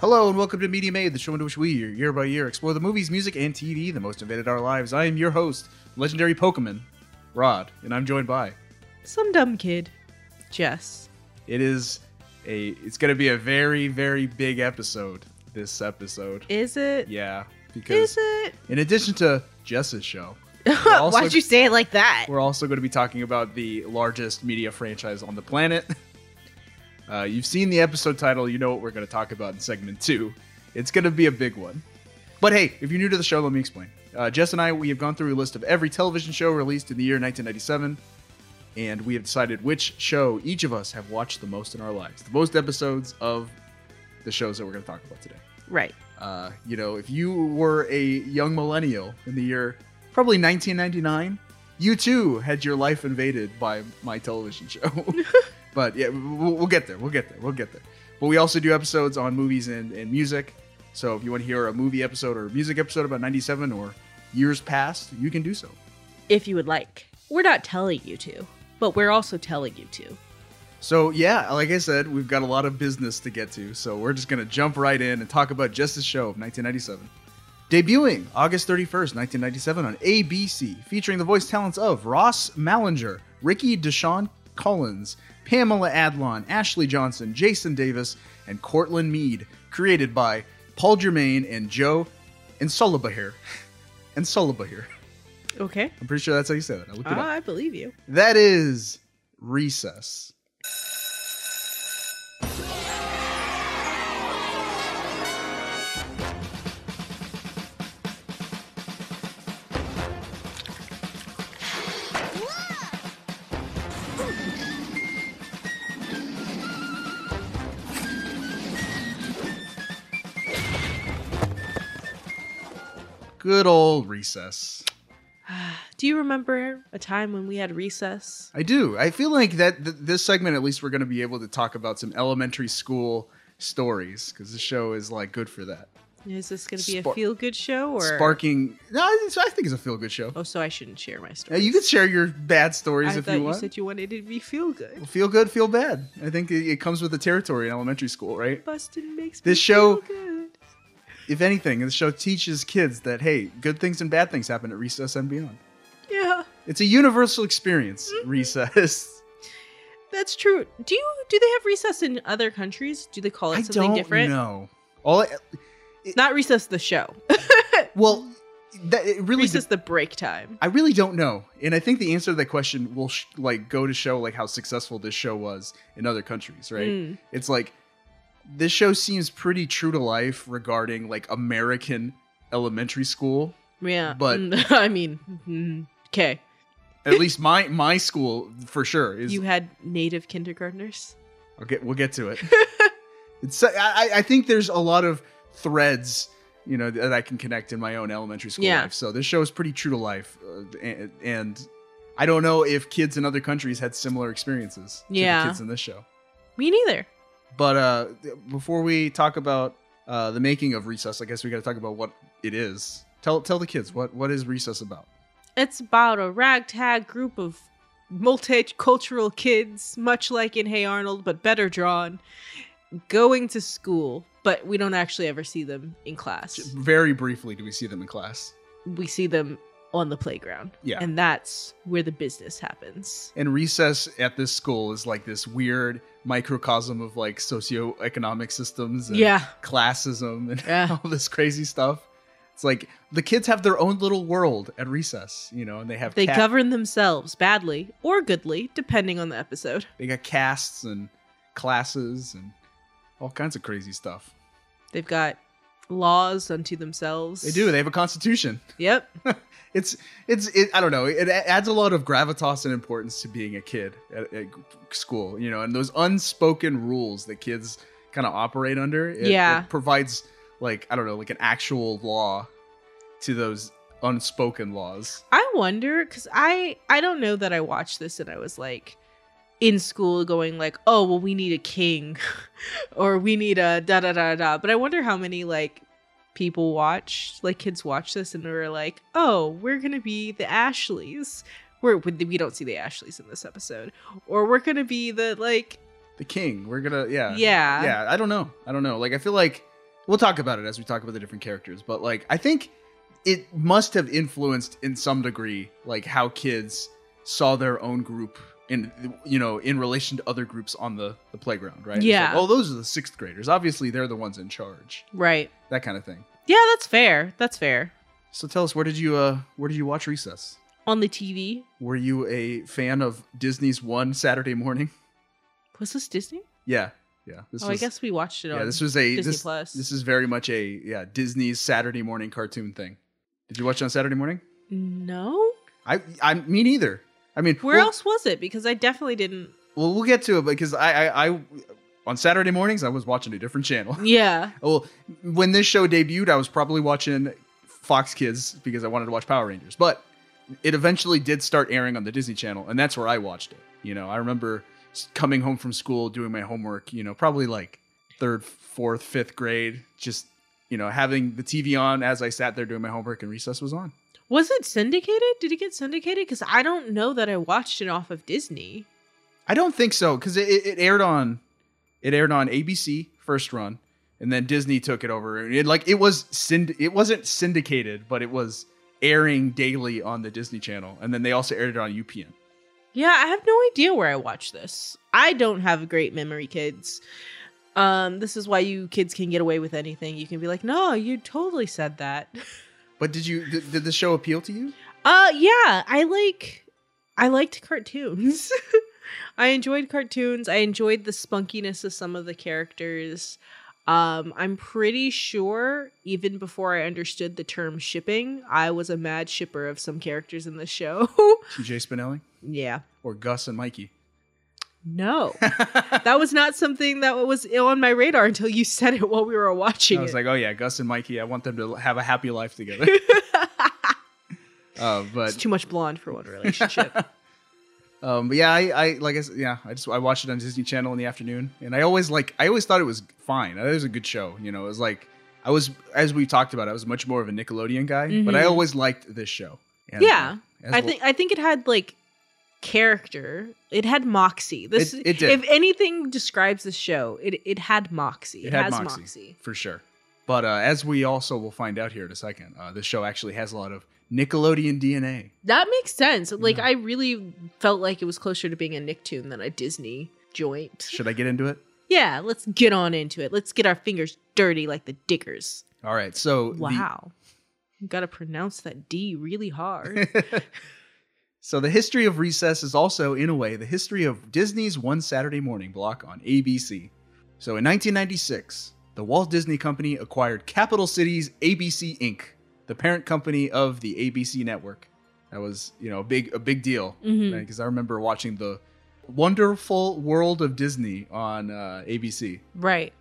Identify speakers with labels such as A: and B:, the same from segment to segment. A: Hello and welcome to Media Made, the show in which we, year, year by year, explore the movies, music, and TV that most invaded our lives. I am your host, legendary Pokemon, Rod, and I'm joined by.
B: Some dumb kid, Jess.
A: It is a. It's going to be a very, very big episode. This episode,
B: Is it? Is
A: yeah, because
B: it?
A: in addition to Jess's show, also-
B: Why'd you say it like that?
A: we're also going to be talking about the largest media franchise on the planet. Uh, you've seen the episode title. You know what we're going to talk about in segment two. It's going to be a big one. But hey, if you're new to the show, let me explain. Uh, Jess and I, we have gone through a list of every television show released in the year 1997, and we have decided which show each of us have watched the most in our lives, the most episodes of the shows that we're going to talk about today.
B: Right.
A: Uh, you know, if you were a young millennial in the year probably 1999, you too had your life invaded by my television show. but yeah, we'll, we'll get there. We'll get there. We'll get there. But we also do episodes on movies and, and music. So if you want to hear a movie episode or a music episode about 97 or years past, you can do so.
B: If you would like. We're not telling you to, but we're also telling you to.
A: So yeah, like I said, we've got a lot of business to get to, so we're just gonna jump right in and talk about just this show of 1997, debuting August 31st, 1997 on ABC, featuring the voice talents of Ross Malinger, Ricky Deshawn Collins, Pamela Adlon, Ashley Johnson, Jason Davis, and Cortland Mead. Created by Paul Germain and Joe and Solibahir. And Solibahir.
B: Okay.
A: I'm pretty sure that's how you say that. I looked it up.
B: Ah, I believe you.
A: That is recess. Good old recess.
B: Do you remember a time when we had recess?
A: I do. I feel like that th- this segment, at least, we're going to be able to talk about some elementary school stories because the show is like good for that.
B: Is this going to be
A: Spark-
B: a feel good show or
A: Sparking. No, I think- I think it's a feel good show.
B: Oh, so I shouldn't share my
A: Uh,
B: story.
A: You can share your bad stories
B: I
A: if
B: thought
A: you
B: you,
A: want.
B: said you wanted it to be feel good.
A: feel good, feel bad. I think it, it comes with the territory in elementary school, right?
B: Bustin makes
A: This
B: me
A: show-
B: feel good.
A: If anything, this show teaches kids that hey, good things and bad things happen at recess and beyond.
B: Yeah,
A: It's a universal experience.
B: Mm-hmm.
A: Recess.
B: that's true. Do you do they have recess in other countries? Do they call it
A: I
B: something
A: don't
B: different?
A: know. All I,
B: Not recess the show.
A: well, that it really
B: recess the break time.
A: I really don't know, and I think the answer to that question will sh- like go to show like how successful this show was in other countries, right?
B: Mm.
A: It's like this show seems pretty true to life regarding like American elementary school.
B: Yeah.
A: But-
B: Mm, I mean, mm-hmm. okay.
A: At least my my school for sure is.
B: You had native kindergartners.
A: I'll get- we'll get to it. it's I, I- I think there's a lot of threads you know that I can connect in my own elementary school
B: Yeah.
A: life. So this show is pretty true to life, uh, and, and I don't know if kids in other countries had similar experiences. to the
B: Yeah.
A: kids in this show.
B: Me neither.
A: But uh, th- before we talk about uh, the making of Recess, I guess we got to talk about what it is. Tell tell the kids what what is Recess about.
B: It's about a ragtag group of multicultural kids, much like in Hey Arnold, but better drawn, going to school, but we don't actually ever see them in
A: J-
B: class.
A: Very briefly, do we see them in class?
B: We see them on the playground.
A: Yeah.
B: And that's where the business happens.
A: And recess at this school is like this weird microcosm of like socioeconomic systems and
B: Yeah.
A: classism and
B: Yeah.
A: all this crazy stuff. It's like the kids have their own little world at recess, you know, and they have
B: They
A: cat-
B: govern themselves badly or goodly, depending on the episode.
A: they got casts and classes and all kinds of crazy stuff.
B: They've got laws unto themselves.
A: They do. They have a constitution.
B: Yep.
A: it's it's it, i don't know it a- adds a lot of gravitas and importance to being a kid at, at school you know and those unspoken rules that kids kind of operate under it,
B: Yeah.
A: it provides like i don't know like an actual law to those unspoken laws
B: I wonder because I I don't know that I watched this and I was like in school going like oh well we need a king or we need a da da da da but I wonder how many like people watched like kids watch this and were like oh we're gonna be the Ashleys we're we don't see the Ashleys in this episode or we're gonna be the like
A: the king we're gonna yeah
B: yeah
A: yeah i don't know i don't know like i feel like We'll talk about it as we talk about the different characters, but like I think it must have influenced in some degree like how kids saw their own group in you know in relation to other groups on the, the playground, right? It's like,
B: Yeah.
A: oh, those are the sixth graders. Obviously, they're the ones in charge.
B: Right.
A: That kind of thing.
B: Yeah, that's fair. That's fair.
A: So tell us, where did you uh where did you watch Recess?
B: On the TV.
A: Were you a fan of Disney's One Saturday Morning?
B: Was this Disney?
A: Yeah, yeah. This
B: oh,
A: was,
B: I guess we watched it on
A: Yeah, this was a
B: Disney
A: this,
B: Plus.
A: this is very much a yeah Disney's Saturday morning cartoon thing. Did you watch it on Saturday morning?
B: No?
A: I I me neither. I mean,
B: Where
A: we'll,
B: else was it? Because I definitely didn't
A: Well, we'll get to it because I, I I on Saturday mornings I was watching a different channel.
B: Yeah.
A: well, when this show debuted, I was probably watching Fox Kids because I wanted to watch Power Rangers. But it eventually did start airing on the Disney Channel, and that's where I watched it. You know, I remember s- coming home from school, doing my homework. You know, probably like third, fourth, fifth grade, just you know, having the TV on as I sat there doing my homework, and recess was on.
B: Was it syndicated? Did it get syndicated? Because I don't know that I watched it off of Disney.
A: I don't think so because it, it it aired on it aired on ABC first run, and then Disney took it over. And It like it was synd- it wasn't syndicated, but it was airing daily on the Disney Channel, and then they also aired it on UPN.
B: Yeah, I have no idea where I watched this. I don't have a great memory, kids. Um, this is why you kids can get away with anything. You can be like, "No, you totally said that."
A: But did you did, did the show appeal to you?
B: Uh, yeah, I like I liked cartoons. I enjoyed cartoons. I enjoyed the spunkiness of some of the characters. Um, I'm pretty sure even before I understood the term shipping, I was a mad shipper of some characters in the show.
A: TJ Spinelli
B: yeah.
A: or Gus and Mikey?
B: No.
A: I
B: That was not something that was on my radar until you said it while we were watching
A: was
B: it.
A: like, oh yeah, Gus and Mikey. I want them to have a happy life together. uh, but
B: it's too much blonde for one relationship.
A: Um, but yeah, I, I like I s- yeah, I just I watched it on Disney Channel in the afternoon, and I always like I always thought it was fine. It was a good show, you know. It was like I was as we talked about, I was much more of a Nickelodeon guy, but I
B: Mhm.
A: always liked this show. And,
B: yeah.
A: uh, as
B: I
A: well-
B: think I think it had like character. It had moxie. This
A: It- it did.
B: if anything describes the show, it it had moxie.
A: It
B: It,
A: had
B: has
A: moxie.
B: moxie.
A: for sure. But uh, as we also will find out here in a second, uh, this show actually has a lot of Nickelodeon DNA.
B: That makes sense. Like
A: Yeah.
B: I really felt like it was closer to being a Nicktoon than a Disney joint.
A: Should I get into it?
B: Yeah, let's get on into it. Let's get our fingers dirty like the Dickers.
A: All right. So the-
B: Wow. You gotta pronounce that D really hard.
A: so the history of recess is also in a way the history of disney's one saturday morning block on abc so in 1996 the walt disney company acquired capital cities abc inc the parent company of the abc network that was you know a big a big deal
B: Mhm.
A: because i remember watching the wonderful world of disney on uh, abc
B: Right.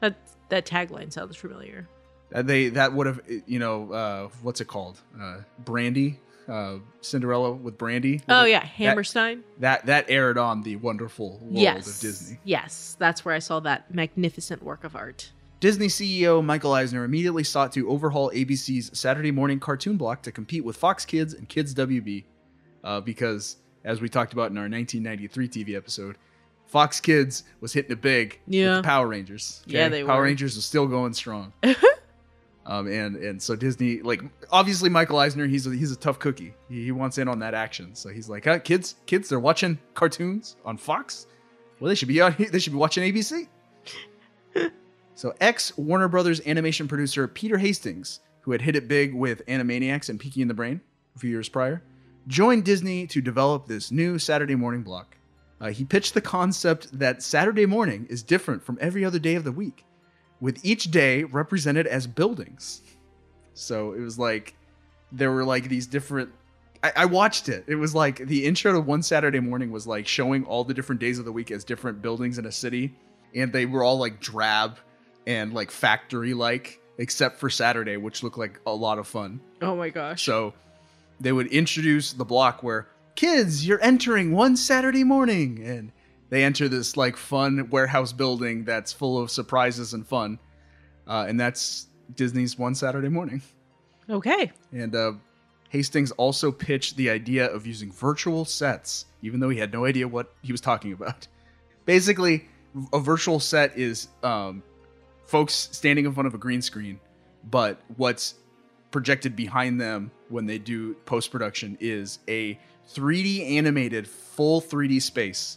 B: That that tagline sounds familiar.
A: Uh, they that would have you know uh, what's it called uh, brandy uh, cinderella with brandy
B: Oh yeah, Hammerstein.
A: That that aired on the wonderful world
B: yes.
A: of Disney.
B: Yes, that's where I saw that magnificent work of art.
A: Disney CEO Michael Eisner immediately sought to overhaul ABC's Saturday morning cartoon block to compete with Fox Kids and Kids WB, uh, because as we talked about in our 1993 TV episode, Fox Kids was hitting it big
B: Yeah.
A: with the Power Rangers.
B: Yeah, they
A: Power
B: were.
A: Rangers was still going strong. Um, and and so Disney like obviously Michael Eisner he's a, he's a tough cookie he, he wants in on that action so he's like huh, kids kids they're watching cartoons on Fox well they should be out here they should be watching ABC so ex Warner Brothers animation producer Peter Hastings who had hit it big with Animaniacs and Peaky in the Brain a few years prior joined Disney to develop this new Saturday morning block uh, he pitched the concept that Saturday morning is different from every other day of the week with each day represented as buildings. So it was like there were like these different. I, I watched it. It was like the intro to one Saturday morning was like showing all the different days of the week as different buildings in a city, and they were all like drab and like factory like, except for Saturday, which looked like a lot of fun.
B: Oh my gosh.
A: So they would introduce the block where kids, you're entering one Saturday morning, and they enter this like fun warehouse building that's full of surprises and fun, uh, and that's Disney's one Saturday morning.
B: Okay.
A: And uh, Hastings also pitched the idea of using virtual sets, even though he had no idea what he was talking about. Basically, a virtual set is um, folks standing in front of a green screen, but what's projected behind them when they do post production is a 3D animated full 3D space.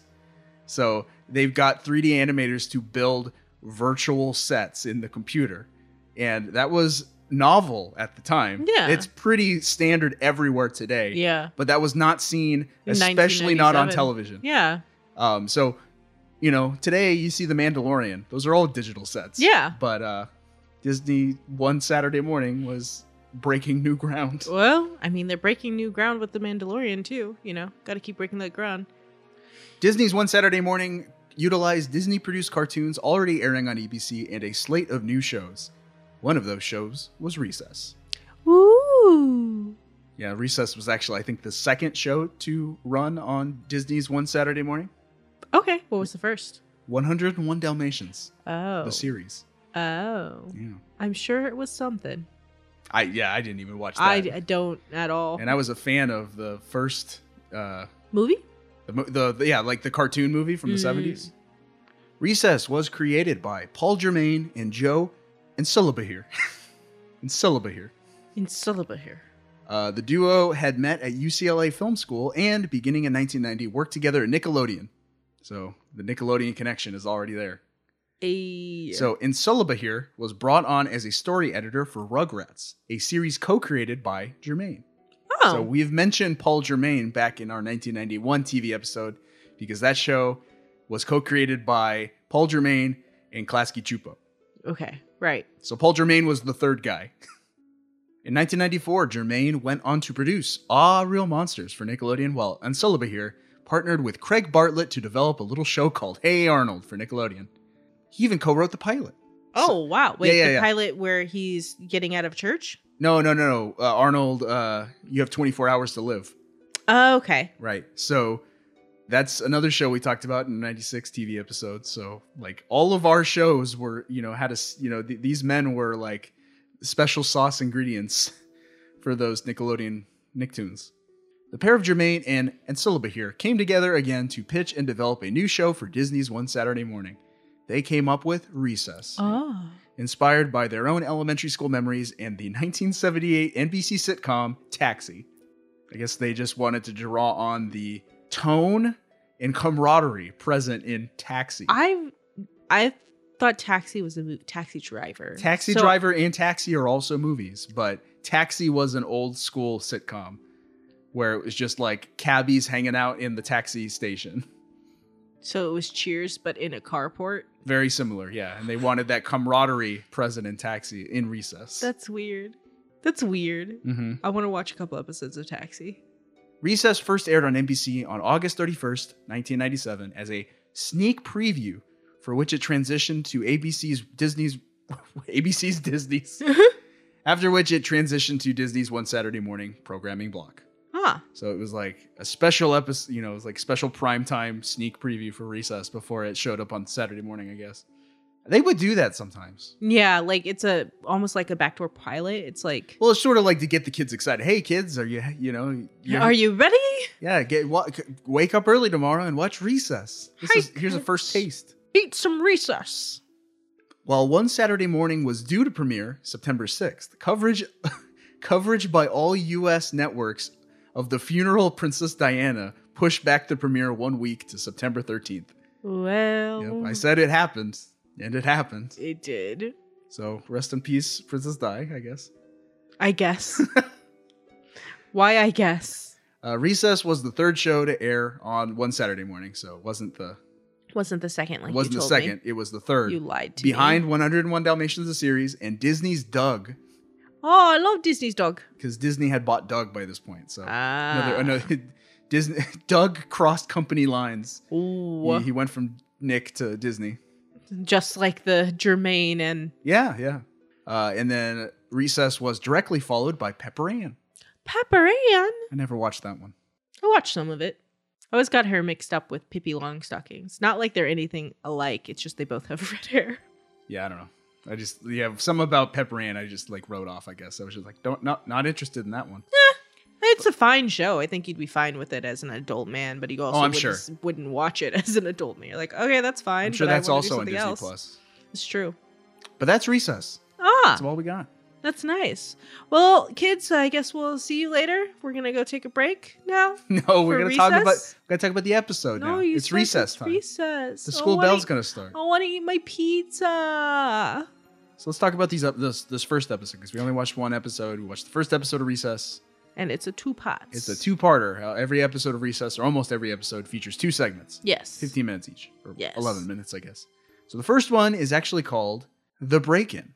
A: So they've got 3D animators to build virtual sets in the computer. And that was novel at the time.
B: Yeah.
A: It's pretty standard everywhere today.
B: Yeah.
A: But that was not seen, especially not on
B: 1997.
A: television.
B: Yeah.
A: Um, so, you know, today you see The Mandalorian. Those are all digital sets.
B: Yeah.
A: But uh, Disney one Saturday morning was breaking new ground.
B: Well, I mean, they're breaking new ground with The Mandalorian, too. You know, got to keep breaking that ground.
A: Disney's one Saturday morning utilized Disney produced cartoons already airing on EBC and a slate of new shows. One of those shows was Recess.
B: Ooh.
A: Yeah, Recess was actually, I think, the second show to run on Disney's one Saturday morning.
B: Okay. What was the first?
A: 101 Dalmatians,
B: Oh.
A: the series.
B: Oh.
A: Yeah.
B: I'm sure it was something.
A: I yeah, I didn't even watch that.
B: I, oh. I don't at all.
A: and I was a fan of the first, uh,
B: Movie?
A: the, mo- the, the yeah, like the cartoon movie from the
B: Mm.
A: seventies. Recess was created by Paul Germain and Joe and Silabahir. and Silabahir.
B: In syllable here.
A: Uh, the duo had met at UCLA Film School and, beginning in 1990, worked together at Nickelodeon. So the Nickelodeon connection is already there.
B: A.
A: So Insulabahir was brought on as a story editor for Rugrats, a series co-created by Germain.
B: oh.
A: So we've mentioned Paul Germain back in our 1991 TV episode because that show was co-created by Paul Germain and Klasky Chupo.
B: okay. Right.
A: So Paul Germain was the third guy. In 1994, Germain went on to produce Ah Real Monsters for Nickelodeon, while Unsellable here partnered with Craig Bartlett to develop a little show called Hey Arnold for Nickelodeon. He even co-wrote the pilot.
B: Oh, wow. Wait,
A: yeah,
B: the
A: yeah.
B: pilot where he's getting out of church?
A: No, no, no, no. Uh, Arnold, uh, you have 24 hours to live.
B: Oh, okay.
A: Right. So that's another show we talked about in 96 TV episode. So like all of our shows were, you know, had a, s- you know, th- these men were like special sauce ingredients for those Nickelodeon Nicktoons. The pair of Jermaine and Ensilaba here came together again to pitch and develop a new show for Disney's one Saturday morning. They came up with Recess
B: Oh.
A: inspired by their own elementary school memories and the 1978 NBC sitcom Taxi. I guess they just wanted to draw on the tone and camaraderie present in Taxi.
B: I I thought Taxi was a movie. Taxi Driver.
A: Taxi
B: So-
A: Driver and Taxi are also movies, but Taxi was an old school sitcom where it was just like cabbies hanging out in the taxi station.
B: So it was Cheers, but in a carport.
A: Very similar, yeah. And they wanted that camaraderie present in Taxi in recess.
B: That's weird. That's weird.
A: mm-hmm.
B: I want to watch a couple episodes of Taxi.
A: Recess first aired on NBC on August 31st, 1997, as a sneak preview, for which it transitioned to ABC's Disney's ABC's Disney's, after which it transitioned to Disney's One Saturday Morning programming block.
B: Huh.
A: So it was like a special episode, you know, it was like special primetime sneak preview for Recess before it showed up on Saturday morning, I guess. They would do that sometimes.
B: Yeah, like it's a almost like a backdoor pilot. It's like,
A: Well, it's sort of like to get the kids excited. Hey, kids, are you, you know, you're-
B: are you ready?
A: Yeah, get wa- c- wake up early tomorrow and watch Recess. This
B: Hi,
A: is, here's a first
B: kids.
A: taste.
B: Eat some recess.
A: While one Saturday morning was due to premiere September 6th, coverage coverage by all U.S. networks of the funeral of Princess Diana pushed back the premiere one week to September 13th.
B: Well,
A: Yep, I said it happened, and it happened.
B: it did.
A: So rest in peace, Princess Di, I guess.
B: I guess. Why? I guess
A: Uh, Recess was the third show to air on one Saturday morning, so it wasn't the
B: wasn't the second. Like
A: wasn't
B: you
A: the
B: told
A: second. It was the third.
B: Me. You lied to
A: behind
B: me.
A: 101 Dalmatians the series and Disney's Doug
B: Oh, I love Disney's dog.
A: because Disney had bought Doug by this point. So
B: Ah.
A: another, another Disney Doug crossed company lines.
B: Ah. Ooh.
A: He, he went from Nick to Disney.
B: Just like the Germaine and
A: Yeah, yeah. Uh, and then Recess was directly followed by Pepper Ann.
B: Pepper Ann.
A: I never watched that one.
B: I watched some of it. I always got her mixed up with Pippi Longstockings. Not like they're anything alike. It's just they both have red hair.
A: Yeah, I don't know. I just yeah, some about Pepper Ann I just like wrote off. I guess I was just like don't not not interested in that one.
B: It's a fine show. I think you'd be fine with it as an adult man, but you also
A: Oh, I'm
B: wouldn't,
A: sure.
B: s- wouldn't watch it as an adult man. You're like, okay, that's fine.
A: I'm sure
B: but I
A: that's
B: wanna do
A: also on
B: something
A: Disney
B: else.
A: Plus.
B: It's true.
A: But that's recess.
B: Ah,
A: That's all we got.
B: that's nice. Well, kids, I guess we'll see you later. We're gonna go take a break now.
A: No, we're
B: for
A: gonna talk about
B: recess?
A: gotta talk about the episode now. It's
B: said
A: recess time.
B: Recess. Oh,
A: The
B: I
A: school
B: wanna-
A: bell's gonna start.
B: I want to eat my pizza.
A: So let's talk about these up this this first episode because we only watched one episode. We watched the first episode of Recess.
B: And it's a two pot.
A: It's a two-parter. How every episode of Recess, or almost every episode, features two segments,
B: Yes.
A: 15 minutes each, or
B: Yes.
A: 11 minutes, I guess. So the first one is actually called the break-in.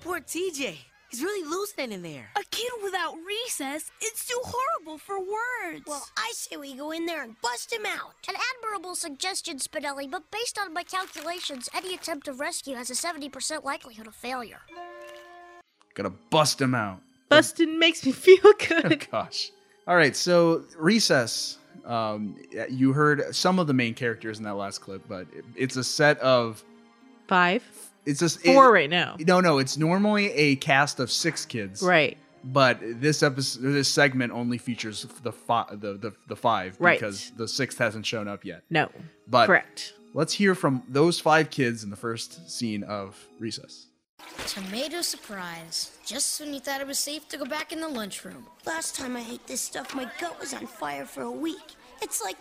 C: Poor TJ. He's really losing it in there.
D: A kid without recess, it's too horrible for words.
E: Well, I say we go in there and bust him out. An admirable suggestion, Spinelli, but based on my calculations, any attempt of rescue has a 70% likelihood of failure.
A: Gotta bust him out.
B: Bustin makes me feel
A: Oh,
B: good.
A: gosh. All right. So recess. Um, you heard some of the main characters in that last clip, but it- it's a set of
B: Five.
A: it's just
B: Four right now.
A: No, no, it's normally a cast of six kids,
B: Right.
A: But this episode, this segment only features the fi- the, the the five
B: Right.
A: because the sixth hasn't shown up yet.
B: No.
A: But
B: Correct.
A: let's hear from those five kids in the first scene of recess.
F: Tomato surprise. Just when you thought it was safe to go back in the lunchroom.
E: Last time I ate this stuff, my gut was on fire for a week. It's like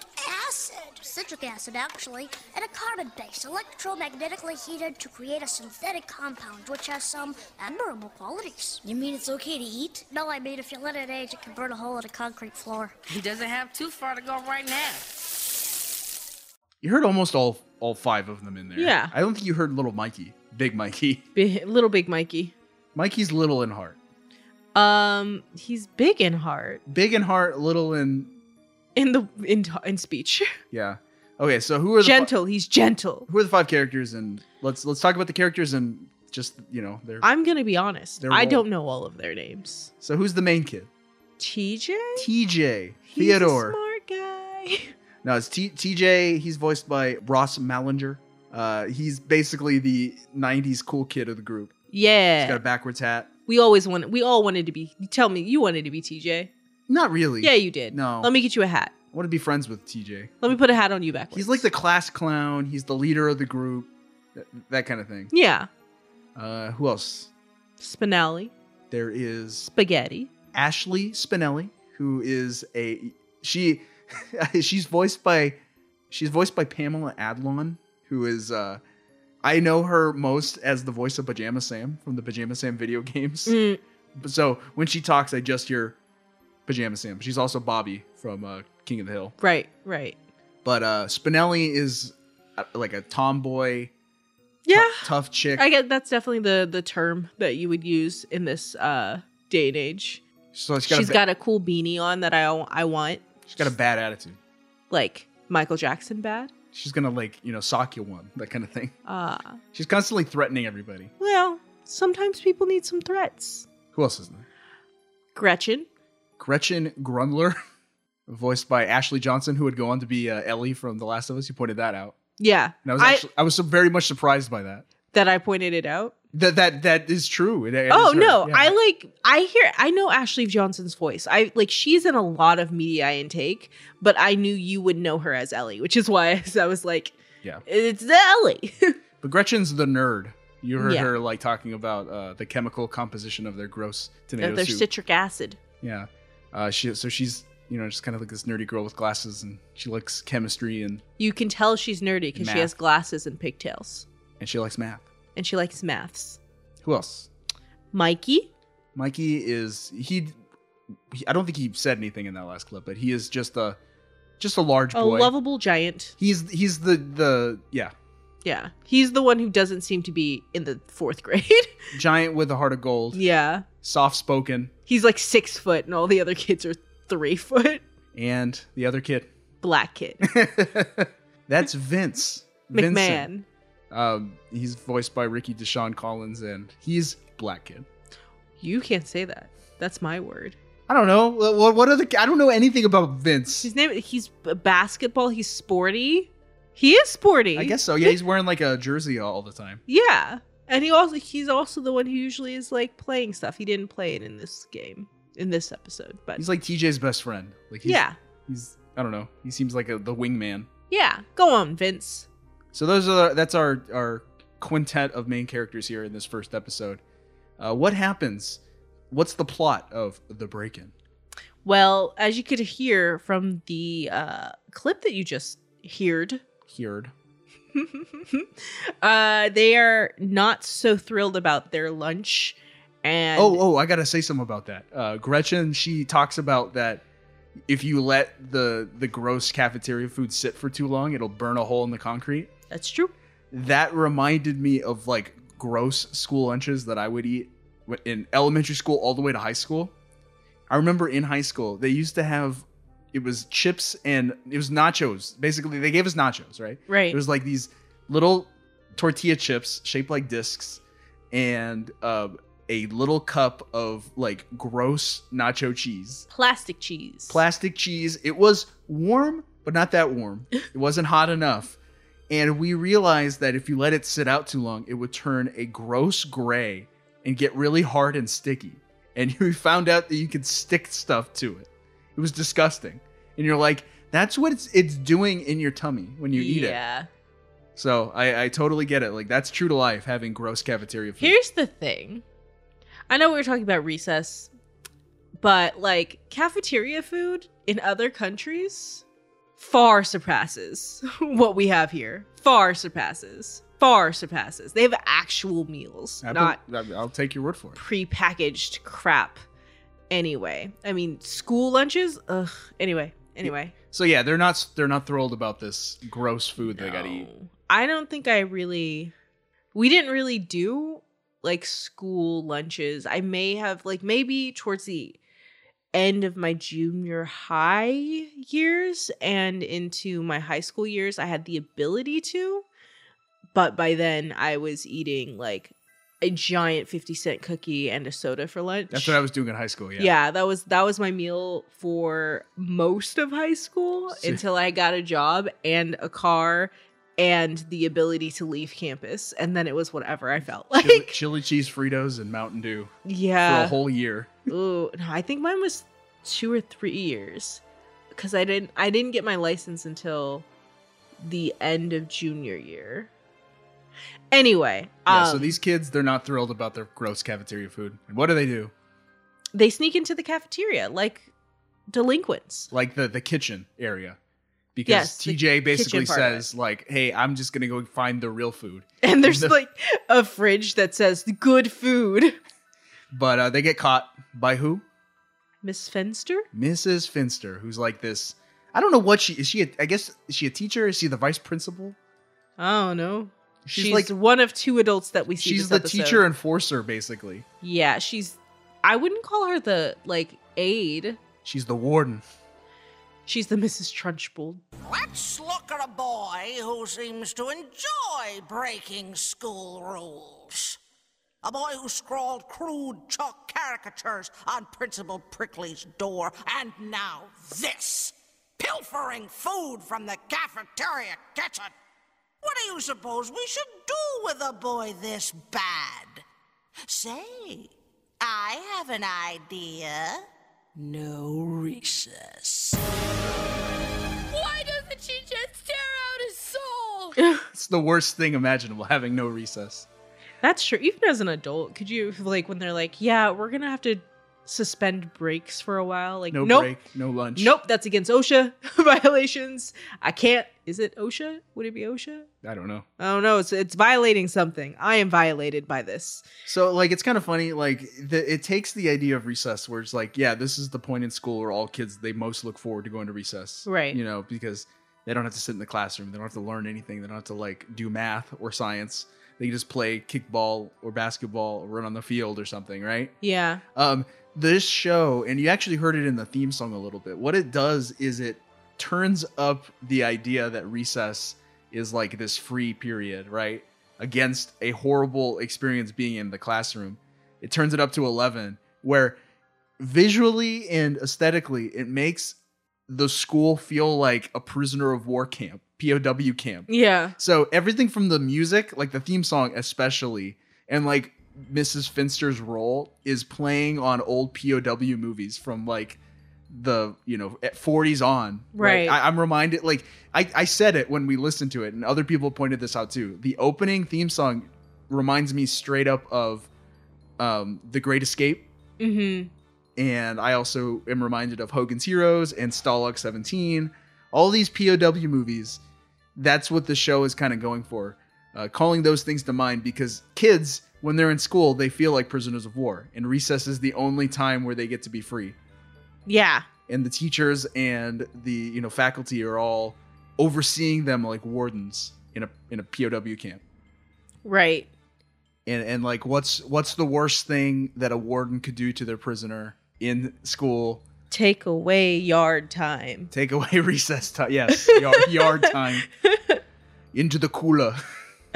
E: acid. Citric acid, actually, and a carbon base, electromagnetically heated to create a synthetic compound which has some admirable qualities.
F: You mean it's okay to eat?
E: No, I mean, if you let it age, it can burn a hole in a concrete floor.
C: He doesn't have too far to go right now.
A: You heard almost all all five of them in there.
B: Yeah.
A: I don't think you heard little Mikey, big Mikey.
B: Bi- little Big Mikey.
A: Mikey's little in heart.
B: Um, he's big in heart.
A: Big in heart, little in
B: In the in in speech.
A: yeah. Okay, so who are the fi-
B: gentle. he's gentle.
A: who are the five characters and let's let's talk about the characters and just you know their
B: I'm gonna be honest.
A: They're
B: I
A: roll-
B: don't know all of their names.
A: so who's the main kid?
B: TJ.
A: TJ
B: He's a
A: Theodore.
B: smart guy.
A: No, it's T- TJ. He's voiced by Ross Malinger. Uh, he's basically the '90s cool kid of the group. He's got
B: yeah.
A: a backwards hat.
B: we always wanted. We all wanted to be. Tell me, you wanted to be TJ.
A: Not really.
B: Yeah, you did.
A: No.
B: Let me get you a hat.
A: I want to be friends with TJ.
B: Let me put a hat on you backwards.
A: He's like the class clown. He's the leader of the group. That, that kind of thing.
B: Yeah.
A: Uh, who else?
B: Spinelli.
A: There is
B: Spaghetti.
A: Ashley Spinelli, who is a she she's voiced by she's voiced by Pamela Adlon, who is uh I know her most as the voice of Pajama Sam from the Pajama Sam video games.
B: Mm,
A: So when she talks, I just hear Pajama Sam. She's also Bobby from uh, King of the Hill.
B: right, right.
A: But uh Spinelli is uh, like a tomboy, tou-
B: Yeah.
A: tough chick.
B: I get that's definitely the the term that you would use in this uh day and age.
A: so she's
B: She's
A: got, a ba-
B: got a cool beanie on that I I want,
A: she's got a bad attitude.
B: like Michael Jackson bad.
A: She's gonna like you know sock you one that kind of thing.
B: Uh
A: She's constantly threatening everybody.
B: well, sometimes people need some threats.
A: Who else is there?
B: Gretchen.
A: Gretchen Grundler, voiced by Ashley Johnson, who would go on to be uh, Ellie from The Last of Us. You pointed that out,
B: Yeah.
A: and I was
B: I-
A: actually, I, was so very much surprised by that.
B: that I pointed it out.
A: That that that is true. It- it
B: oh
A: is her.
B: no,
A: Yeah.
B: I like I hear I know Ashley Johnson's voice. I like she's in a lot of media I intake, but I knew you would know her as Ellie, which is why I was like,
A: Yeah.
B: it's the Ellie.
A: But Gretchen's the nerd. You heard
B: Yeah.
A: her like talking about uh, the chemical composition of their gross tomato
B: That They're
A: soup.
B: citric acid.
A: yeah. Uh, she so she's you know just kind of like this nerdy girl with glasses, and she likes chemistry and
B: You can tell she's nerdy because
A: Math.
B: she has glasses and pigtails,
A: and she likes math.
B: and she likes maths.
A: Who else?
B: Mikey,
A: Mikey is he, he- I don't think he said anything in that last clip, but he is just a just a large
B: a
A: boy.
B: lovable giant.
A: he's he's the the yeah
B: Yeah, he's the one who doesn't seem to be in the fourth grade.
A: giant with a heart of gold,
B: yeah,
A: soft spoken,
B: he's like six foot, and all the other kids are three foot.
A: and the other kid.
B: Black kid
A: That's Vince Vincent.
B: McMahon.
A: Um, he's voiced by Ricky Deshaun Collins, and he's black kid.
B: You can't say that. That's my word.
A: I don't know what what other I don't know anything about Vince.
B: His name. He's b- basketball. He's sporty. He is sporty.
A: I guess so. Yeah, he's wearing like a jersey all the time.
B: Yeah, and he also he's also the one who usually is like playing stuff. He didn't play it in this game in this episode, but
A: He's like TJ's best friend. Like he's,
B: yeah,
A: he's I don't know. He seems like a, the wingman.
B: yeah. Go on, Vince.
A: So those are that's our our quintet of main characters here in this first episode. Uh, what happens? What's the plot of The Break In?
B: Well, as you could hear from the uh, clip that you just heard,
A: Heard.
B: uh, they are not so thrilled about their lunch. And
A: Oh, oh, I gotta say something about that. Uh, Gretchen, she talks about that if you let the the gross cafeteria food sit for too long, it'll burn a hole in the concrete.
B: that's true.
A: That reminded me of like gross school lunches that I would eat w- in elementary school all the way to high school. I remember in high school they used to have it was chips and it was nachos. Basically, they gave us nachos, right?
B: Right.
A: It was like these little tortilla chips shaped like discs and uh, a little cup of like gross nacho cheese.
B: plastic cheese.
A: Plastic cheese. It was warm, but not that warm. It wasn't hot enough. And we realized that if you let it sit out too long, it would turn a gross gray and get really hard and sticky. And we found out that you could stick stuff to it. It was disgusting. And you're like, that's what it's, it's doing in your tummy when you eat it.
B: Yeah.
A: So I, I totally get it. Like that's true to life having gross cafeteria food.
B: Here's the thing. I know we were talking about recess, but like cafeteria food in other countries far surpasses what we have here. Far surpasses. Far surpasses. They have actual meals,
A: I
B: not
A: bel- I- I'll take your word for it.
B: prepackaged crap. Anyway, I mean school lunches. Ugh. Anyway, anyway.
A: So yeah, they're not they're not thrilled about this gross food they got to eat.
B: No. I don't think I really we didn't really do like school lunches. I may have like maybe towards the end of my junior high years and into my high school years I had the ability to but by then I was eating like a giant 50 cent cookie and a soda for lunch.
A: That's what I was doing in high school. Yeah.
B: Yeah. that was that was my meal for most of high school
A: See.
B: until I got a job and a car and the ability to leave campus and then it was whatever I felt like.
A: Chili, chili cheese Fritos and Mountain Dew for a
B: yeah.
A: whole year.
B: Ooh, no, I think mine was 2 or 3 years cuz I didn't I didn't get my license until the end of junior year. Anyway,
A: Yeah,
B: um,
A: so these kids, they're not thrilled about their gross cafeteria food. And what do they do?
B: they sneak into the cafeteria like delinquents.
A: Like the the kitchen area. Because
B: Yes, the
A: TJ basically
B: part of it.
A: says like, "Hey, I'm just going to go find the real food."
B: And there's
A: The-
B: like a fridge that says good food.
A: But uh, they get caught by who?
B: Miss Fenster?
A: Mrs. Finster, who's like this. I don't know what she is. She, a, I guess, is she a teacher? Is she the vice principal?
B: I don't know. She's,
A: like,
B: one of two adults that we see.
A: she's
B: this
A: the
B: episode.
A: teacher enforcer, basically.
B: Yeah, she's. I wouldn't call her the like aide.
A: She's the warden.
B: She's the Mrs. Trunchbull.
C: Let's look at a boy who seems to enjoy breaking school rules. A boy who scrawled crude chalk caricatures on Principal Prickly's door, and now this pilfering food from the cafeteria kitchen. What do you suppose we should do with a boy this bad? Say, I have an idea. No recess.
D: Why doesn't she just tear out his soul?
A: It's the worst thing imaginable, having no recess.
B: That's true. Even as an adult, could you like when they're like, "Yeah, we're gonna have to suspend breaks for a while." Like,
A: No
B: nope,
A: break, no lunch.
B: nope, that's against OSHA violations. I can't. Is it OSHA? Would it be OSHA?
A: I don't know.
B: I don't know. It's it's violating something. I am violated by this.
A: So, like, it's kind of funny. Like, the, it takes the idea of recess where it's like, yeah, this is the point in school where all kids, they most look forward to going to recess.
B: Right.
A: You know, because they don't have to sit in the classroom. They don't have to learn anything. They don't have to, like, do math or science. They can just play kickball or basketball or run on the field or something, right?
B: Yeah.
A: um, this show, and you actually heard it in the theme song a little bit. What it does is it turns up the idea that recess is like this free period, right? Against a horrible experience being in the classroom. It turns it up to 11, where visually and aesthetically, it makes the school feel like a prisoner of war camp, POW camp.
B: Yeah.
A: So everything from the music, like the theme song especially, and like Mrs. Finster's role is playing on old POW movies from like the you know at 40s on.
B: Right.
A: I, I'm reminded like I, I said it when we listened to it, and other people pointed this out too. The opening theme song reminds me straight up of um, The Great Escape.
B: Mm-hmm.
A: And I also am reminded of Hogan's Heroes and Stalag 17. All these POW movies, that's what the show is kind of going for. Uh, calling those things to mind because kids, when they're in school, they feel like prisoners of war. And recess is the only time where they get to be free
B: Yeah.
A: and the teachers and the you know faculty are all overseeing them like wardens in a in a POW camp.
B: Right.
A: And and like what's what's the worst thing that a warden could do to their prisoner in school?
B: Take away yard time.
A: Take away recess time. Yes, yard, yard time. Into the cooler.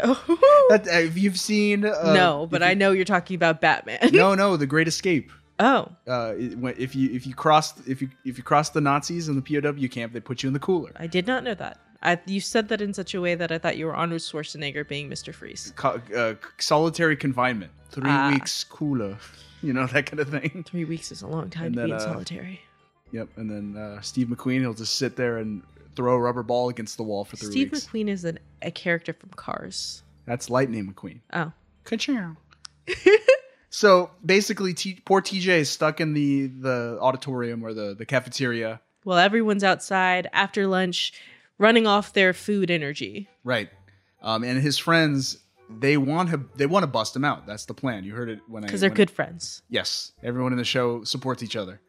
B: Oh.
A: That if you've seen uh,
B: no, but
A: if
B: I
A: you-
B: know you're talking about Batman.
A: No, no, The Great Escape.
B: oh.
A: Uh, it- when- if you if you crossed if you if you crossed the Nazis in the POW camp, they put you in the cooler.
B: I did not know that. I, you said that in such a way that I thought you were Arnold Schwarzenegger being Mr. Freeze.
A: co- uh, solitary confinement, three
B: Ah.
A: weeks cooler, you know that kind of thing.
B: Three weeks is a long time
A: And
B: to
A: then,
B: be in
A: uh,
B: solitary.
A: Yep, and then uh, Steve McQueen, he'll just sit there and throw a rubber ball against the wall for three
B: Steve
A: weeks.
B: McQueen is an, a character from Cars.
A: That's Lightning McQueen.
B: Oh.
A: Ka-chow. so basically, T- poor TJ is stuck in the the auditorium or the the cafeteria.
B: Well, everyone's outside after lunch running off their food energy.
A: Right, um, and his friends. They want to they want to bust him out. That's the plan. You heard it when I
B: Because they're
A: when I-
B: good friends.
A: Yes, everyone in the show supports each other,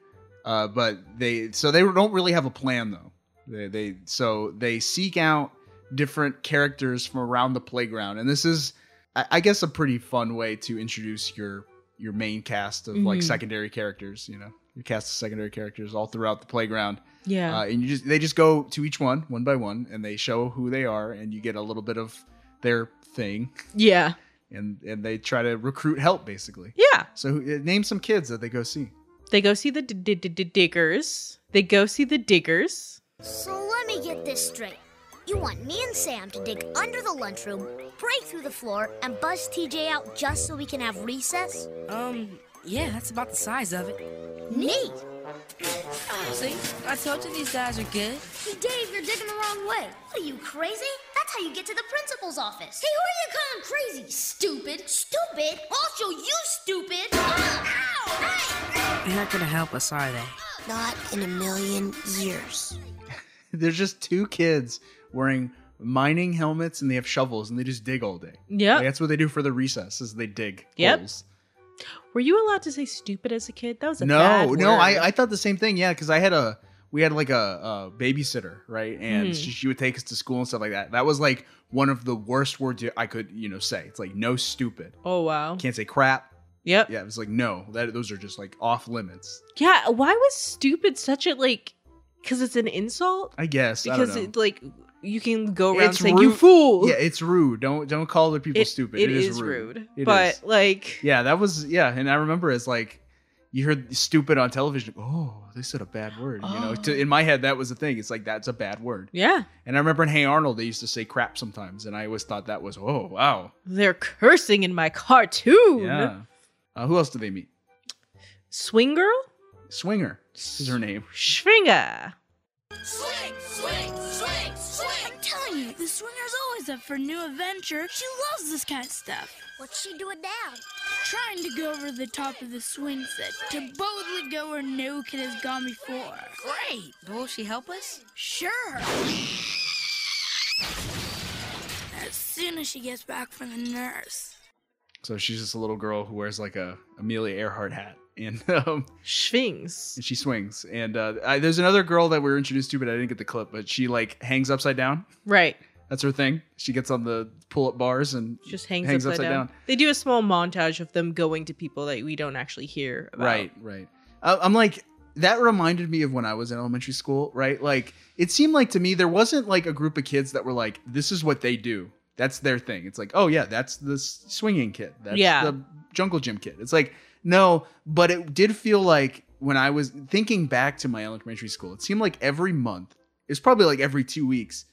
A: uh, but they so they don't really have a plan though. They, they so they seek out different characters from around the playground, and this is, I, I guess, a pretty fun way to introduce your your main cast of like
B: Mhm.
A: secondary characters. You know, your cast of secondary characters all throughout the playground,
B: Yeah.
A: uh, and you just they just go to each one one by one, and they show who they are, and you get a little bit of their thing,
B: yeah.
A: and and they try to recruit help basically.
B: Yeah.
A: So uh, name some kids that they go see.
B: They go see the d- d- d- diggers. They go see the diggers.
E: So let me get this straight. You want me and Sam to dig under the lunchroom, break through the floor, and buzz TJ out just so we can have recess?
G: Um, yeah, that's about the size of it.
E: Neat!
G: See, I told you these guys are good.
E: Hey, Dave, you're digging the wrong way. What are you, crazy? That's how you get to the principal's office. Hey, who are you calling crazy? Stupid. Stupid? I'll show you stupid.
G: They're not gonna help us, are they?
E: Not in a million years.
A: There's just two kids wearing mining helmets and they have shovels and they just dig all day.
B: Yep.
A: Like, that's what they do for the recess is they dig
B: Yep.
A: holes.
B: Were you allowed to say stupid as a kid? That was a bad
A: No, no,
B: word.
A: I, I thought the same thing. Yeah, because I had a we had like a, a babysitter, right? And
B: Mhm.
A: she, she would take us to school and stuff like that. That was like one of the worst words I could you know say. It's like no stupid.
B: Oh wow.
A: Can't say crap.
B: Yep.
A: Yeah, it was like no. That those are just like off limits.
B: Yeah. Why was stupid such a like? Because it's an insult.
A: I guess I don't
B: Because
A: know.
B: it like you can go around
A: It's
B: saying you
A: rude.
B: fool.
A: yeah, it's rude. Don't don't call other people
B: It-
A: stupid.
B: it is rude.
A: It
B: but
A: is.
B: like,
A: Yeah, that was yeah, and I remember as like you heard stupid on television. Oh, they said a bad word. You know, to, in my head that was the thing. It's like that's a bad word.
B: yeah,
A: And I remember in Hey Arnold they used to say crap sometimes, and I always thought that was oh wow
B: they're cursing in my cartoon.
A: yeah. Uh, who else did they meet?
B: Swing girl,
A: Swinger is her name.
B: Schwinger.
D: Swing, swing, swing, swing.
H: I'm telling you, the swinger's always up for new adventure. She loves this kind of stuff.
E: What's she doing now?
H: Trying to go over the top of the swing set to boldly go where no kid has gone before.
G: Great. But will she help us?
H: Sure. As soon as she gets back from the nurse.
A: So she's just a little girl who wears like a Amelia Earhart hat, and um,
B: Schwings.
A: and she swings. And uh, I, there's another girl that we were introduced to, but I didn't get the clip. But she like hangs upside down.
B: Right.
A: That's her thing. She gets on the pull up bars and
B: Just hangs, upside, down.
A: down.
B: They do a small montage of them going to people that we don't actually hear about.
A: Right, right. I, I'm like, that reminded me of when I was in elementary school, right? Like, it seemed like to me there wasn't like a group of kids that were like, this is what they do. That's their thing. It's like, oh, yeah, that's the s- swinging kid. That's
B: Yeah.
A: the jungle gym kid. It's like, no, but it did feel like when I was thinking back to my elementary school, it seemed like every month, it's probably like every two weeks,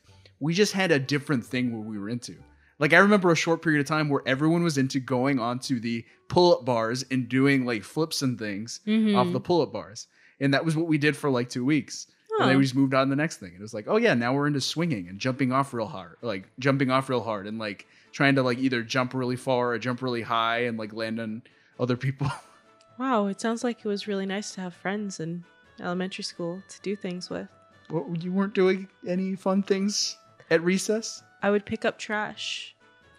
A: we just had a different thing where we were into. Like I remember a short period of time where everyone was into going onto the pull-up bars and doing like flips and things
B: Mhm.
A: off the pull-up bars. And that was what we did for like two weeks. And then we just moved on to the next thing. And it was like, oh yeah, now we're into swinging and jumping off real hard, like jumping off real hard and like trying to like either jump really far or jump really high and like land on other people.
B: Wow, it sounds like it was really nice to have friends in elementary school to do things with.
A: what, you weren't doing any fun things at recess?
B: I would pick up trash.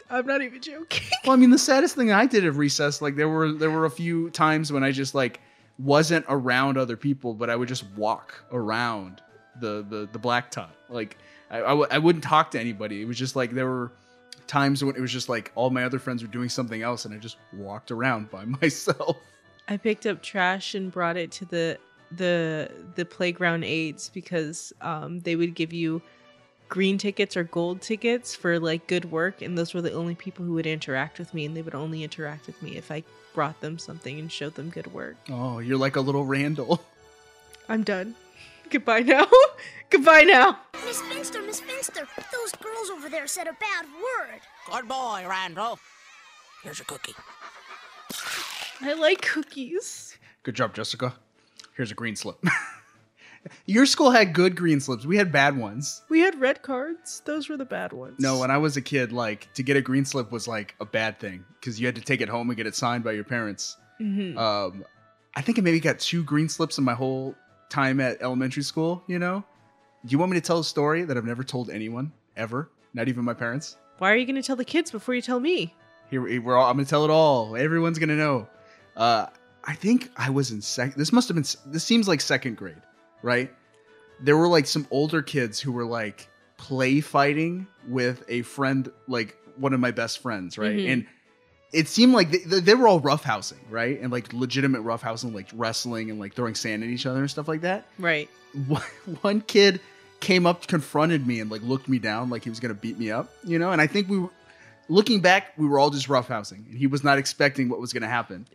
B: I'm not even joking.
A: Well, I mean, the saddest thing I did at recess, like there were there were a few times when I just like wasn't around other people, but I would just walk around the the the blacktop. Like I I, w- I wouldn't talk to anybody. It was just like there were times when it was just like all my other friends were doing something else, and I just walked around by myself.
B: I picked up trash and brought it to the the the playground aides because um, they would give you green tickets or gold tickets for like good work, and those were the only people who would interact with me, and they would only interact with me if I brought them something and showed them good work.
A: Oh, you're like a little Randall.
B: I'm done. Goodbye now. Goodbye now.
E: Miss Finster, Miss Finster, those girls over there said a bad word.
C: Good boy, Randall. Here's a cookie.
B: I like cookies.
A: Good job, Jessica. Here's a green slip. Your school had good green slips. We had bad ones.
B: We had red cards. Those were the bad ones.
A: No, when I was a kid, like to get a green slip was like a bad thing because you had to take it home and get it signed by your parents.
B: Mhm.
A: Um, I think I maybe got two green slips in my whole time at elementary school. You know, do you want me to tell a story that I've never told anyone ever, not even my parents?
B: Why are you going to tell the kids before you tell me?
A: Here we- we're all. I'm gonna tell it all. Everyone's gonna know. Uh, I think I was in second. This must have been. s- This seems like second grade, right? There were like some older kids who were like play fighting with a friend, like one of my best friends, right?
B: Mhm.
A: And it seemed like they, they were all roughhousing, right? And like legitimate roughhousing, like wrestling and like throwing sand at each other and stuff like that
B: Right.
A: one one kid came up confronted me and like looked me down like he was gonna beat me up you know and i think we were looking back we were all just roughhousing and he was not expecting what was gonna happen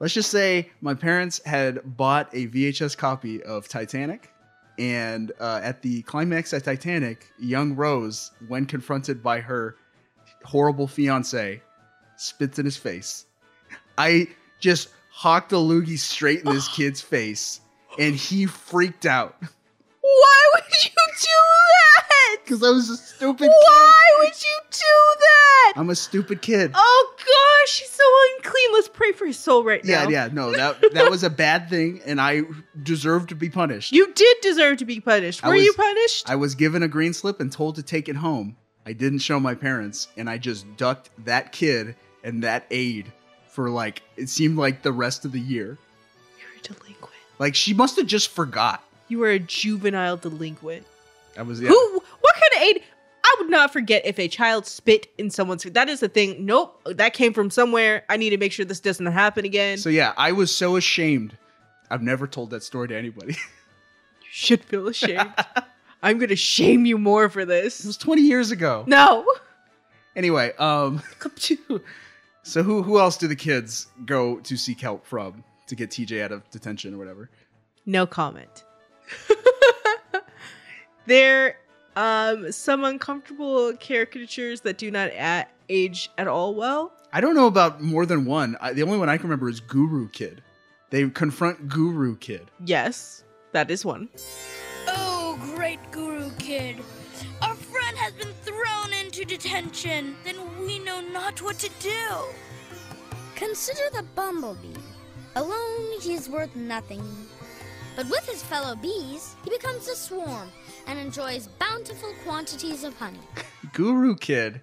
A: let's just say my parents had bought a vhs copy of titanic and uh, at the climax at titanic young rose when confronted by her horrible fiance spits in his face i just hawked a loogie straight in this kid's face and he freaked out
B: Why would you do that?
A: because I was a stupid.
B: Why would you do that?
A: I'm a stupid kid.
B: Oh gosh, he's so unclean. Let's pray for his soul right
A: yeah,
B: now.
A: yeah, no, that that was a bad thing, and I deserved to be punished.
B: You did deserve to be punished.
A: I
B: Were you
A: was-
B: punished?
A: I was given a green slip and told to take it home. I didn't show my parents, and I just ducked that kid and that aide for like it seemed like the rest of the year.
B: You're a delinquent.
A: Like she must have just forgot.
B: You were a juvenile delinquent.
A: I was yeah.
B: Who? What kind of aid? I would not forget if a child spit in someone's face. That is the thing. Nope, that came from somewhere. I need to make sure this doesn't happen again.
A: So yeah, I was so ashamed. I've never told that story to anybody.
B: you should feel ashamed. I'm gonna shame you more for
A: it was
B: this.
A: 20 years ago.
B: No.
A: Anyway, um, so who who else do the kids go to seek help from to get TJ out of detention or whatever?
B: No comment. there um some uncomfortable caricatures that do not a- age at all well.
A: I don't know about more than one. I, the only one I can remember is Guru Kid. They confront Guru Kid.
B: Yes, that is one.
H: Oh, great guru kid. Our friend has been thrown into detention. Then we know not what to do.
F: Consider the bumblebee. Alone, he is worth nothing. But with his fellow bees, he becomes a swarm and enjoys bountiful quantities of honey.
A: Guru Kid,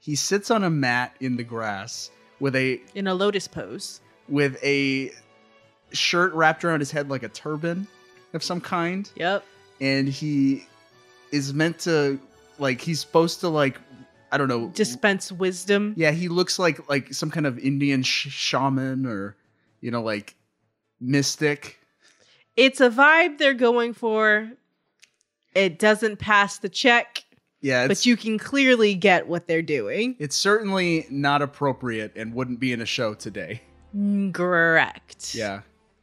A: he sits on a mat in the grass with a
B: In a lotus pose.
A: with a shirt wrapped around his head like a turban of some kind.
B: Yep.
A: and he is meant to like he's supposed to like I don't know.
B: Dispense wisdom.
A: yeah, he looks like like some kind of Indian sh- shaman or you know like mystic.
B: It's a vibe they're going for. It doesn't pass the check,
A: Yeah, it's,
B: but you can clearly get what they're doing.
A: it's certainly not appropriate and wouldn't be in a show today.
B: Correct.
A: Yeah.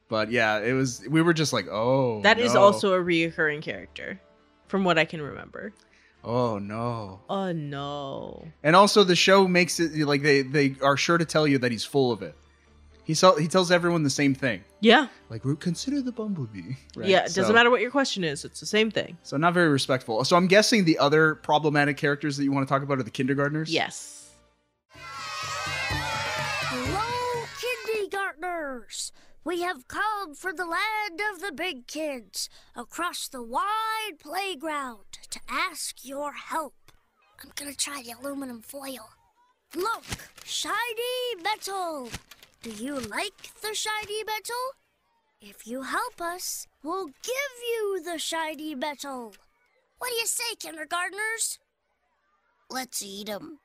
A: But yeah, it was we were just like, "Oh."
B: That is
A: no.
B: also a reoccurring character, from what I can remember.
A: Oh no.
B: Oh no.
A: And also the show makes it like they they are sure to tell you that he's full of it. He saw, he tells everyone the same thing.
B: Yeah.
A: Like, "Well, consider the bumblebee. right?
B: Yeah. It doesn't
A: So-
B: matter what your question is. It's the same thing.
A: So not very respectful. So I'm guessing the other problematic characters that you want to talk about are the kindergartners.
B: Yes.
E: Hello, kindergartners! We have come from the land of the big kids, across the wide playground, to ask your help. I'm gonna try the aluminum foil. Look, shiny metal! Do you like the shiny metal? If you help us, we'll give you the shiny metal. What do you say, kindergartners? Let's eat 'em.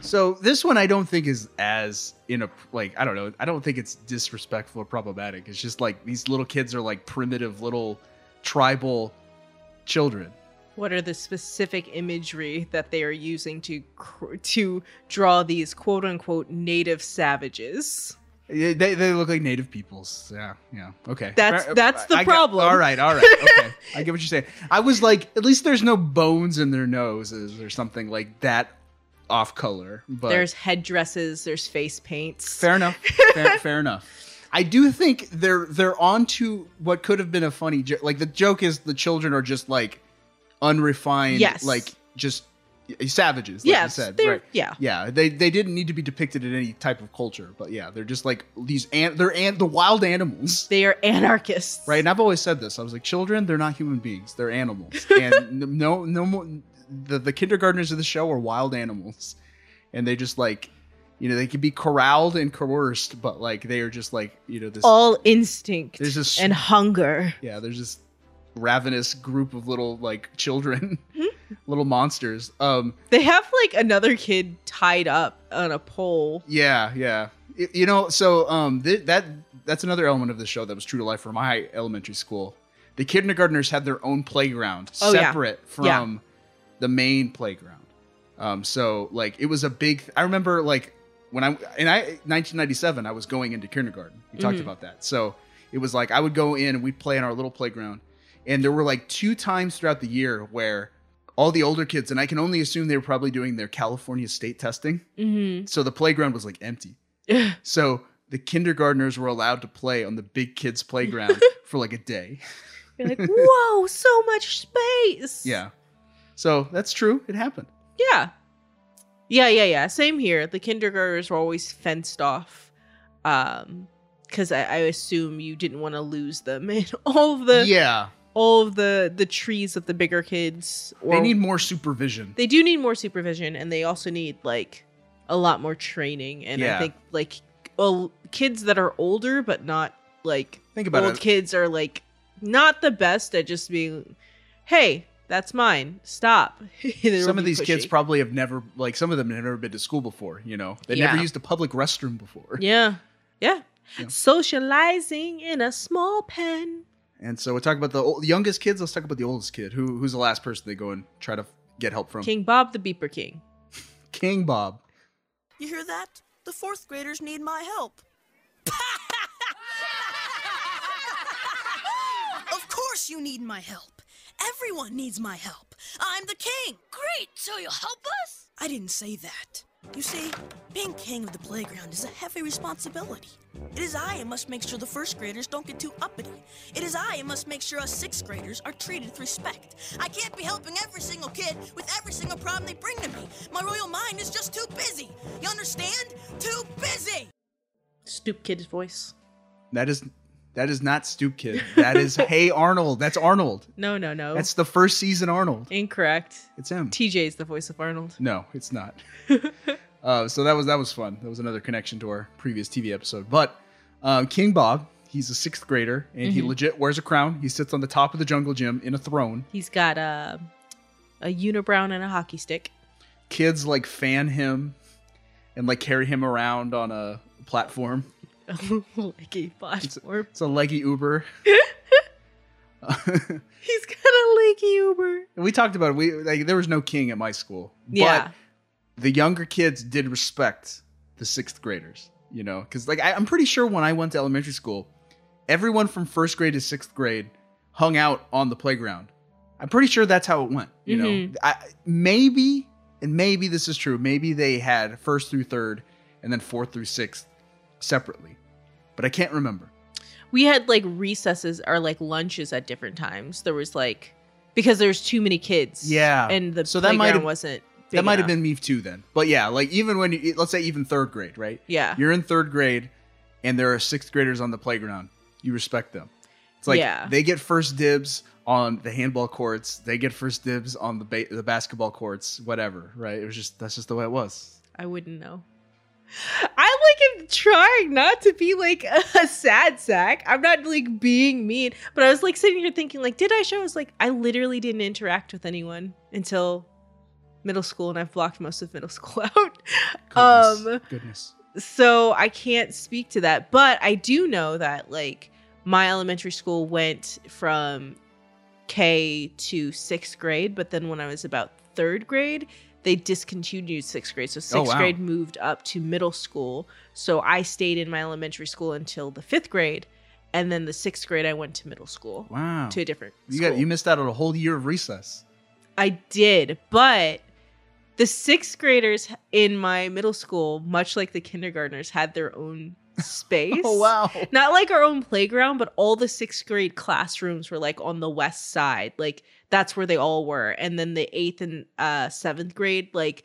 A: So this one I don't think is as in a like I don't know I don't think it's disrespectful or problematic. It's just like these little kids are like primitive little tribal children.
B: What are the specific imagery that they are using to cr- to draw these quote unquote native savages?
A: They, they they look like native peoples. Yeah, yeah. Okay.
B: That's-
A: Fair-
B: that's the
A: I get-
B: problem.
A: all right, all right. Okay. I get what you're saying. I was like, at least there's no bones in their noses or something like that off color. But
B: there's headdresses. There's face paints.
A: Fair enough. Fair, fair enough. I do think they're they're onto what could have been a funny joke. Like the joke is the children are just like unrefined,
B: Yes.
A: like just y- savages. Like you
B: yes.
A: said,
B: they're-
A: right?
B: Yeah.
A: Yeah, they they didn't need to be depicted in any type of culture, but yeah, they're just like these an they're an the wild animals,
B: They are anarchists.
A: right? And I've always said this. I was like, children, they're not human beings, they're animals, and n- no no more the the kindergartners of the show are wild animals, and they just like. You know, they can be corralled and coerced, but like they are just like, you know, this
B: All instinct
A: There's this-
B: and hunger.
A: yeah, there's this ravenous group of little like children, little monsters. Um,
B: They have like another kid tied up on a pole.
A: yeah, yeah. Y- you know, so um, th- that that's another element of the show that was true to life for my elementary school. The kindergartners had their own playground,
B: Oh, yeah.
A: separate from
B: Yeah.
A: the main playground. Um, so like it was a big. I remember like when I and I 1997, I was going into kindergarten. We talked
B: Mhm.
A: about that. So it was like I would go in and we'd play in our little playground, and there were like two times throughout the year where all the older kids and I can only assume they were probably doing their California state testing.
B: Mm-hmm.
A: So the playground was like empty. so the kindergartners were allowed to play on the big kids' playground for like a day.
B: You're like, whoa, so much space.
A: Yeah. So that's true. It happened.
B: Yeah. Yeah, yeah, yeah. Same here. The kindergartners were always fenced off. Um because I, I assume you didn't want to lose them in all of the
A: yeah.
B: all of the the trees of the bigger kids or
A: They need more supervision.
B: they do need more supervision and they also need like a lot more training and
A: Yeah.
B: i think like well, kids that are older but not like
A: Think about
B: old
A: it.
B: kids are like not the best at just being hey that's mine stop They
A: some
B: will
A: of
B: be
A: these kids
B: pushy.
A: probably have never like some of them have never been to school before, you know. They never
B: Yeah.
A: used a public restroom before.
B: yeah. yeah
A: Yeah.
B: socializing in a small pen
A: And so we talk about the old, youngest kids, let's talk about the oldest kid who who's the last person they go and try to get help from.
B: king bob the beeper king
A: King Bob.
I: You hear that? The fourth graders need my help. of course you need my help. Everyone needs my help. I'm the king.
H: Great, so you'll help us?
I: I didn't say that. You see, being king of the playground is a heavy responsibility. It is I who must make sure the first graders don't get too uppity. It is I who must make sure us sixth graders are treated with respect. I can't be helping every single kid with every single problem they bring to me. My royal mind is just too busy. You understand? Too busy!
B: stoop kid's voice
A: That is that is not Stoop Kid. That is Hey Arnold. That's Arnold.
B: no no no
A: That's the first season Arnold.
B: incorrect
A: It's him.
B: tj is the voice of arnold
A: No, it's not. uh, so that was that was fun. That was another connection to our previous TV episode. But um, King Bob, he's a sixth grader, and he legit wears a crown. He sits on the top of the jungle gym in a throne.
B: He's got a a unibrow and a hockey stick.
A: Kids like fan him and like carry him around on a platform.
B: like a platform.
A: It's a leggy Uber.
B: He's got a leaky Uber.
A: And we talked about it. We like there was no king at my school.
B: Yeah.
A: But the younger kids did respect the sixth graders, you know, because like I, I'm pretty sure when I went to elementary school, everyone from first grade to sixth grade hung out on the playground. I'm pretty sure that's how it went. You
B: Mhm.
A: know, I, maybe and maybe this is true. Maybe they had first through third and then fourth through sixth separately. But I can't remember.
B: we had like recesses or like lunches at different times. There was like because there was too many kids.
A: Yeah.
B: and the
A: So that
B: playground
A: might have-
B: wasn't. Big
A: That might have
B: enough.
A: been me too then. But yeah, like even when you, let's say even third grade, right?
B: Yeah,
A: You're in third grade and there are sixth graders on the playground. You respect them. It's like
B: Yeah.
A: they get first dibs on the handball courts. They get first dibs on the ba- the basketball courts, whatever, right? It was just that's just the way it was.
B: I wouldn't know. I like am trying not to be like a, sad sack. I'm not like being mean, but I was like sitting here thinking, like, did I show? I was like, I literally didn't interact with anyone until middle school, and I've blocked most of middle school out.
A: Goodness.
B: Um,
A: goodness.
B: so I can't speak to that, but I do know that like my elementary school went from K to sixth grade, but then when I was about third grade, they discontinued sixth grade. So sixth
A: Oh, wow.
B: grade moved up to middle school. So I stayed in my elementary school until the fifth grade, and then the sixth grade I went to middle school
A: Wow.
B: to a different.
A: You got
B: school.
A: you missed out on a whole year of recess.
B: I did, but the sixth graders in my middle school, much like the kindergartners, had their own space.
A: Oh,
B: Not like our own playground, but all the sixth grade classrooms were like on the west side. Like that's where they all were. And then the eighth and uh, seventh grade, like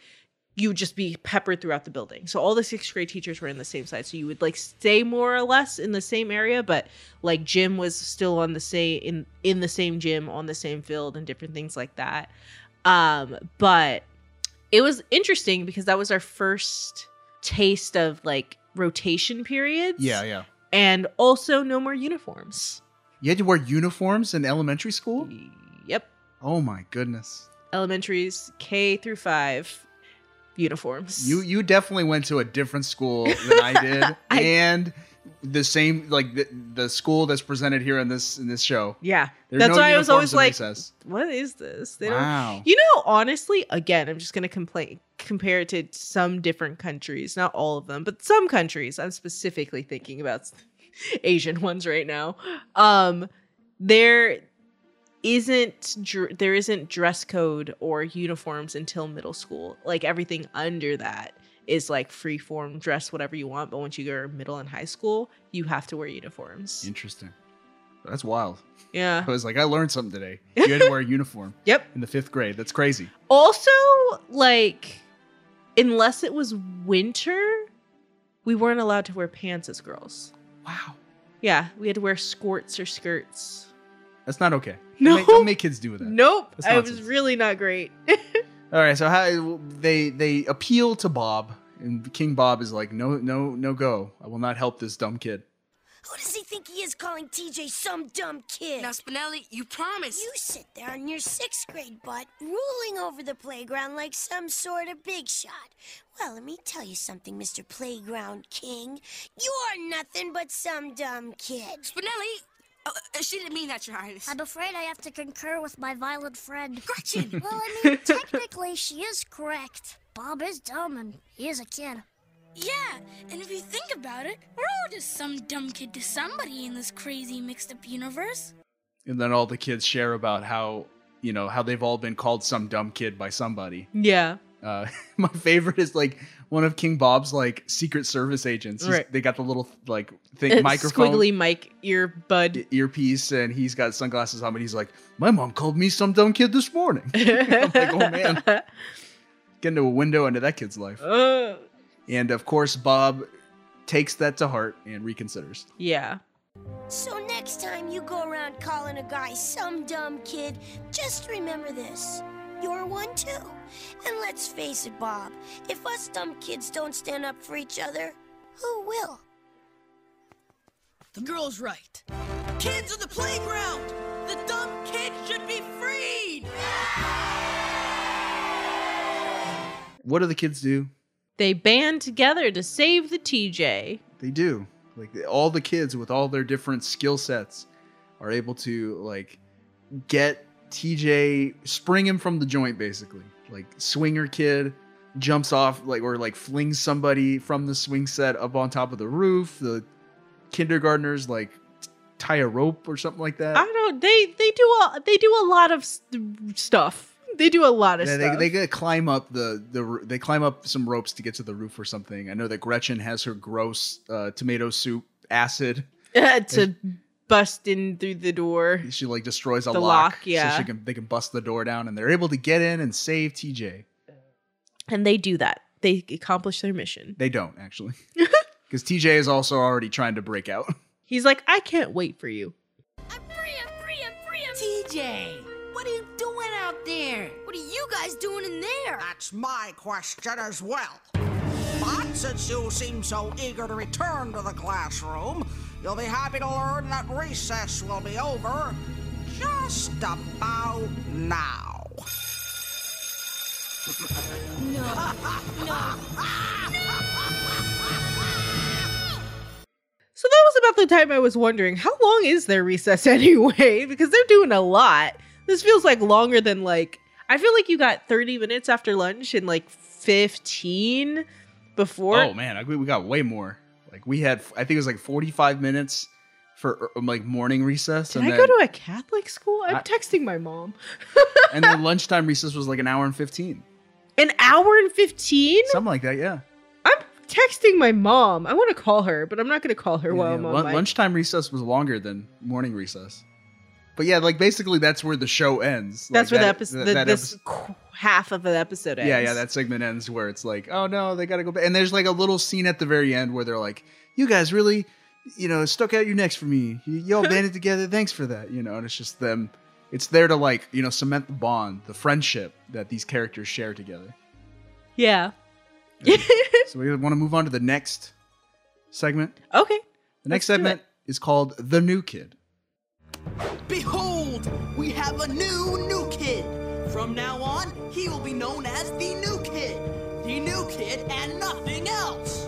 B: you would just be peppered throughout the building. So all the sixth grade teachers were in the same side. So you would like stay more or less in the same area, but like gym was still on the same in in the same gym on the same field and different things like that. Um, but it was interesting because that was our first taste of like rotation periods
A: Yeah, yeah.
B: and also no more uniforms.
A: You had to wear uniforms in elementary school?
B: Yep.
A: Oh my goodness.
B: Elementaries K through 5 uniforms.
A: You you definitely went to a different school than I did,
B: I-
A: and the same like the, the school that's presented here in this in this show.
B: Yeah.
A: There's
B: That's
A: no
B: why I was
A: uniforms
B: always
A: in
B: like
A: recess.
B: what is this? They don't
A: wow.
B: You know, honestly, again, I'm just going to complain compare it to some different countries, not all of them, but some countries. I'm specifically thinking about Asian ones right now. Um there isn't dr- there isn't dress code or uniforms until middle school. Like everything under that is like free form dress whatever you want, but once you go to middle and high school, you have to wear uniforms.
A: Interesting. That's wild.
B: Yeah.
A: I was like, I learned something today. You had to wear a uniform
B: Yep.
A: in the fifth grade. That's crazy.
B: Also, like, unless it was winter, we weren't allowed to wear pants as girls.
A: Wow.
B: Yeah, we had to wear skirts or skirts.
A: That's not okay.
B: No.
A: Don't make, don't make kids do that.
B: Nope,
A: That's
B: I was
A: nonsense.
B: really not great.
A: All right. So how they they appeal to Bob, and King Bob is like, no no no go. I will not help this dumb kid.
E: Who does he think he is calling TJ some dumb kid?
G: Now, Spinelli, you promised.
E: You sit there on your sixth grade butt, ruling over the playground like some sort of big shot. Well, let me tell you something, Mr. Playground King. You're nothing but some dumb kid.
G: Spinelli, uh, uh, she didn't mean that, Your Highness.
E: I'm afraid I have to concur with my violent friend.
G: Gretchen!
E: Well, I mean, technically, she is correct. Bob is dumb and he is a kid.
G: Ah,
H: Yeah, and if you think about it, we're all just some dumb kid to somebody in this crazy mixed up universe.
A: And then all the kids share about how you know how they've all been called some dumb kid by somebody.
B: yeah.
A: Uh, my favorite is like one of King Bob's like Secret Service agents. He's-
B: Right.
A: They got the little like
B: Uh,
A: thing microphone
B: Squiggly mic earbud.
A: e- earpiece, and he's got sunglasses on. But he's like, "My mom called me some dumb kid this morning." I'm like, oh, "Oh, man." Get into a window into that kid's life,
B: Uh,
A: and of course Bob takes that to heart and reconsiders.
B: yeah.
E: So next time you go around calling a guy some dumb kid, just remember this. You're one too. And let's face it, Bob, if us dumb kids don't stand up for each other, who will?
I: The girl's right. Kids of the playground! The dumb kids should be freed!
A: What do the kids do?
B: They band together to save the TJ.
A: They do like all the kids with all their different skill sets are able to like get TJ spring him from the joint basically. Like swinger kid jumps off like or like flings somebody from the swing set up on top of the roof. The kindergartners like t- tie a rope or something like that.
B: I don't. They they do a they do a lot of s stuff. they do a lot of
A: Yeah,
B: stuff.
A: They, they gotta climb up the the r- they climb up some ropes to get to the roof or something. I know that Gretchen has her gross uh, tomato soup acid.
B: to bust in through the door.
A: She like destroys a
B: The
A: lock,
B: lock, yeah.
A: So she can they can bust the door down and they're able to get in and save TJ.
B: And they do that. They accomplish their mission.
A: They don't actually, because TJ is also already trying to break out.
B: He's like, I can't wait for you.
G: TJ, what are you doing out there?
F: What are you guys doing in there?
C: That's my question as well. But since you seem so eager to return to the classroom, you'll be happy to learn that recess will be over just about now.
B: So that was about the time I was wondering how long is their recess anyway? Because they're doing a lot. This feels like longer than like I feel like you got 30 minutes after lunch and like 15 before.
A: oh man, I, we got way more. Like we had, I think it was like forty five minutes for um, like morning recess,
B: Did
A: and
B: I
A: then
B: go to a Catholic school? I'm
A: I-
B: texting my mom.
A: and then lunchtime recess was like an hour and fifteen,
B: An hour and 15?
A: something like that. Yeah.
B: I'm texting my mom. I want to call her, but I'm not going to call her
A: Yeah,
B: while
A: yeah.
B: I'm on
A: Lun-
B: my-
A: lunchtime recess was longer than morning recess. But yeah, like basically that's where the show ends.
B: That's
A: Like,
B: where
A: that-
B: the, episode,
A: that-
B: the
A: that
B: this
A: episode-
B: qu- half of the episode ends.
A: Yeah, yeah, that segment ends where it's like, oh no, they gotta go back. And there's like a little scene at the very end where they're like, you guys really, you know, stuck out your necks for me. Y- y'all banded together. Thanks for that. You know, and it's just them. It's there to like, you know, cement the bond, the friendship that these characters share together.
B: Yeah.
A: so we want to move on to the next segment.
B: Okay.
A: The next
B: Let's do it.
A: segment is called The New Kid.
I: Behold, we have a new new kid. From now on, he will be known as the new kid. The new kid and nothing else.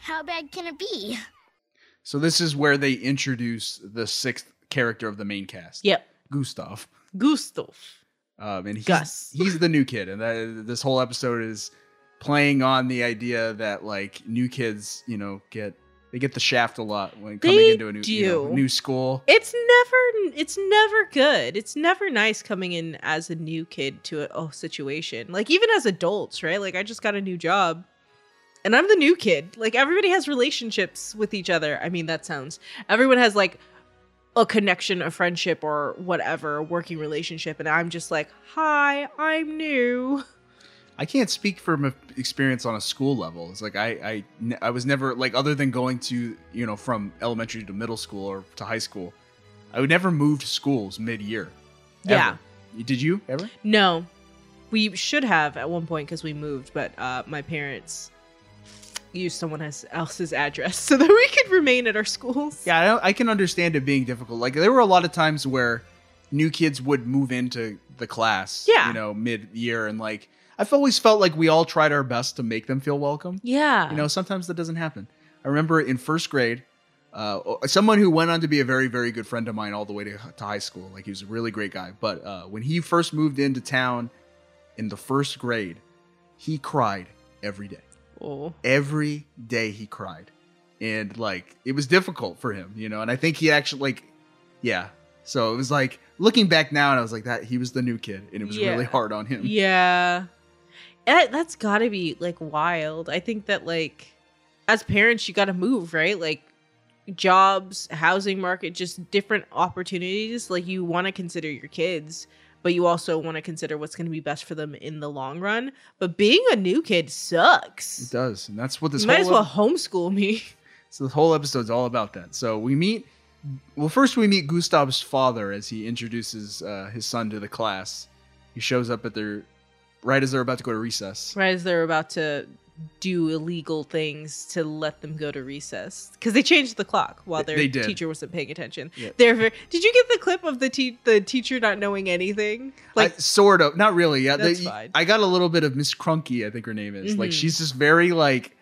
E: How bad can it be?
A: So this is where they introduce the sixth character of the main cast.
B: Yep.
A: Gustav.
B: Gustav.
A: Um, and he's,
B: Gus.
A: he's the new kid, and that, this whole episode is playing on the idea that like new kids, you know, get they get the shaft a lot when coming
B: They
A: into a new you know,
B: do.
A: new school.
B: It's never it's never good. It's never nice coming in as a new kid to a oh, situation. Like even as adults, right? Like I just got a new job and I'm the new kid. Like everybody has relationships with each other. I mean, that sounds. Everyone has like a connection, a friendship or whatever, a working relationship and I'm just like, "Hi, I'm new."
A: I can't speak from a- experience on a school level. It's like I, I ne- I was never like other than going to you know from elementary to middle school or to high school, I would never moved schools mid year.
B: Yeah.
A: Did you ever?
B: No. We should have at one point because we moved, but uh, my parents used someone has- else's address so that we could remain at our schools.
A: Yeah, I, don't- I can understand it being difficult. Like there were a lot of times where new kids would move into the class,
B: Yeah.
A: you know, mid year, and like I've always felt like we all tried our best to make them feel welcome.
B: Yeah.
A: You know, sometimes that doesn't happen. I remember in first grade, uh, someone who went on to be a very, very good friend of mine all the way to, to high school. Like he was a really great guy. But uh, when he first moved into town in the first grade, he cried every day
B: oh.
A: every day he cried and like it was difficult for him you know and i think he actually like yeah so it was like looking back now and i was like that he was the new kid and it was
B: Yeah.
A: really hard on him
B: Yeah. That, that's got to be like wild. I think that, like, as parents, you got to move, right? Like, jobs, housing market, just different opportunities. Like, you want to consider your kids, but you also want to consider what's going to be best for them in the long run. But being a new kid
A: it
B: sucks.
A: does and that's what this
B: you might
A: whole
B: as well homeschool me.
A: So the whole episode's all about that. So we meet. Well, first we meet Gustav's father as he introduces uh, his son to the class. He shows up at their right as they're about to go to recess.
B: Right as they're about to do illegal things to let them go to recess because they changed the clock while
A: They-
B: their
A: they did.
B: teacher wasn't paying attention.
A: Yeah.
B: They're ver- did you get the clip of the te- the teacher not knowing anything? Like
A: I- sort of, not really. Yeah,
B: That's
A: they-
B: fine.
A: I got a little bit of Miss Crunky, I think her name is. Like
B: Mhm.
A: she's just very like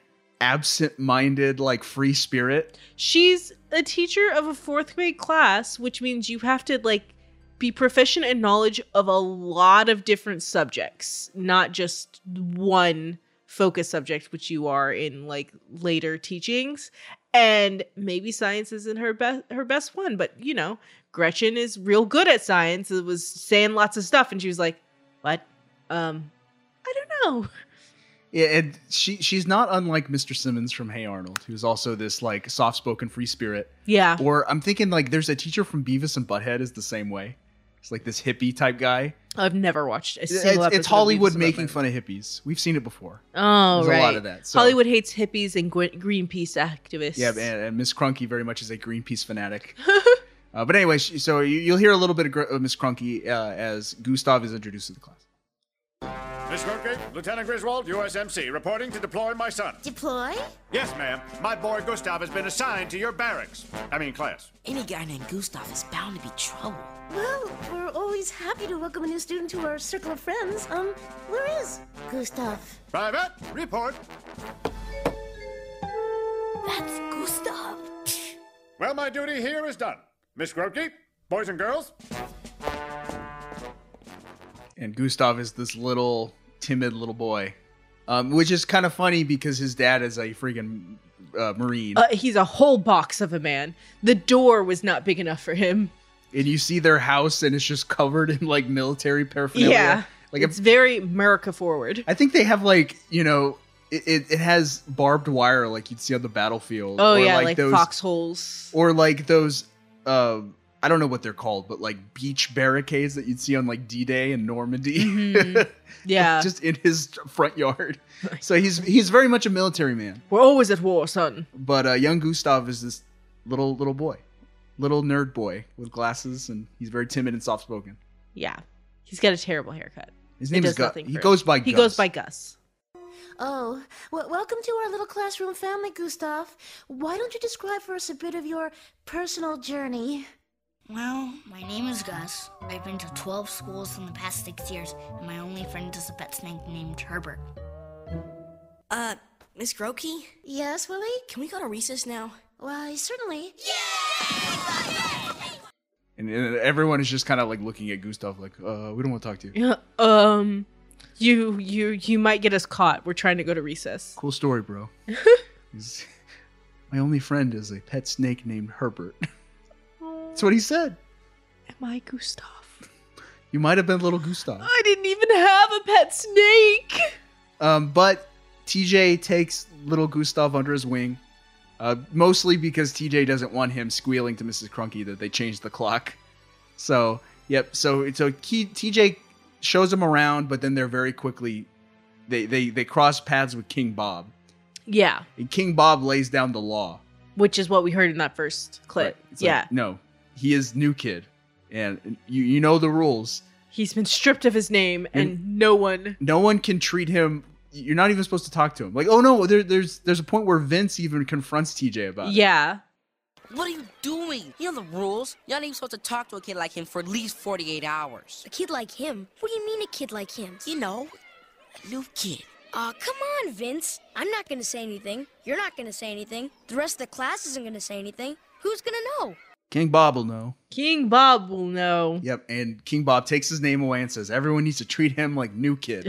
A: absent-minded, like free spirit.
B: she's a teacher of a fourth grade class, which means you have to like be proficient in knowledge of a lot of different subjects, not just one focus subject, which you are in like later teachings. And maybe science isn't her best her best one, but you know, Gretchen is real good at science. It was saying lots of stuff, and she was like, "What? Um, I don't know."
A: Yeah, and she she's not unlike Mr. Simmons from Hey Arnold, who's also this like soft spoken free spirit.
B: Yeah,
A: Or I'm thinking like there's a teacher from Beavis and Butthead is the same way. It's like this hippie type guy.
B: I've never watched a
A: It's, it's
B: single. episode of Beavis
A: Hollywood
B: and
A: making
B: Butthead.
A: fun of hippies. We've seen it before.
B: Oh,
A: There's
B: right.
A: a lot of that. So.
B: Hollywood hates hippies and Gre- Greenpeace activists.
A: Yeah, and, and Miss Crunky very much is a Greenpeace fanatic. uh, but anyway, she, so you, you'll hear a little bit of, Gr- of Miss Crunky uh, as Gustav is introduced to the class.
J: Miss Cronkey, Lieutenant Griswold, USMC, reporting to deploy my son.
F: Deploy?
J: Yes, ma'am. My boy Gustav has been assigned to your barracks. I mean, class.
K: Any guy named Gustav is bound to be trouble.
L: Well, we're always happy to welcome a new student to our circle of friends. Um, where is Gustav?
J: Private, report.
L: That's Gustav.
J: Well, my duty here is done. Miss Cronkey, boys and girls,
A: and Gustav is this little timid little boy, um, which is kind of funny because his dad is a freaking uh, marine,
B: Uh, he's a whole box of a man. The door was not big enough for him.
A: and you see their house and it's just covered in like military paraphernalia.
B: Yeah,
A: like
B: it's
A: if-
B: very America forward.
A: I think they have like you know it, it, it has barbed wire like you'd see on the battlefield.
B: Oh
A: or,
B: yeah, like,
A: those
B: foxholes.
A: or like those. Uh, I don't know what they're called, but like beach barricades that you'd see on like D-Day in Normandy.
B: Mm-hmm. Yeah,
A: just in his front yard. So he's he's very much a military man.
B: we're always at war, son.
A: but uh, young Gustav is this little little boy, little nerd boy with glasses, and he's very timid and soft spoken.
B: Yeah, he's got a terrible haircut.
A: His
B: It
A: name is
B: does
A: Gus.
B: nothing
A: He
B: for him.
A: goes by
B: He
A: Gus.
B: goes by Gus.
L: Oh, well, welcome to our little classroom family, Gustav. Why don't you describe for us a bit of your personal journey?
K: Well, my name is Gus. I've been to 12 schools in the past six years, and my only friend is a pet snake named Herbert.
I: Uh, Miss Grokey?
L: Yes, Willie?
I: Can we go to recess now?
L: Why, certainly.
A: and, and everyone is just kind of like looking at Gustav, like, uh, "We don't want to talk to you."
B: Yeah, um, you you you might get us caught. We're trying to go to recess.
A: Cool story, bro. He's- My only friend is a pet snake named Herbert. That's what he said.
B: Am I Gustav?
A: You might have been little Gustav.
B: I didn't even have a pet snake.
A: Um, but TJ takes little Gustav under his wing, uh, mostly because TJ doesn't want him squealing to Mrs. Crunky that they changed the clock. So, yep. So, so T- TJ shows him around, but then they're very quickly they they they cross paths with King Bob,
B: Yeah,
A: and King Bob lays down the law.
B: which is what we heard in that first clip.
A: It's like,
B: yeah,
A: no, he is new kid, and you you know the rules.
B: he's been stripped of his name, and, no one.
A: no one can treat him. You're not even supposed to talk to him. Like, oh no, there, there's there's a point where Vince even confronts TJ about it.
B: Yeah,
K: What are you doing? You know the rules. You're not even supposed to talk to a kid like him for at least 48 hours.
E: A kid like him? What do you mean a kid like him?
K: You know, a new kid.
E: Aw, come on, Vince. I'm not gonna say anything. You're not gonna say anything. The rest of the class isn't gonna say anything. Who's gonna know?
A: King Bob will know.
B: King Bob will know.
A: Yep, and King Bob takes his name away and says everyone needs to treat him like new kid.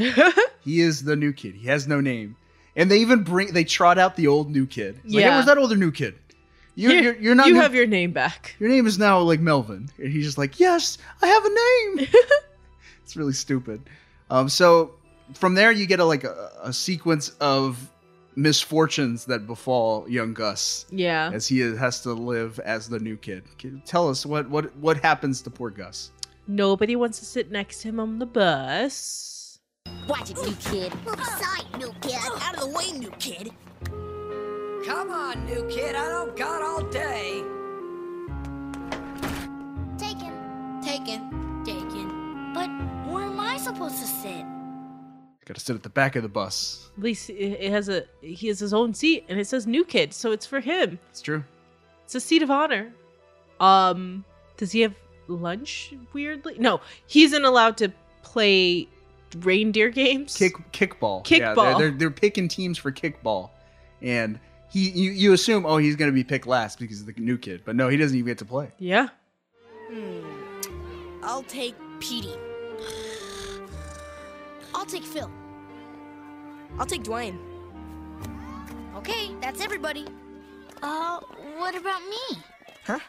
A: he is the new kid. He has no name. And they even bring they trot out the old new kid. It's Like,
B: Yeah.
A: hey, where's that older new kid? You,
B: Here-
A: you're, you're not.
B: You
A: new-
B: have your name back.
A: your name is now like Melvin. And he's just like, yes, I have a name. it's really stupid. Um, so from there, you get a, like a, a sequence of misfortunes that befall young Gus
B: Yeah.
A: as he has to live as the new kid. Can- Tell us what what what happens to poor Gus.
B: Nobody wants to sit next to him on the bus.
K: Watch it, new kid.
F: Move aside, new kid.
I: Out of the way, new kid.
G: Come on, new kid. I don't got all day.
F: Taken.
K: Taken.
F: Taken. But where am I supposed to sit?
A: Got to sit at the back of the bus.
B: At least it it has a he has his own seat, and it says new kid, so it's for him.
A: It's true.
B: It's a seat of honor. Um, does he have lunch? Weirdly, no, he isn't allowed to play reindeer games.
A: Kick kickball. Yeah, they're,
B: Kickball.
A: they're they're picking teams for kickball, and he you, you assume oh he's gonna be picked last because of the new kid, but no he doesn't even get to play.
B: Yeah,
I: I'll take Petey.
F: I'll take Phil.
I: I'll take Dwayne.
F: Okay, that's everybody. Uh, what about me?
I: Huh?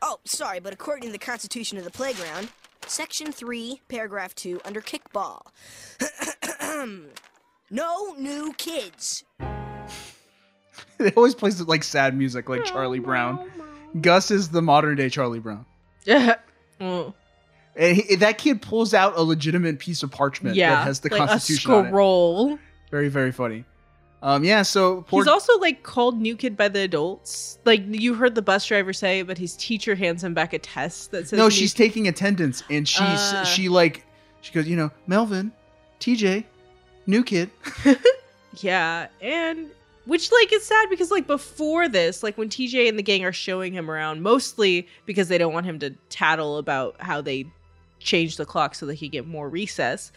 I: Oh, sorry, but according to the Constitution of the Playground, Section 3, Paragraph 2, under kickball. no new kids.
A: they always plays like sad music,
B: Oh,
A: like Charlie Brown. Gus is the modern day Charlie Brown.
B: Yeah. oh.
A: And he, that kid pulls out a legitimate piece of parchment
B: Yeah,
A: that has the
B: like a
A: Constitution
B: on it.
A: Very, very funny. Um, yeah, so poor
B: He's also like called new kid by the adults. Like you heard the bus driver say, but his teacher hands him back a test that says
A: no,
B: new
A: she's taking attendance, and she's
B: Ah.
A: she like she goes, you know, Melvin, TJ, new kid.
B: Yeah, and which like is sad because like before this, like when TJ and the gang are showing him around, mostly because they don't want him to tattle about how they changed the clock so they could get more recess.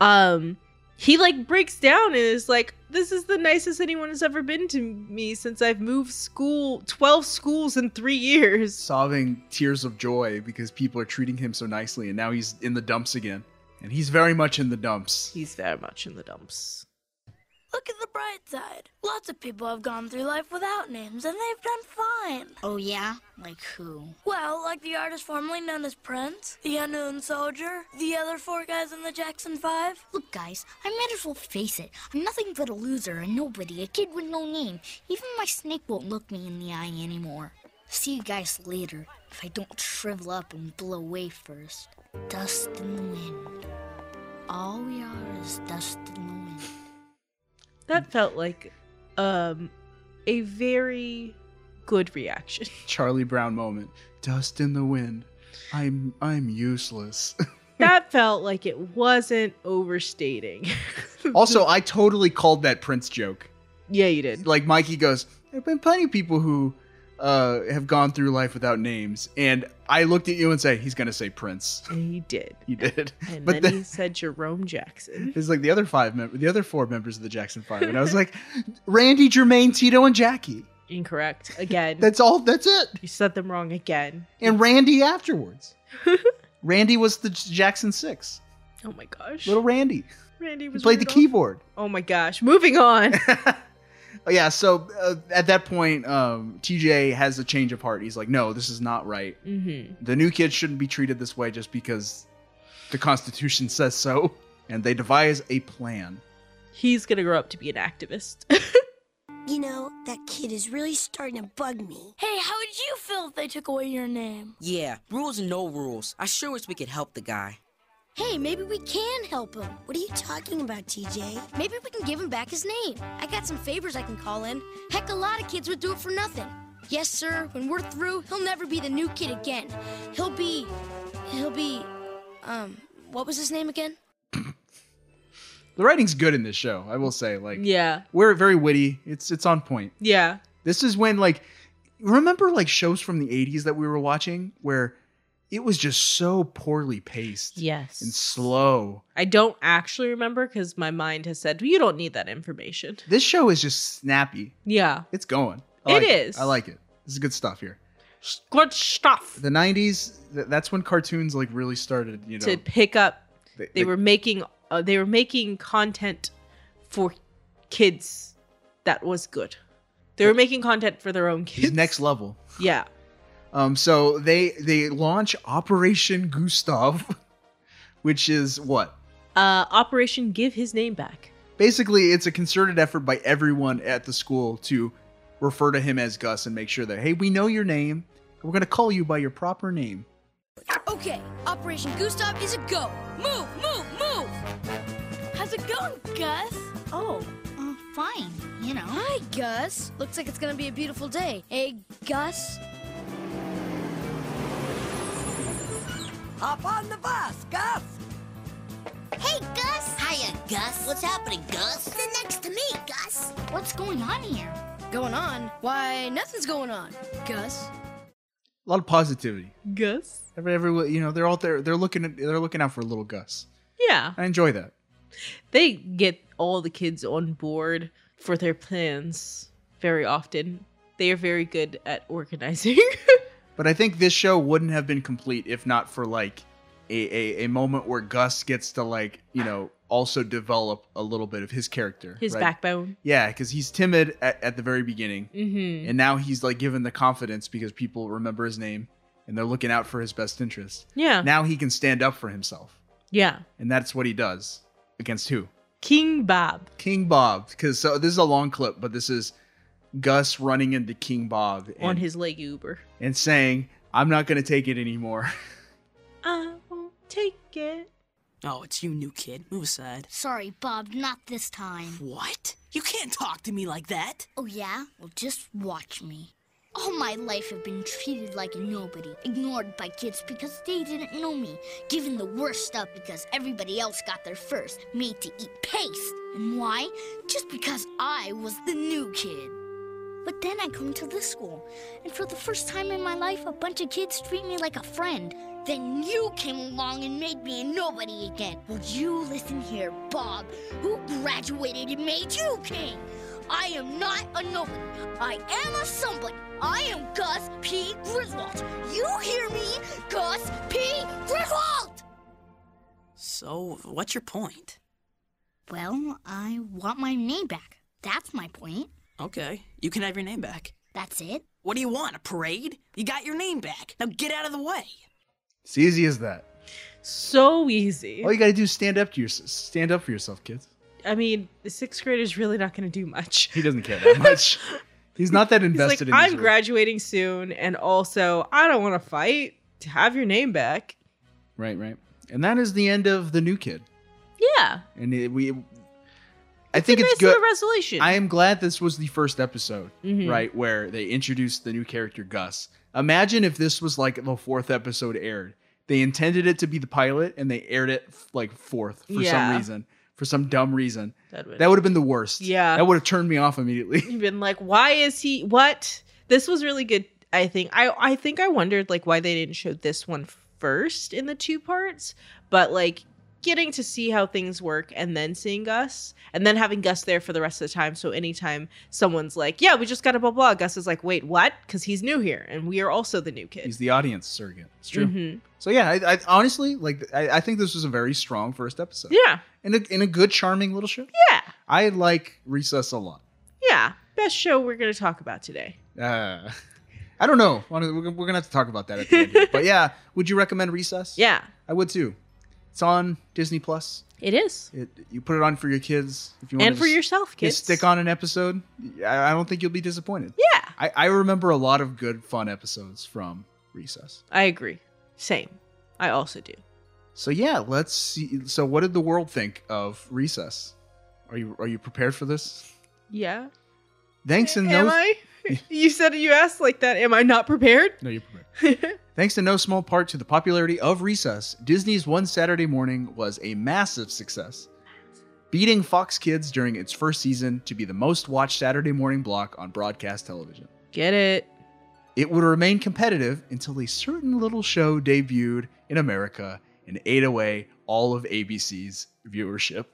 B: Um he like breaks down and is like, "This is the nicest anyone has ever been to me since I've moved school, twelve schools in three years."
A: sobbing tears of joy because people are treating him so nicely, and now he's in the dumps again. And he's very much in the dumps.
B: He's very much in the dumps.
H: Look at the bright side. Lots of people have gone through life without names and they've done fine.
K: Oh, yeah? Like who?
H: Well, like the artist formerly known as Prince, the unknown soldier, the other four guys in the Jackson Five.
K: Look, guys, I might as well face it. I'm nothing but a loser, a nobody, a kid with no name. Even my snake won't look me in the eye anymore. See you guys later if I don't shrivel up and blow away first. Dust in the wind. All we are is dust in the wind.
B: That felt like um a very good reaction.
A: Charlie Brown moment. Dust in the wind. I'm I'm useless.
B: that felt like it wasn't overstating.
A: also, I totally called that Prince joke.
B: Yeah, you did.
A: Like Mikey goes, There've been plenty of people who uh, have gone through life without names, and I looked at you and say, He's gonna say Prince.
B: And he did.
A: he did.
B: And
A: but
B: then
A: then
B: he said Jerome Jackson.
A: it's like the other five members, the other four members of the Jackson Five, and I was like, Randy, Jermaine, Tito, and Jackie.
B: Incorrect. Again.
A: That's all. That's it.
B: You said them wrong again.
A: and Randy afterwards. Randy was the J- Jackson Six.
B: Oh my gosh.
A: Little Randy.
B: Randy
A: He
B: was
A: played the
B: Rudolph.
A: keyboard.
B: Oh my gosh. Moving on.
A: Oh, yeah, so uh, at that point, um, TJ has a change of heart. He's like, no, this is not right.
B: mm-hmm.
A: The new kids shouldn't be treated this way just because the Constitution says so. And they devise a plan.
B: He's gonna grow up to be an activist.
M: You know, that kid is really starting to bug me.
H: Hey, how would you feel if they took away your name?
N: Yeah, rules and no rules. I sure wish we could help the guy.
M: Hey, maybe we can help him. What are you talking about, TJ?
F: Maybe we can give him back his name. I got some favors I can call in. Heck, a lot of kids would do it for nothing. Yes, sir, when we're through, he'll never be the new kid again. He'll be. He'll be. Um, what was his name again?
A: The writing's good in this show, I will say. Like,
B: Yeah.
A: we're very witty. It's it's on point.
B: Yeah.
A: This is when like remember like shows from the 80s that we were watching where it was just so poorly paced
B: Yes.
A: and slow.
B: I don't actually remember because my mind has said, you don't need that information.
A: This show is just snappy.
B: Yeah.
A: It's going. It
B: It
A: is.
B: is.
A: I like it. This is good stuff here.
B: Good stuff.
A: The 90s th- that's when cartoons like really started, you know.
B: to pick up.
A: They-
B: They,
A: they-
B: were making uh, they were making content for kids that was good. They were making content for their own kids.
A: It's next level.
B: Yeah,
A: Um so they they launch Operation Gustav which is what?
B: uh, Operation Give His Name Back.
A: Basically, it's a concerted effort by everyone at the school to refer to him as Gus and make sure that, hey, we know your name. We're going to call you by your proper name.
F: Okay, Operation Gustav is a go. Move, move, move! How's it going, Gus? Oh,
K: Uh, fine, you know.
F: hi, Gus. Looks like it's gonna be a beautiful day. Hey, Gus?
C: Hop on the bus, Gus!
F: Hey, Gus!
K: Hiya, uh, Gus. What's happening, Gus?
F: Sit next to me, Gus.
K: What's going on here?
F: Going on? Why, nothing's going on, Gus.
A: A lot of positivity.
B: Gus?
A: Every, every, you know, they're all there. They're looking at, they're looking out for little Gus.
B: Yeah,
A: I enjoy that.
B: they get all the kids on board for their plans very often. They are very good at organizing.
A: But I think this show wouldn't have been complete if not for like a, a, a moment where Gus gets to like, you know, also develop a little bit of his character.
B: His
A: right?
B: backbone.
A: Yeah, because he's timid at, at the very beginning.
B: Mhm.
A: And now he's like given the confidence because people remember his name. and they're looking out for his best interest.
B: Yeah.
A: Now he can stand up for himself.
B: Yeah.
A: And that's what he does. Against who?
B: King Bob.
A: King Bob. Because so this is a long clip, but this is Gus running into King Bob and,
B: on his leg Uber.
A: and saying, I'm not going to take it anymore.
B: I won't take it.
I: Oh, it's you, new kid. Move aside.
K: Sorry, Bob, not this time.
I: What? You can't talk to me like that.
K: Oh, yeah? Well, just watch me. All my life I've been treated like a nobody, ignored by kids because they didn't know me, given the worst stuff because everybody else got there first, made to eat paste. And why? Just because I was the new kid.
M: But then I come to this school, and for the first time in my life, a bunch of kids treat me like a friend.
K: Then you came along and made me a nobody again. Will you listen here, Bob, who graduated and made you king? I am not a nobody. I am a somebody. I am Gus P. Griswold. You hear me? Gus P. Griswold!
I: So, what's your point?
K: Well, I want my name back. That's my point.
I: Okay, you can have your name back.
K: That's it?
I: What do you want? A parade? You got your name back. Now get out of the way.
A: It's easy as that.
B: So easy.
A: All you got to do is stand up to your, stand up for yourself, kids.
B: I mean, the sixth grader's really not going to do much.
A: He doesn't care that much. He's not that
B: He's like,
A: invested in
B: I'm
A: this world.
B: graduating soon, and also I don't want to fight to have your name back.
A: Right, right. And that is the end of the new kid.
B: Yeah,
A: And it, we, I think
B: nice
A: it's good.
B: little resolution.
A: I am glad this was the first episode,
B: Mhm.
A: right, where they introduced the new character Gus. Imagine if this was like the fourth episode aired. They intended it to be the pilot, and they aired it f- like fourth for
B: Yeah.
A: some reason, for some dumb reason.
B: That would-
A: That would have been the worst.
B: Yeah.
A: that would have turned me off immediately.
B: You've been like, why is he? What? This was really good. I think. I I think I wondered like why they didn't show this one first in the two parts, but like getting to see how things work and then seeing Gus and then having Gus there for the rest of the time. So anytime someone's like, yeah, we just got to blah blah, Gus is like, wait, what? Because he's new here and we are also the new kid.
A: He's the audience surrogate. It's true.
B: Mhm.
A: So yeah, I, I honestly like. I, I think this was a very strong first episode.
B: Yeah.
A: and a, and a good, charming little show.
B: Yeah.
A: I like Recess a lot.
B: Yeah. Best show we're gonna talk about today.
A: Uh, I don't know. Wanna- We're gonna we're gonna have to talk about that at the end. here. But yeah, would you recommend Recess?
B: Yeah.
A: I would too. It's on Disney Plus.
B: It is.
A: It, you put it on for your kids if you want
B: And for yourself, kids.
A: Stick on an episode. I, I don't think you'll be disappointed.
B: Yeah.
A: I, I remember a lot of good fun episodes from Recess.
B: I agree. Same. I also do.
A: So yeah, let's see. So what did the world think of Recess? Are you are you prepared for this?
B: Yeah.
A: Thanks and
B: Am
A: no
B: I? You said you asked like that. Am I not prepared?
A: No, you're prepared. Thanks to no small part to the popularity of Recess, Disney's One Saturday Morning was a massive success, beating Fox Kids during its first season to be the most watched Saturday morning block on broadcast television.
B: Get it?
A: It would remain competitive until a certain little show debuted in America and ate away all of ABC's viewership.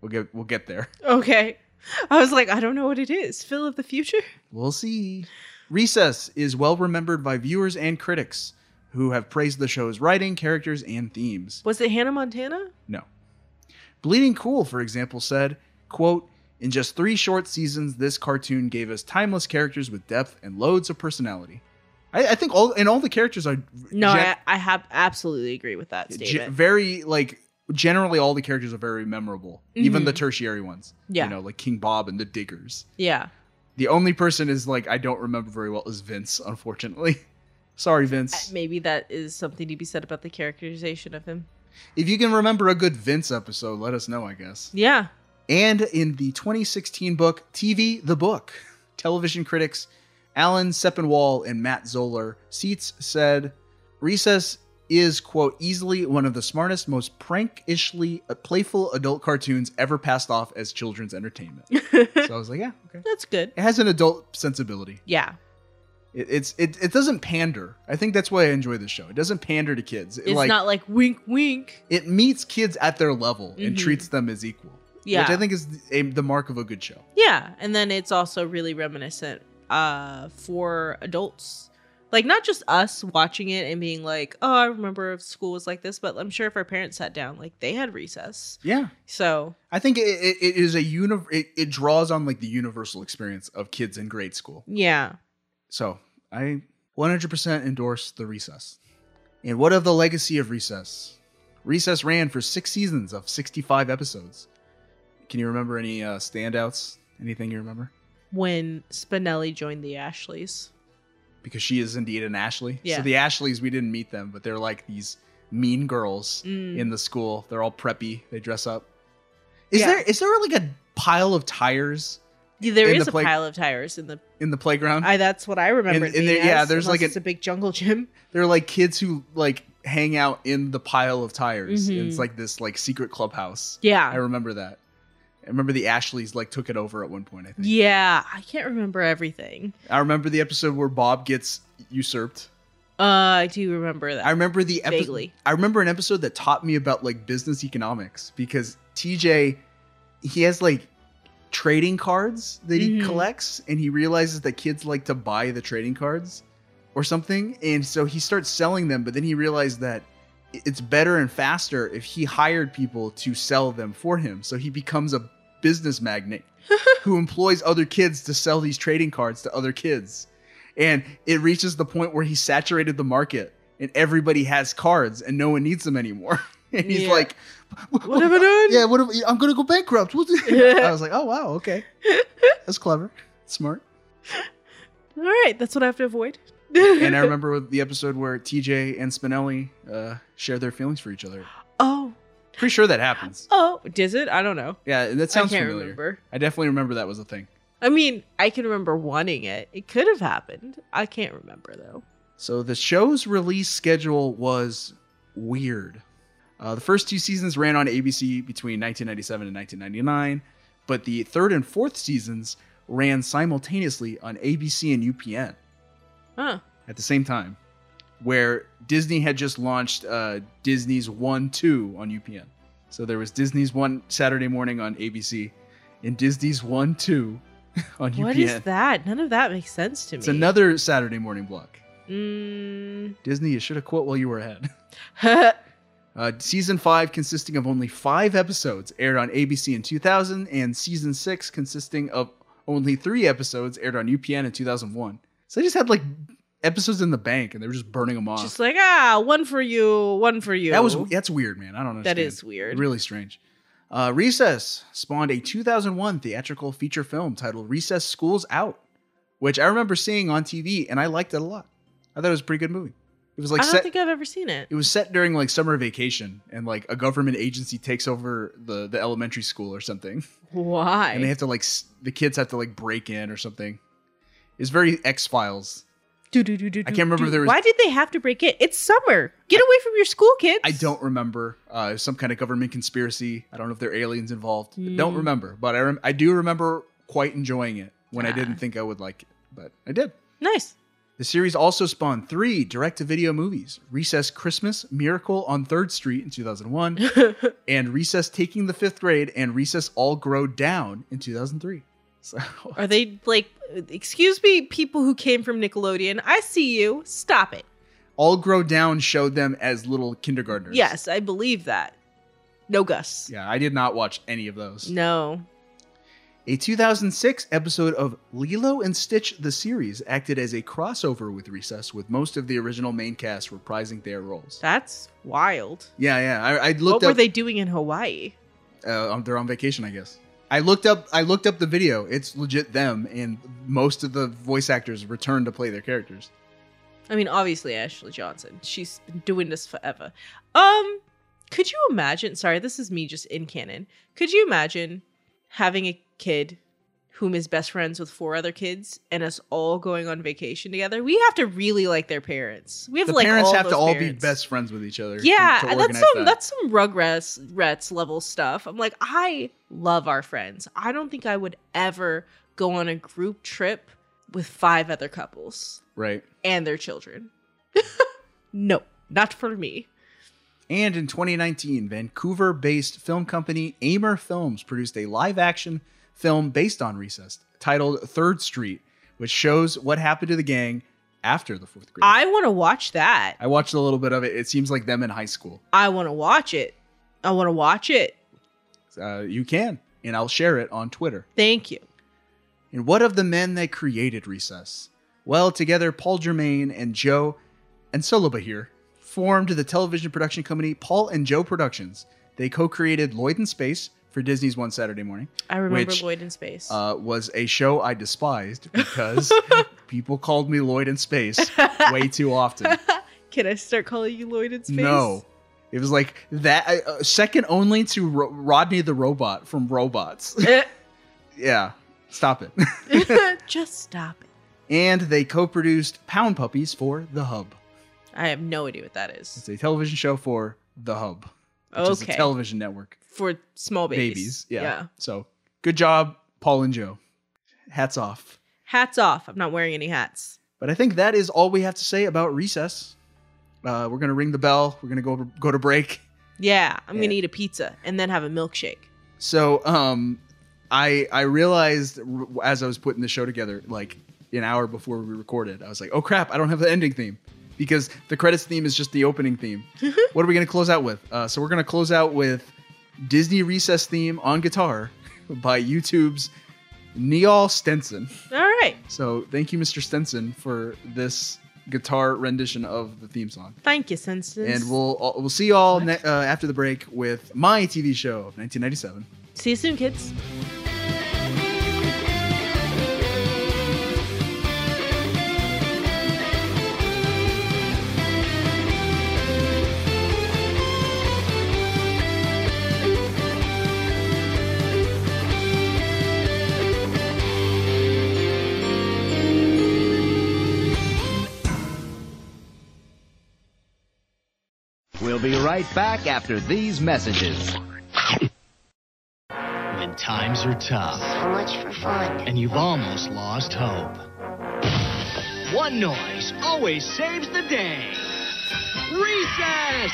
A: We'll get we'll get there.
B: Okay. I was like, I don't know what it is. Phil of the future?
A: We'll see. Recess is well remembered by viewers and critics who have praised the show's writing, characters, and themes.
B: Was it Hannah Montana?
A: No. Bleeding Cool, for example, said, quote, in just three short seasons, this cartoon gave us timeless characters with depth and loads of personality. I, I think all and all the characters are
B: No,
A: gen-
B: I, I have absolutely agree with that
A: ge-
B: statement.
A: very like generally all the characters are very memorable, even
B: Mhm.
A: the tertiary ones.
B: Yeah.
A: you know, like King Bob and the Diggers.
B: yeah.
A: The only person is like I don't remember very well is Vince, unfortunately. Sorry, Vince.
B: Uh, Maybe that is something to be said about the characterization of him.
A: If you can remember a good Vince episode, let us know, I guess.
B: Yeah.
A: And in the 2016 book TV the Book, television critics Alan Sepinwall and Matt Zoller Seitz said, Recess is, quote, easily one of the smartest, most prankishly uh, playful adult cartoons ever passed off as children's entertainment. so I was like, yeah, okay.
B: That's good.
A: It has an adult sensibility.
B: Yeah.
A: It, it's it, it doesn't pander. I think that's why I enjoy the show. It doesn't pander to kids. It,
B: It's not like wink wink.
A: it meets kids at their level and
B: Mhm.
A: treats them as equal.
B: Yeah.
A: Which I think is a, the mark of a good show.
B: Yeah. And then it's also really reminiscent uh for adults. Like not just us watching it and being like, Oh, I remember if school was like this, but I'm sure if our parents sat down, like they had recess.
A: Yeah.
B: So
A: I think it, it, it is a uni- it, it draws on like the universal experience of kids in grade school.
B: yeah.
A: So I 100% endorse the recess. And what of the legacy of recess? Recess ran for six seasons of 65 episodes. Can you remember any uh, standouts? Anything you remember?
B: when Spinelli joined the Ashleys.
A: Because she is indeed an Ashley.
B: Yeah.
A: So the Ashleys, we didn't meet them, but they're like these mean girls
B: Mm.
A: in the school. They're all preppy. They dress up. Is
B: Yeah.
A: there is there like a pile of tires
B: Yeah, there
A: In
B: is
A: the
B: a
A: play-
B: pile of tires in the.
A: in the playground?
B: I that's what I remember.
A: And-
B: it
A: and there-
B: being
A: yeah,
B: as,
A: there's like
B: unless
A: an-
B: it's a big jungle gym.
A: they're like kids who like hang out in the pile of tires.
B: Mhm.
A: And it's like this like secret clubhouse.
B: Yeah.
A: I remember that. I remember the Ashleys like took it over at one point. I think.
B: Yeah, I can't remember everything.
A: I remember the episode where Bob gets usurped.
B: Uh, I do remember that.
A: I remember the episode.
B: Vaguely.
A: I remember an episode that taught me about like business economics because TJ, he has like trading cards that he
B: Mhm.
A: collects, and he realizes that kids like to buy the trading cards or something, and so he starts selling them. But then he realized that i- it's better and faster if he hired people to sell them for him. So he becomes a business magnate who employs other kids to sell these trading cards to other kids and it reaches the point where he saturated the market and everybody has cards and no one needs them anymore and he's
B: Yeah.
A: like
B: What have I done?
A: yeah what am, i'm gonna go bankrupt What the-" i was like oh wow okay that's clever smart
B: All right, that's what I have to avoid.
A: and i remember with the episode where tj and spinelli uh, share their feelings for each other
B: Oh,
A: pretty sure that happens
B: oh, does it? I don't know.
A: yeah and that sounds
B: I can't
A: familiar
B: remember.
A: i definitely remember that was a thing
B: I mean, I can remember wanting it. It could have happened. I can't remember though.
A: So the show's release schedule was weird. Uh, the first two seasons ran on ABC between 1997 and 1999, but the third and fourth seasons ran simultaneously on ABC and UPN
B: Huh?
A: at the same time, where Disney had just launched uh, Disney's 1 2 on UPN. So there was Disney's 1 Saturday morning on ABC and Disney's 1 2 on UPN.
B: What is that? None of that makes sense to me.
A: It's another Saturday morning block.
B: Mm.
A: Disney, you should have quit while you were ahead. Uh, season 5, consisting of only five episodes, aired on ABC in 2000, and season 6, consisting of only three episodes, aired on UPN in 2001. So they just had like episodes in the bank and they were just burning them off.
B: Just like ah, one for you, one for you.
A: that was That's weird, man. I don't know.
B: That is weird.
A: Really strange. Uh, Recess spawned a 2001 theatrical feature film titled Recess School's Out, which I remember seeing on TV and I liked it a lot. I thought it was a pretty good movie. It was like
B: I don't
A: set-
B: think I've ever seen it.
A: it was set during like summer vacation and like a government agency takes over the the elementary school or something
B: Why?
A: and they have to like s- the kids have to like break in or something it's very x-files
B: Do, do, do, do,
A: I
B: do,
A: can't remember
B: do.
A: if there was-
B: Why did they have to break it? It's summer. Get away from your school, kids.
A: i don't remember uh some kind of government conspiracy i don't know if there are aliens involved
B: Hmm.
A: don't remember but i rem- i do remember quite enjoying it when i
B: Ah.
A: didn't think i would like it but i did
B: Nice.
A: the series also spawned three direct-to-video movies: Recess Christmas, Miracle on Third Street in 2001, and Recess Taking the Fifth Grade and Recess All Grow Down in 2003. So
B: Are they like? Excuse me, people who came from Nickelodeon. I see you. Stop it.
A: All Grow Down showed them as little kindergartners.
B: Yes, I believe that. No, Gus.
A: Yeah, I did not watch any of those.
B: No.
A: A 2006 episode of Lilo and Stitch the series acted as a crossover with Recess, with most of the original main cast reprising their roles.
B: That's wild.
A: Yeah, yeah. I, I looked
B: what were
A: up.
B: they doing in Hawaii?
A: uh, um, they're on vacation, I guess. I looked up. I looked up the video. It's legit them, and most of the voice actors return to play their characters.
B: I mean, obviously Ashley Johnson. She's been doing this forever. Um, could you imagine? Sorry, this is me just in canon. Could you imagine having a kid whom is best friends with four other kids and us all going on vacation together? We have to really like their parents. We have
A: the
B: to like
A: parents
B: all
A: have to
B: those
A: all
B: parents.
A: be best friends with each other. to-
B: Yeah,
A: to
B: that's
A: organize
B: some
A: that.
B: that's some Rugrats rats level stuff. I'm like, I love our friends. I don't think I would ever go on a group trip with five other couples
A: right.
B: and their children. no, not for me.
A: And in 2019, Vancouver-based film company Amer Films produced a live-action film based on Recess, titled Third Street, which shows what happened to the gang after the fourth grade.
B: I want to watch that.
A: I watched a little bit of it. It seems like them in high school.
B: I want to watch it. I want to watch it.
A: Uh, you can, and I'll share it on Twitter.
B: Thank you.
A: And what of the men that created Recess? Well, together, Paul Germain and Joe and Solo Bahir formed the television production company Paul and Joe Productions. They co created Lloyd in Space for Disney's One Saturday Morning.
B: I remember
A: which,
B: Lloyd in Space.
A: Uh, was a show I despised because people called me Lloyd in Space way too often.
B: Can I start calling you Lloyd in Space?
A: No. It was like that, uh, second only to Ro- Rodney the Robot from Robots.
B: Eh.
A: yeah, stop it.
B: Just stop it.
A: and they co produced Pound Puppies for The Hub.
B: I have no idea what that is.
A: It's a television show for The Hub, which is a
B: Okay.
A: television network.
B: For small babies.
A: Yeah. So good job, Paul and Joe. Hats off.
B: Hats off. I'm not wearing any hats.
A: But I think that is all we have to say about recess. Uh, we're gonna ring the bell. We're gonna go go to break.
B: Yeah, I'm going to
A: Yeah.
B: eat a pizza and then have a milkshake.
A: So um, I I realized r- as I was putting the show together, like an hour before we recorded, I was like, oh crap, I don't have the ending theme because the credits theme is just the opening theme. what are we gonna close out with? Uh, so we're gonna close out with Disney Recess theme on guitar by YouTube's Neal Stenson.
B: All right.
A: So thank you, Mr. Stenson, for this guitar rendition of the theme song.
B: Thank you, Senses.
A: And we'll we'll see you all ne- uh, after the break with my TV show of 1997.
B: see you soon, kids.
O: We'll be right back after these messages.
P: When times are tough. So much for fun. And you've almost lost hope. One noise always saves the day. Recess!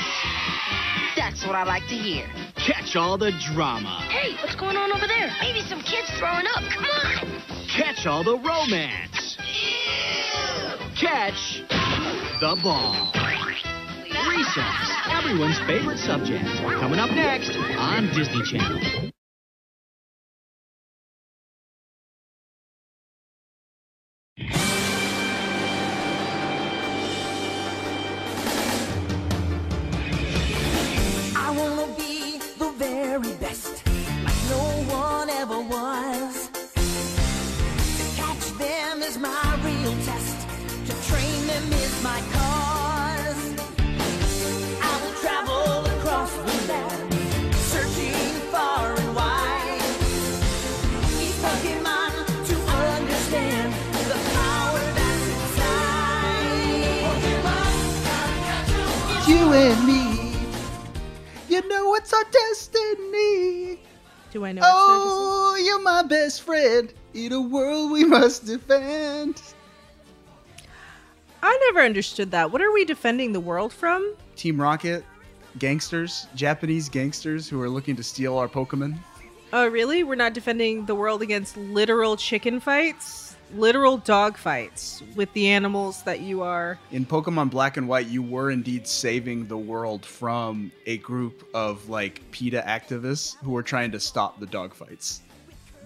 Q: That's what I like to hear.
P: Catch all the drama.
Q: Hey, what's going on over there? Maybe some kids throwing up. Come on.
P: Catch all the romance. Catch the ball. Recess, everyone's favorite subject. Coming up next on Disney Channel.
Q: I wanna be the very best, like no one ever was. To catch them is my real test, to train them is my cause. I will travel across the land, searching far and wide. Each Pokemon to understand the power that's inside. Pokemon,
A: You and me, you know it's our destiny.
B: Do I know
A: Oh, you're my best friend in a world we must defend.
B: I never understood that. What are we defending the world from?
A: Team Rocket, gangsters, Japanese gangsters who are looking to steal our Pokemon.
B: Oh, really? We're not defending the world against literal chicken fights, literal dog fights with the animals that you are.
A: in Pokemon Black and White, you were indeed saving the world from a group of like PETA activists who were trying to stop the dogfights.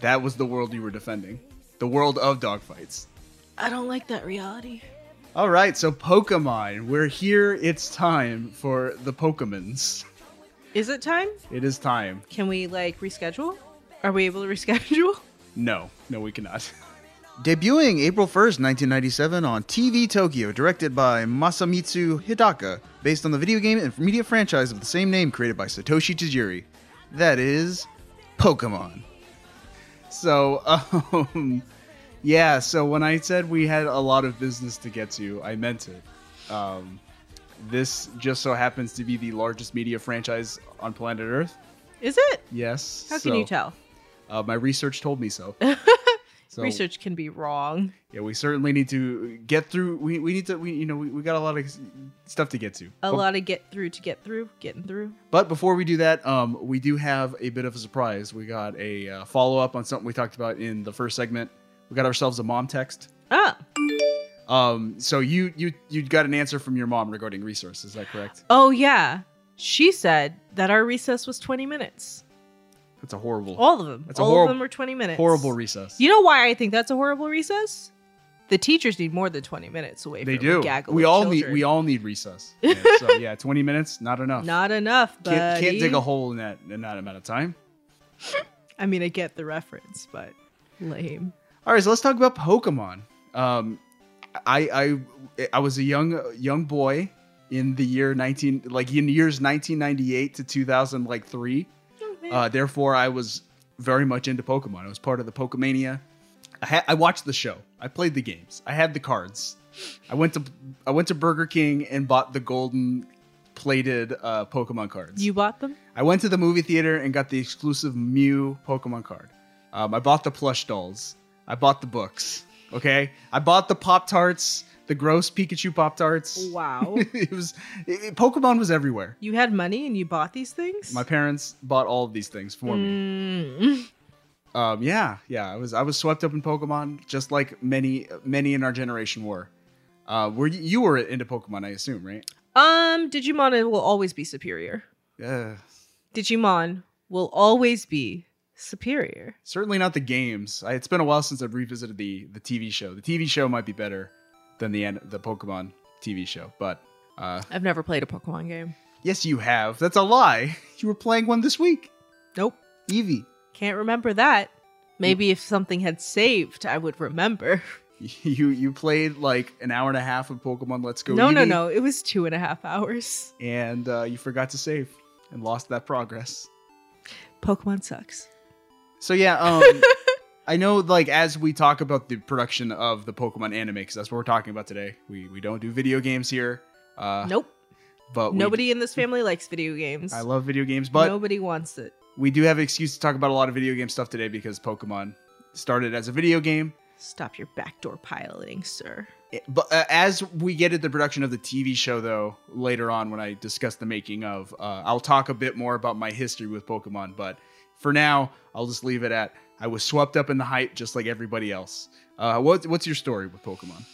A: That was the world you were defending. The world of dogfights.
B: I don't like that reality.
A: All right, so Pokemon, we're here. It's time for the Pokemons.
B: Is it time?
A: It is time.
B: Can we like reschedule? Are we able to reschedule?
A: No, no, we cannot. Debuting April 1st, 1997, on TV Tokyo, directed by Masamitsu Hidaka, based on the video game and media franchise of the same name created by Satoshi Tajiri. That is Pokemon. So, um, yeah, so when I said we had a lot of business to get to, I meant it. Um, this just so happens to be the largest media franchise on planet Earth.
B: Is it?
A: Yes.
B: How can you
A: so,
B: tell?
A: Uh, my research told me so. So-
B: Research can be wrong.
A: yeah, we certainly need to get through. We, we need to, we, you know, we, we got a lot of stuff to get to.
B: A
A: But-
B: lot of get through to get through, getting through.
A: But before we do that, um, we do have a bit of a surprise. We got a uh, follow up on something we talked about in the first segment. We got ourselves a mom text.
B: Ah.
A: Um, so you you you got an answer from your mom regarding resource. Is that correct?
B: Oh, yeah. She said that our recess was 20 minutes.
A: That's a horrible.
B: All of them.
A: That's a
B: All
A: horrib-
B: of them were 20 minutes.
A: Horrible recess.
B: You know why I think that's a horrible recess? The teachers need more than 20 minutes away
A: They
B: from
A: do.
B: a gaggle
A: We
B: of
A: all need
B: children.
A: we all need recess. Yeah, so yeah, twenty minutes, not enough.
B: Not enough, but
A: can't, can't dig a hole in that in that amount of time.
B: I mean, I get the reference, but lame.
A: All right, so let's talk about Pokemon. Um, I I I was a young young boy in the year nineteen, like in years nineteen ninety eight to two thousand, like three. Uh, therefore, I was very much into Pokemon. I was part of the Pokemania. I, ha- I watched the show. I played the games. I had the cards. I went to I went to Burger King and bought the golden plated uh, Pokemon cards.
B: You bought them?
A: I went to the movie theater and got the exclusive Mew Pokemon card. Um, I bought the plush dolls. I bought the books. Okay, I bought the Pop Tarts, the gross Pikachu Pop Tarts.
B: Wow.
A: it was it, it- Pokemon was everywhere.
B: You had money and you bought these things?
A: My parents bought all of these things for me.
B: Mm.
A: Um, yeah, yeah, I was I was swept up in Pokemon, just like many many in our generation were. Uh, were you, you were into Pokemon? I assume, right?
B: Um, Digimon will always be superior.
A: Yeah.
B: Digimon will always be superior.
A: Certainly not the games. I, it's been a while since I've revisited the the TV show. The TV show might be better than the an- the Pokemon TV show, but uh,
B: I've never played a Pokemon game.
A: yes, you have. That's a lie. You were playing one this week.
B: Nope.
A: Eevee.
B: Can't remember that.
A: Mm.
B: Maybe if something had saved, I would remember.
A: You you played like an hour and a half of Pokemon Let's Go.
B: no, no,
A: Eevee,
B: no. It was two and a half hours.
A: And uh, you forgot to save and lost that progress.
B: Pokemon sucks.
A: So yeah, um, I know. Like as we talk about the production of the Pokemon anime, because that's what we're talking about today. We we don't do video games here. Uh,
B: Nope.
A: But we
B: Nobody in this family likes video games.
A: I love video games, but
B: nobody wants it.
A: we do have an excuse to talk about a lot of video game stuff today because Pokemon started as a video game.
B: Stop your backdoor piloting, sir.
A: It- But uh, as we get into the production of the TV show, though, later on when I discuss the making of, uh, I'll talk a bit more about my history with Pokemon. But for now, I'll just leave it at I was swept up in the hype just like everybody else. Uh, what, what's your story with Pokemon?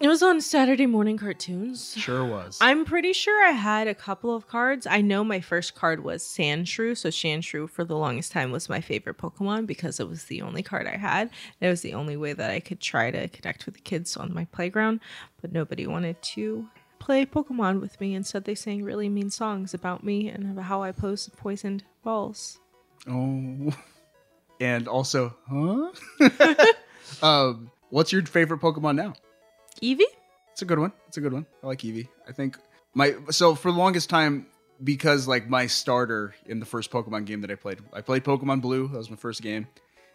B: It was on Saturday morning cartoons.
A: Sure was.
B: I'm pretty sure I had a couple of cards. I know my first card was Sandshrew. So Sandshrew for the longest time was my favorite Pokemon because it was the only card I had. It was the only way that I could try to connect with the kids on my playground, but nobody wanted to play Pokemon with me. Instead, they sang really mean songs about me and how I pose poisoned balls.
A: Oh, and also, huh? um, what's your favorite Pokemon now?
B: Eevee?
A: It's a good one. It's a good one. I like Eevee. I think my so for the longest time because like my starter in the first Pokemon game that I played, I played Pokemon Blue. That was my first game,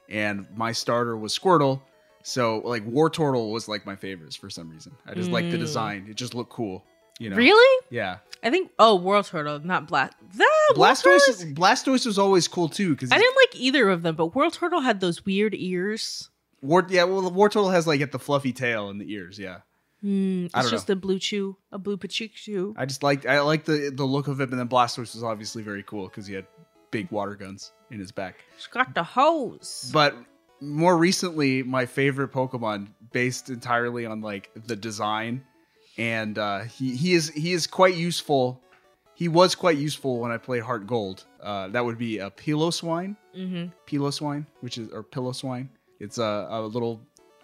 A: and my starter was Squirtle. So like War Turtle was like my favorites for some reason. I just like the
B: Mm.
A: design. It just looked cool. You know?
B: Really?
A: Yeah.
B: I think, oh, World Turtle, not Blast. That
A: Blastoise. is- Blastoise was always cool too because
B: I didn't like either of them, but World Turtle had those weird ears.
A: War. Yeah. Well, War Turtle has like the fluffy tail and the ears. Yeah.
B: Hmm, it's
A: I don't
B: just a blue chew, a blue pachichu.
A: I just liked I liked the the look of it, and then Blastoise was obviously very cool because he had big water guns in his back.
B: It's got the hose.
A: But more recently, my favorite Pokemon, based entirely on like the design, and uh, he he is he is quite useful. He was quite useful when I played Heart Gold. Uh, that would be a Piloswine,
B: Mm-hmm.
A: Piloswine, which is or Piloswine. It's a, a little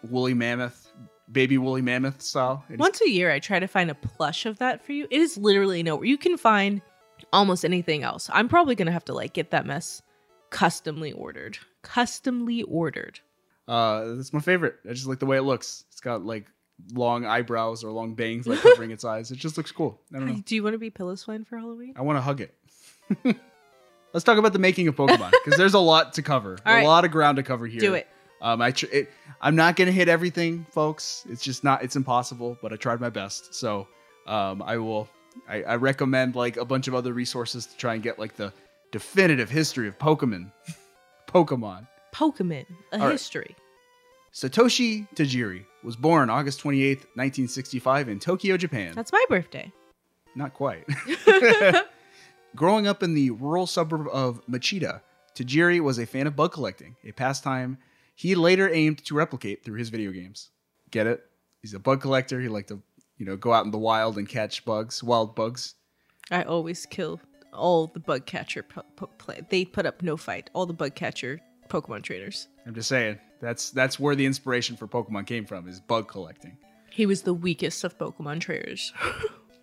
A: woolly mammoth, baby woolly mammoth style. It is-
B: Once a year, I try to find a plush of that for you. It is literally nowhere. You can find almost anything else. I'm probably gonna have to like get that mess customly ordered. Customly ordered.
A: Uh, that's my favorite. I just like the way it looks. It's got like long eyebrows or long bangs like covering its eyes. It just looks cool. I don't know.
B: Do you want to be pillow swine for Halloween?
A: I want to hug it. Let's talk about the making of Pokemon because there's a lot to cover.
B: All right.
A: A lot of ground to cover here.
B: Do it.
A: Um, I tr- it, I'm not gonna hit everything, folks. It's just not. It's impossible. But I tried my best. So, um, I will. I, I recommend like a bunch of other resources to try and get like the definitive history of Pokemon. Pokemon.
B: Pokemon, a
A: All right.
B: history.
A: Satoshi Tajiri was born August 28, 1965, in Tokyo, Japan.
B: That's my birthday.
A: Not quite. Growing up in the rural suburb of Machida, Tajiri was a fan of bug collecting, a pastime he later aimed to replicate through his video games. Get it? He's a bug collector. He liked to, you know, go out in the wild and catch bugs, wild bugs.
B: I always kill all the bug catcher po- po- play. They put up no fight. All the bug catcher Pokemon trainers.
A: I'm just saying, That's that's where the inspiration for Pokemon came from is bug collecting.
B: He was the weakest of Pokemon traders.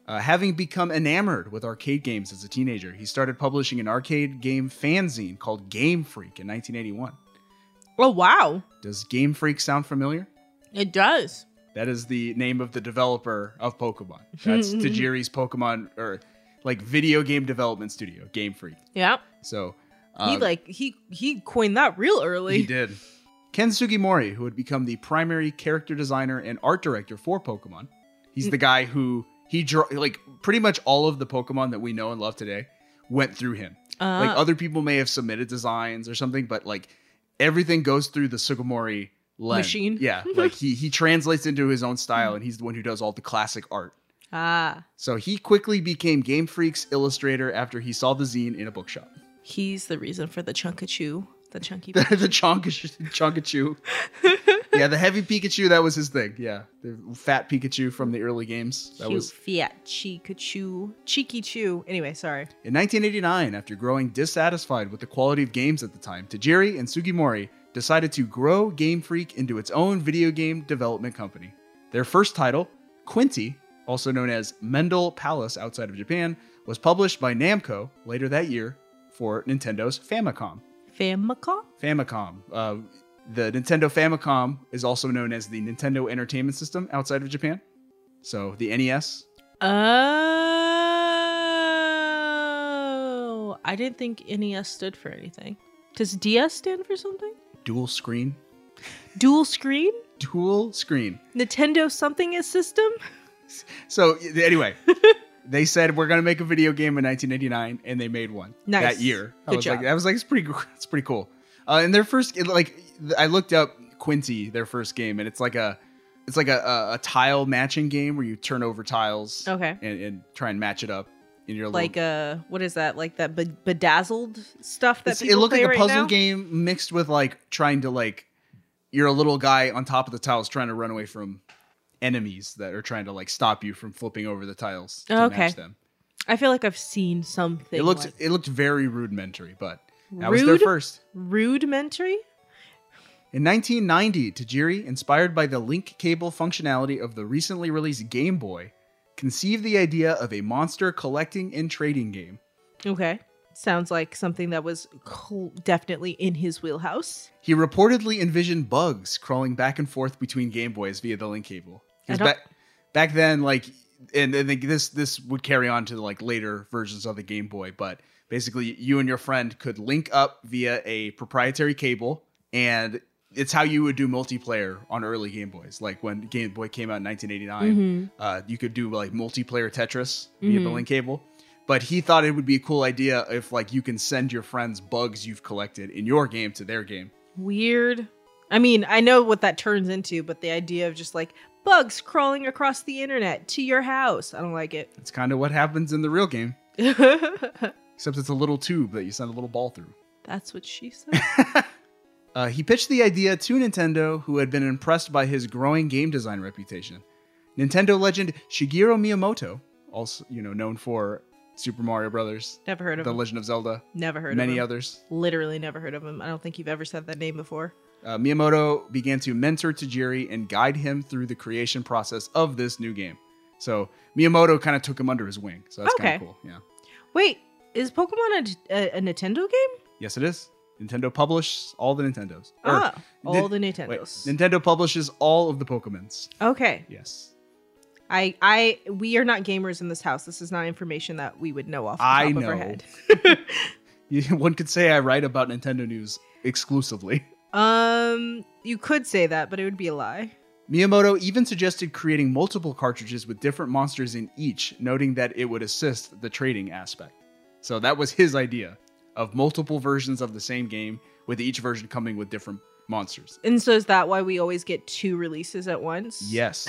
A: Uh, having become enamored with arcade games as a teenager, he started publishing an arcade game fanzine called Game Freak in 1981.
B: oh wow,
A: Does Game Freak sound familiar?
B: it does.
A: That is the name of the developer of Pokemon. That's Tajiri's Pokemon or like video game development studio, Game Freak.
B: Yeah,
A: So
B: he
A: um,
B: like he he coined that real early.
A: He did. Ken Sugimori, who would become the primary character designer and art director for Pokemon, he's the guy who he drew like pretty much all of the Pokemon that we know and love today went through him.
B: Ah.
A: Like other people may have submitted designs or something, but like everything goes through the Sugimori lens.
B: Machine.
A: Yeah, like he he translates into his own style, and he's the one who does all the classic art.
B: Ah,
A: So he quickly became Game Freak's illustrator after he saw the zine in a bookshop.
B: he's the reason for the Chunkachu, the chunky.
A: the the Chonkachu. Chonkachu. yeah, the heavy Pikachu, that was his thing. Yeah. The fat Pikachu from the early games. That
B: Cute
A: was
B: Fiat Chikachu, Cheeky Chew. Anyway, sorry.
A: in 1989, after growing dissatisfied with the quality of games at the time, Tajiri and Sugimori decided to grow Game Freak into its own video game development company. Their first title, Quinty, also known as Mendel Palace outside of Japan, was published by Namco later that year for Nintendo's Famicom.
B: Famicom?
A: Famicom. Uh, the Nintendo Famicom is also known as the Nintendo Entertainment System outside of Japan. So the E NES.
B: Oh, I didn't think NES stood for anything. Does DS stand for something?
A: Dual screen.
B: Dual screen?
A: Dual screen.
B: Nintendo something is system?
A: So y- anyway, they said we're gonna make a video game in 1989, and they made one
B: Nice.
A: that year. I
B: Good
A: was
B: job.
A: like, I was like, it's pretty, gr- it's pretty cool. Uh, and their first, it, like, I looked up Quinty, their first game, and it's like a, it's like a, a, a tile matching game where you turn over tiles,
B: Okay.
A: and, and try and match it up in your little
B: Like uh what is that? Like that be- bedazzled stuff that
A: It's-
B: people
A: it looked
B: play
A: like a
B: right
A: puzzle
B: now?
A: game mixed with like trying to like you're a little guy on top of the tiles trying to run away from enemies that are trying to like stop you from flipping over the tiles to
B: Okay.
A: match them.
B: I feel like I've seen something.
A: it looked
B: like-
A: it looked very rudimentary, but that was their
B: Rude?
A: first.
B: rudimentary.
A: In 1990, Tajiri, inspired by the link cable functionality of the recently released Game Boy, conceived the idea of a monster collecting and trading game.
B: Okay. Sounds like something that was cl- definitely in his wheelhouse.
A: He reportedly envisioned bugs crawling back and forth between Game Boys via the link cable.
B: I
A: 'Cause
B: don't-
A: back, back then, like, and, and like, this this would carry on to like later versions of the Game Boy, but basically, you and your friend could link up via a proprietary cable, and it's how you would do multiplayer on early Game Boys. Like when Game Boy came out in 1989,
B: Mm-hmm.
R: Mhm.
A: uh, you could do like multiplayer Tetris via the
R: Mhm.
A: link cable. But he thought it would be a cool idea if like you can send your friends bugs you've collected in your game to their game.
B: Weird. I mean, I know what that turns into, but the idea of just like bugs crawling across the internet to your house, I don't like it.
A: It's kind of what happens in the real game, except it's a little tube that you send a little ball through.
B: That's what she said.
A: Uh, he pitched the idea to Nintendo, who had been impressed by his growing game design reputation. Nintendo legend Shigeru Miyamoto, also you know known for Super Mario Brothers,
B: Never heard of
A: The
B: him.
A: Legend of Zelda,
B: Never heard of
A: many
B: him.
A: others.
B: Literally never heard of him. I don't think you've ever said that name before.
A: Uh, Miyamoto began to mentor Tajiri and guide him through the creation process of this new game. So Miyamoto kind of took him under his wing. So that's kind
B: Okay.
A: of cool. Yeah.
B: Wait, is Pokemon a, a, a Nintendo game?
A: Yes, it is. Nintendo publishes all the Nintendos. Or,
B: Ah, all the
A: Nin-
B: Nintendos.
A: Wait, Nintendo publishes all of the Pokemons.
B: Okay.
A: Yes.
B: I I we are not gamers in this house. This is not information that we would know off the top
A: I
B: of our
A: know.
B: head.
A: You- One could say I write about Nintendo news exclusively.
B: Um, you could say that, but it would be a lie.
A: Miyamoto even suggested creating multiple cartridges with different monsters in each, noting that it would assist the trading aspect. So that was his idea of multiple versions of the same game, with each version coming with different monsters.
B: And so is that why we always get two releases at once?
A: Yes.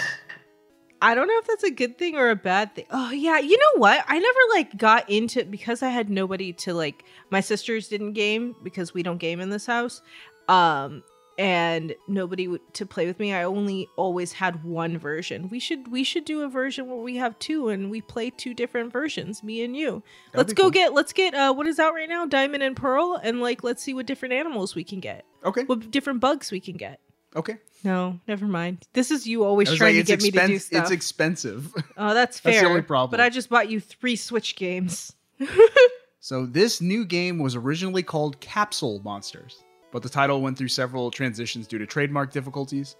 B: I don't know if that's a good thing or a bad thing. Oh yeah, you know what? I never like got into because I had nobody to like my sisters didn't game because we don't game in this house. Um and nobody w- to play with me. I only always had one version. We should we should do a version where we have two and we play two different versions, me and you.
A: That'd
B: let's
A: be
B: go
A: cool.
B: get let's get uh what is out right now, Diamond and Pearl, and like let's see what different animals we can get.
A: Okay.
B: What different bugs we can get.
A: Okay.
B: No, never mind. This is you always
A: I was
B: trying
A: like,
B: to get
A: it's
B: me to do
A: expen-
B: stuff.
A: It's expensive.
B: oh,
A: that's
B: that's fair.
A: the only problem.
B: But I just bought you three Switch games.
A: So this new game was originally called Capsule Monsters, but the title went through several transitions due to trademark difficulties,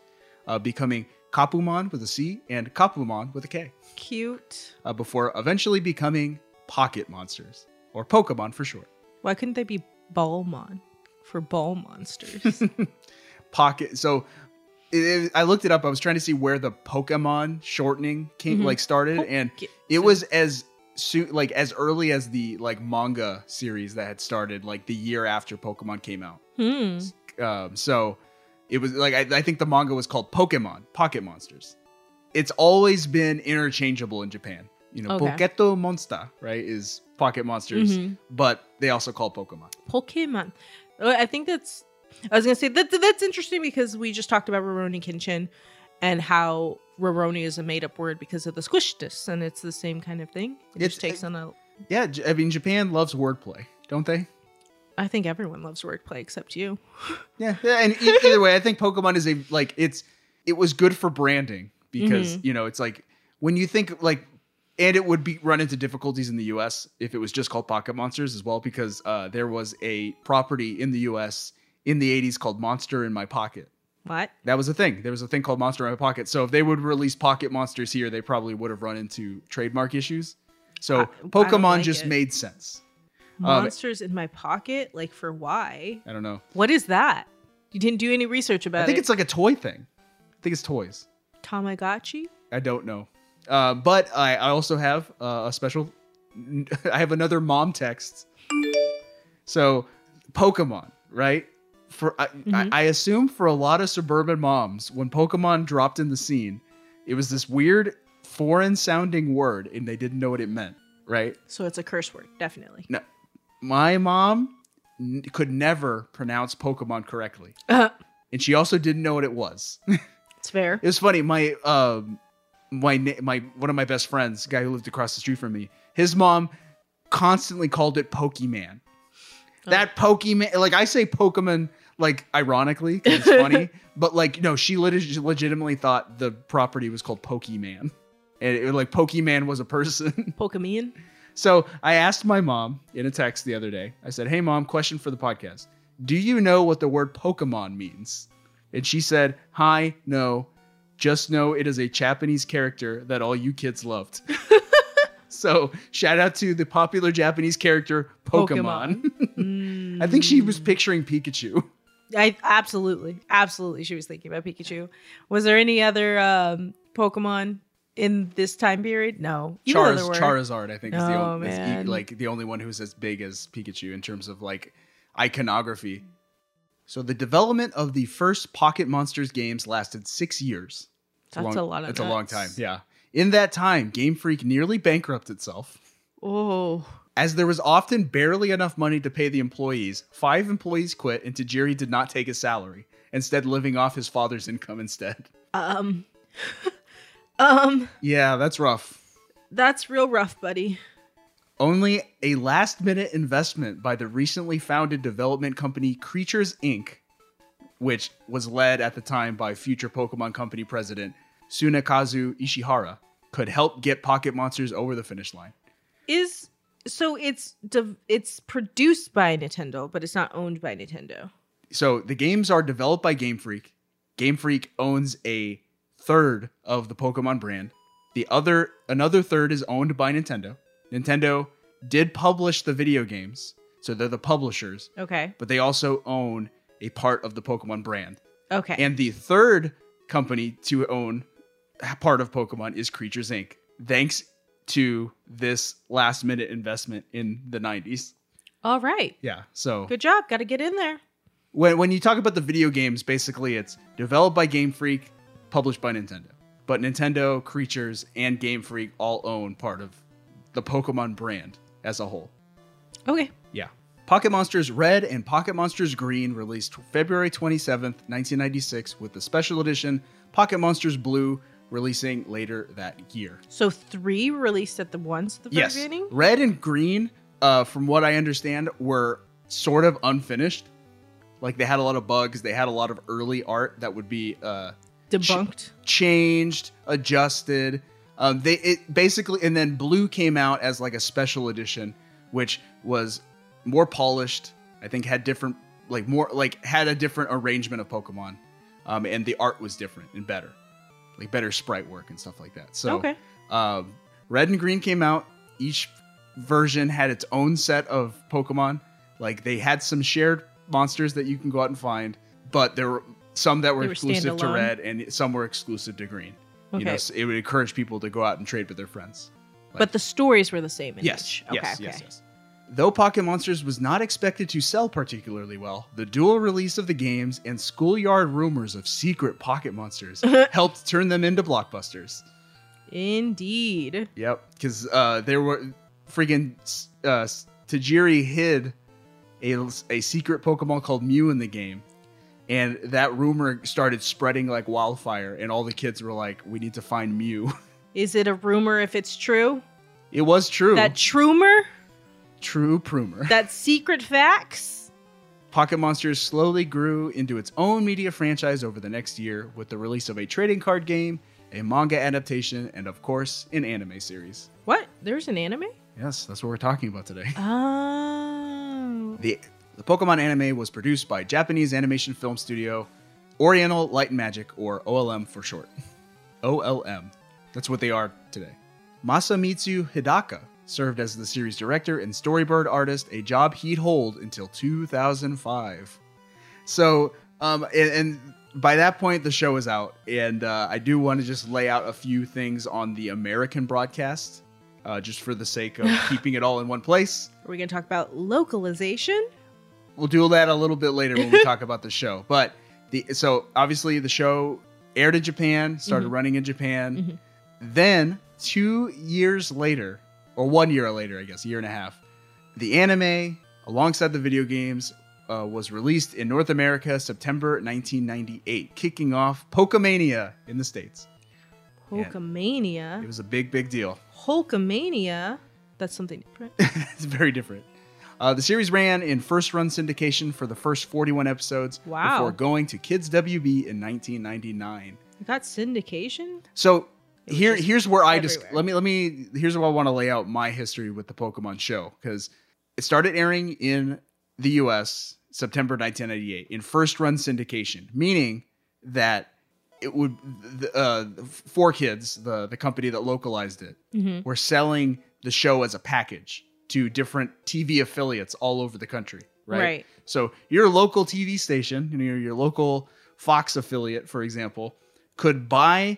A: uh, becoming Kapumon with a C and Kapumon with a K,
B: Cute.
A: uh, before eventually becoming Pocket Monsters, or Pokemon for short.
B: Why couldn't they be Balmon for ball monsters?
A: Pocket. So it, it- I looked it up. I was trying to see where the Pokemon shortening came,
B: Mhm.
A: like started, and it was as soon, like as early as the like manga series that had started, like the year after Pokemon came out.
B: hmm.
A: Um, so it was like I, I think the manga was called Pokemon Pocket Monsters. It's always been interchangeable in Japan. You know,
B: Okay.
A: Poketo Monster, right, is Pocket Monsters,
B: Mhm.
A: but they also call Pokemon.
B: Pokemon. Uh, I think that's. I was gonna say that that's interesting because we just talked about Roroni Kenshin and how Roroni is a made up word because of the squishness, and it's the same kind of thing. It
A: It's- uh,
B: just takes on a.
A: Yeah, J- I mean, Japan loves wordplay, don't they?
B: I think everyone loves wordplay except you.
A: Yeah, and e- either way, I think Pokemon is a like it's it was good for branding because
B: Mhm.
A: you know it's like when you think like and it would be run into difficulties in the U.S. if it was just called Pocket Monsters as well because uh, there was a property in the U.S. in the '80s called Monster in My Pocket.
B: What?
A: That was a thing. There was a thing called Monster in My Pocket. So if they would release Pocket Monsters here, they probably would have run into trademark issues. So Pokemon
B: like
A: just
B: it.
A: made sense. Um,
B: Monsters in my pocket? Like for why?
A: I don't know.
B: What is that? You didn't do any research about
A: I think
B: it.
A: it's like a toy thing. I think it's toys.
B: Tamagotchi.
A: I don't know. Uh, but I, I also have uh, a special. I have another mom text. So, Pokemon, right? For I, I, I assume for a lot of suburban moms, when Pokemon dropped in the scene, it was this weird foreign sounding word, and they didn't know what it meant, right?
B: So it's a curse word, definitely.
A: No, my mom n- could never pronounce Pokemon correctly, and she also didn't know what it was.
B: Uh-huh. It's fair.
A: It was funny. My um, my na- my one of my best friends, guy who lived across the street from me, his mom constantly called it Pokemon. That Pokemon, like I say Pokemon, like ironically, 'cause it's funny, but like no, she lit- she legitimately thought the property was called Pokemon, and it, like Pokemon was a person.
B: Pokemon.
A: So I asked my mom in a text the other day. I said, "Hey mom, question for the podcast: Do you know what the word Pokemon means?" And she said, "Hi, no. Just know it is a Japanese character that all you kids loved." so, shout out to the popular Japanese character Pokemon. I think she was picturing Pikachu.
B: I absolutely, absolutely, she was thinking about Pikachu. Was there any other um, Pokemon in this time period? No, You know there
A: Charizard,
B: were.
A: Charizard, I think, is the
B: No,
A: only, is e-
B: man.
A: like the only one who's as big as Pikachu in terms of like iconography. So the development of the first Pocket Monsters games lasted six years. It's
B: That's
A: long,
B: a lot of
A: That's a long
B: nuts.
A: time. Yeah. In that time, Game Freak nearly bankrupted itself.
B: Oh,
A: As there was often barely enough money to pay the employees, five employees quit and Tajiri did not take his salary, instead living off his father's income instead.
B: um, um,
A: Yeah, that's rough.
B: that's real rough, buddy.
A: Only a last minute investment by the recently founded development company Creatures Inc., which was led at the time by future Pokemon Company president Tsunekazu Ishihara, could help get Pocket Monsters over the finish line.
B: Is so it's de- it's produced by Nintendo, but it's not owned by Nintendo.
A: So the games are developed by Game Freak. Game Freak owns a third of the Pokemon brand. The other another third is owned by Nintendo. Nintendo did publish the video games, so they're the publishers.
B: Okay,
A: but they also own a part of the Pokemon brand.
B: okay,
A: And the third company to own a part of Pokemon is Creatures Inc. Thanks to this last minute investment in the 90s.
B: all right,
A: Yeah. So
B: good job. Got to get in there.
A: when when you talk about the video games, basically it's developed by Game Freak, published by Nintendo. But Nintendo, Creatures, and Game Freak all own part of the Pokemon brand as a whole.
B: Okay,
A: Yeah. Pocket Monsters Red and Pocket Monsters Green released February 27th, 1996, with the special edition Pocket Monsters Blue releasing later that year.
B: So three released at the once at the very
A: yes,
B: beginning.
A: red and green, uh, from what I understand, were sort of unfinished. Like they had a lot of bugs. They had a lot of early art that would be uh,
B: debunked,
A: changed, adjusted. Um, they it basically, and then blue came out as like a special edition, which was more polished. I think had different, like more, like had a different arrangement of Pokemon, um, and the art was different and better, like better sprite work and stuff like that. So
B: Okay.
A: um, red and green came out. Each version had its own set of Pokemon. Like they had some shared monsters that you can go out and find, but there were some that were,
B: They were
A: exclusive to
B: standalone?
A: red and some were exclusive to green. You know,
B: Okay.
A: so it would encourage people to go out and trade with their friends.
B: but the stories were the same. In
A: Yes,
B: each.
A: yes, yes, yes. Though Pocket Monsters was not expected to sell particularly well, the dual release of the games and schoolyard rumors of secret Pocket Monsters helped turn them into blockbusters.
B: Indeed.
A: Yep, because uh, there were freaking uh, Tajiri hid a, a secret Pokemon called Mew in the game, and that rumor started spreading like wildfire, and all the kids were like, "We need to find Mew."
B: Is it a rumor if it's true?
A: It was true.
B: That trumor?
A: true rumor.
B: That secret facts?
A: Pocket Monsters slowly grew into its own media franchise over the next year with the release of a trading card game, a manga adaptation, and of course, an anime series.
B: What? There's an anime?
A: Yes, that's what we're talking about today.
B: Oh.
A: The, the Pokemon anime was produced by Japanese animation film studio Oriental Light and Magic, or OLM for short. OLM. That's what they are today. Masamitsu Hidaka served as the series director and storyboard artist, a job he'd hold until 2005. So, um, and, and by that point, the show is out. And uh, I do want to just lay out a few things on the American broadcast, uh, just for the sake of keeping it all in one place.
B: Are we going to talk about localization?
A: We'll do that a little bit later when we talk about the show. But the so obviously the show aired in Japan, started
B: Mhm.
A: running in Japan. Then two years later, or one year later, I guess, a year and a half, the anime alongside the video games uh, was released in North America September 1998, kicking off Pokemania in the states. It
B: Hulkamania.
A: was a big, big deal.
B: Hulkamania. That's something different.
A: it's very different. Uh, the series ran in first run syndication for the first 41 episodes
B: Wow.
A: before going to Kids WB in 1999.
B: You got syndication?
A: So
B: It was
A: here,
B: just
A: here's where I just
B: everywhere.
A: let me let me here's where I want to lay out my history with the Pokemon show because it started airing in the U.S. September 1998 in first run syndication, meaning that it would the, uh, four kids, the the company that localized it,
B: Mhm.
A: were selling the show as a package to different TV affiliates all over the country, right?
B: Right.
A: So your local TV station, you know, your, your local Fox affiliate, for example, could buy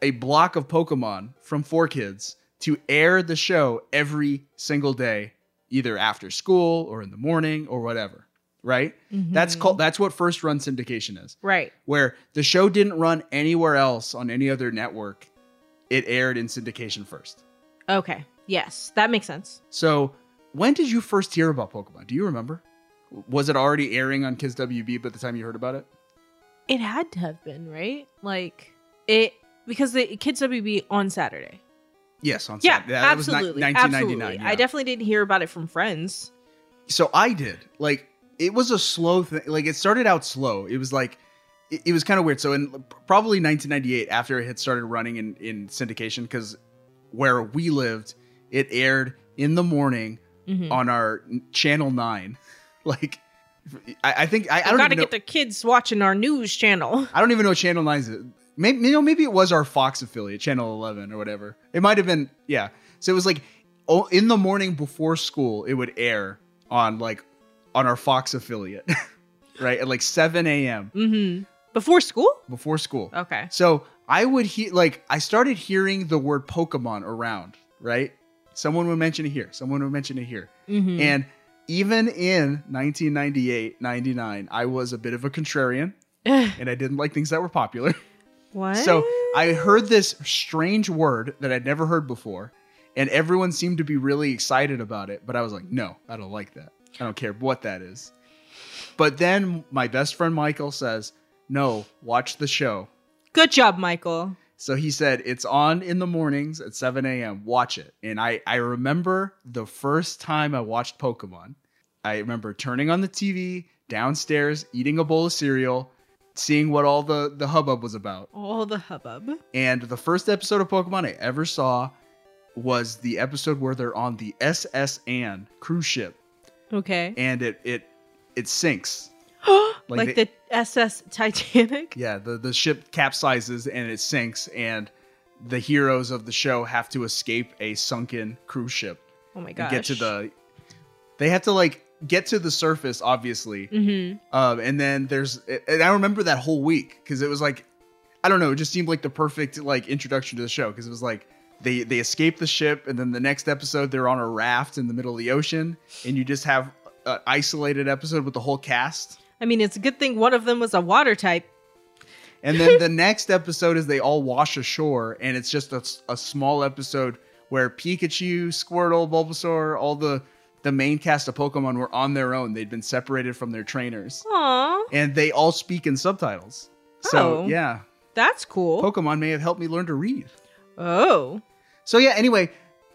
A: a block of Pokemon from Four Kids to air the show every single day, either after school or in the morning or whatever. Right? That's called that's what first run syndication is
B: Mm-hmm. Right.
A: where the show didn't run anywhere else on any other network. It aired in syndication first.
B: Okay. Yes. That makes sense.
A: So, when did you first hear about Pokemon? Do you remember? Was it already airing on Kids WB by the time you heard about it?
B: It had to have been, right? Like, it. Because the Kids WB on Saturday.
A: Yes, on
B: Yeah,
A: Saturday. That was ni-
B: absolutely.
A: 1999.
B: absolutely.
A: yeah.
B: I definitely didn't hear about it from friends.
A: so I did. Like it was a slow thing. Like it started out slow. It was like it, it was kind of weird. So in probably 1998, after it had started running in in syndication, because where we lived, it aired in the morning
B: Mhm.
A: on our n- channel nine. Like I, I think I, I
B: I
A: don't
B: gotta
A: even know,
B: get the kids watching our news channel.
A: I don't even know what channel nine is. Maybe you know maybe it was our Fox affiliate, channel 11 or whatever. It might have been yeah. So it was like oh, in the morning before school, it would air on like on our Fox affiliate, right at like 7 a.m.
B: Mm-hmm. Before school?
A: before school.
B: Okay.
A: So I would hear like I started hearing the word Pokemon around, right? Someone would mention it here. Someone would mention it here.
B: Mhm.
A: And even in 1998, 99, I was a bit of a contrarian and I didn't like things that were popular.
B: What?
A: So I heard this strange word that I'd never heard before, and everyone seemed to be really excited about it, but I was like, no, I don't like that. I don't care what that is. But then my best friend Michael says, No, watch the show.
B: Good job, Michael.
A: So he said, It's on in the mornings at 7 a.m. Watch it. And I, I remember the first time I watched Pokemon. I remember turning on the TV downstairs, eating a bowl of cereal, seeing what all the, the hubbub was about.
B: All the hubbub.
A: And the first episode of Pokemon I ever saw was the episode where they're on the SS Ann cruise ship
B: Okay.
A: and it it it sinks.
B: like
A: like
B: the SS Titanic.
A: Yeah, the, the ship capsizes and it sinks and the heroes of the show have to escape a sunken cruise ship.
B: Oh my
A: and
B: gosh.
A: Get to the They have to like get to the surface obviously.
B: Mm-hmm.
A: Um, and then there's, and I remember that whole week because it was like, I don't know, it just seemed like the perfect like introduction to the show because it was like they they escape the ship and then the next episode they're on a raft in the middle of the ocean and you just have an isolated episode with the whole cast
B: I mean, it's a good thing one of them was a water type.
A: and then the next episode is they all wash ashore and it's just a, s- a small episode where Pikachu, Squirtle, Bulbasaur, all the the main cast of Pokemon were on their own. They'd been separated from their trainers.
B: Aw,
A: and they all speak in subtitles. So
B: Oh.
A: yeah,
B: that's cool.
A: Pokemon may have helped me learn to read.
B: Oh,
A: So yeah. Anyway,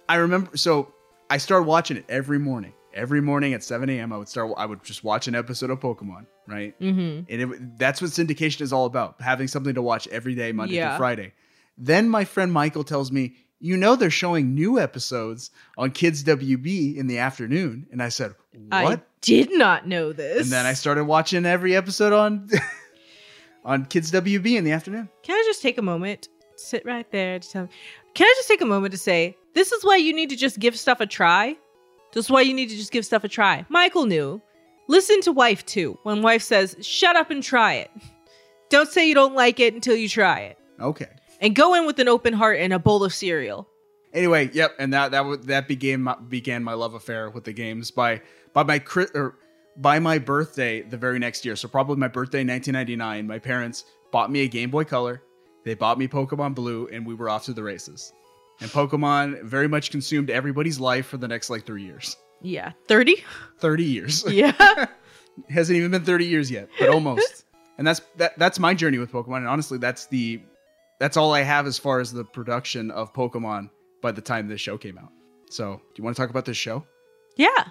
A: I remember. So I started watching it every morning. Every morning at 7 a.m., I would start. I would just watch an episode of Pokemon, right?
B: Mm-hmm.
A: And it, that's what syndication is all about: having something to watch every day, Monday
B: Yeah.
A: through Friday. Then my friend Michael tells me, "You know, they're showing new episodes on Kids WB in the afternoon," and I said,
B: I
A: "What?"
B: did not know this.
A: and then I started watching every episode on on Kids WB in the afternoon.
B: Can I just take a moment? Sit right there to tell. Can I just take a moment to say this is why you need to just give stuff a try? This is why you need to just give stuff a try. Michael knew. Listen to wife too. When wife says, "Shut up and try it," don't say you don't like it until you try it,
A: Okay.
B: and go in with an open heart and a bowl of cereal.
A: Anyway, yep, and that that wa- that began my, began my love affair with the games by by my cri- or by my birthday the very next year. So probably my birthday 1999, my parents bought me a Game Boy Color. They bought me Pokemon Blue and we were off to the races. And Pokemon very much consumed everybody's life for the next like 3 years.
B: Yeah, thirty.
A: 30 years.
B: Yeah.
A: Hasn't even been 30 years yet, but almost. and that's that that's my journey with Pokemon and honestly that's the that's all I have as far as the production of Pokemon by the time this show came out. So, do you want to talk about this show?
B: Yeah.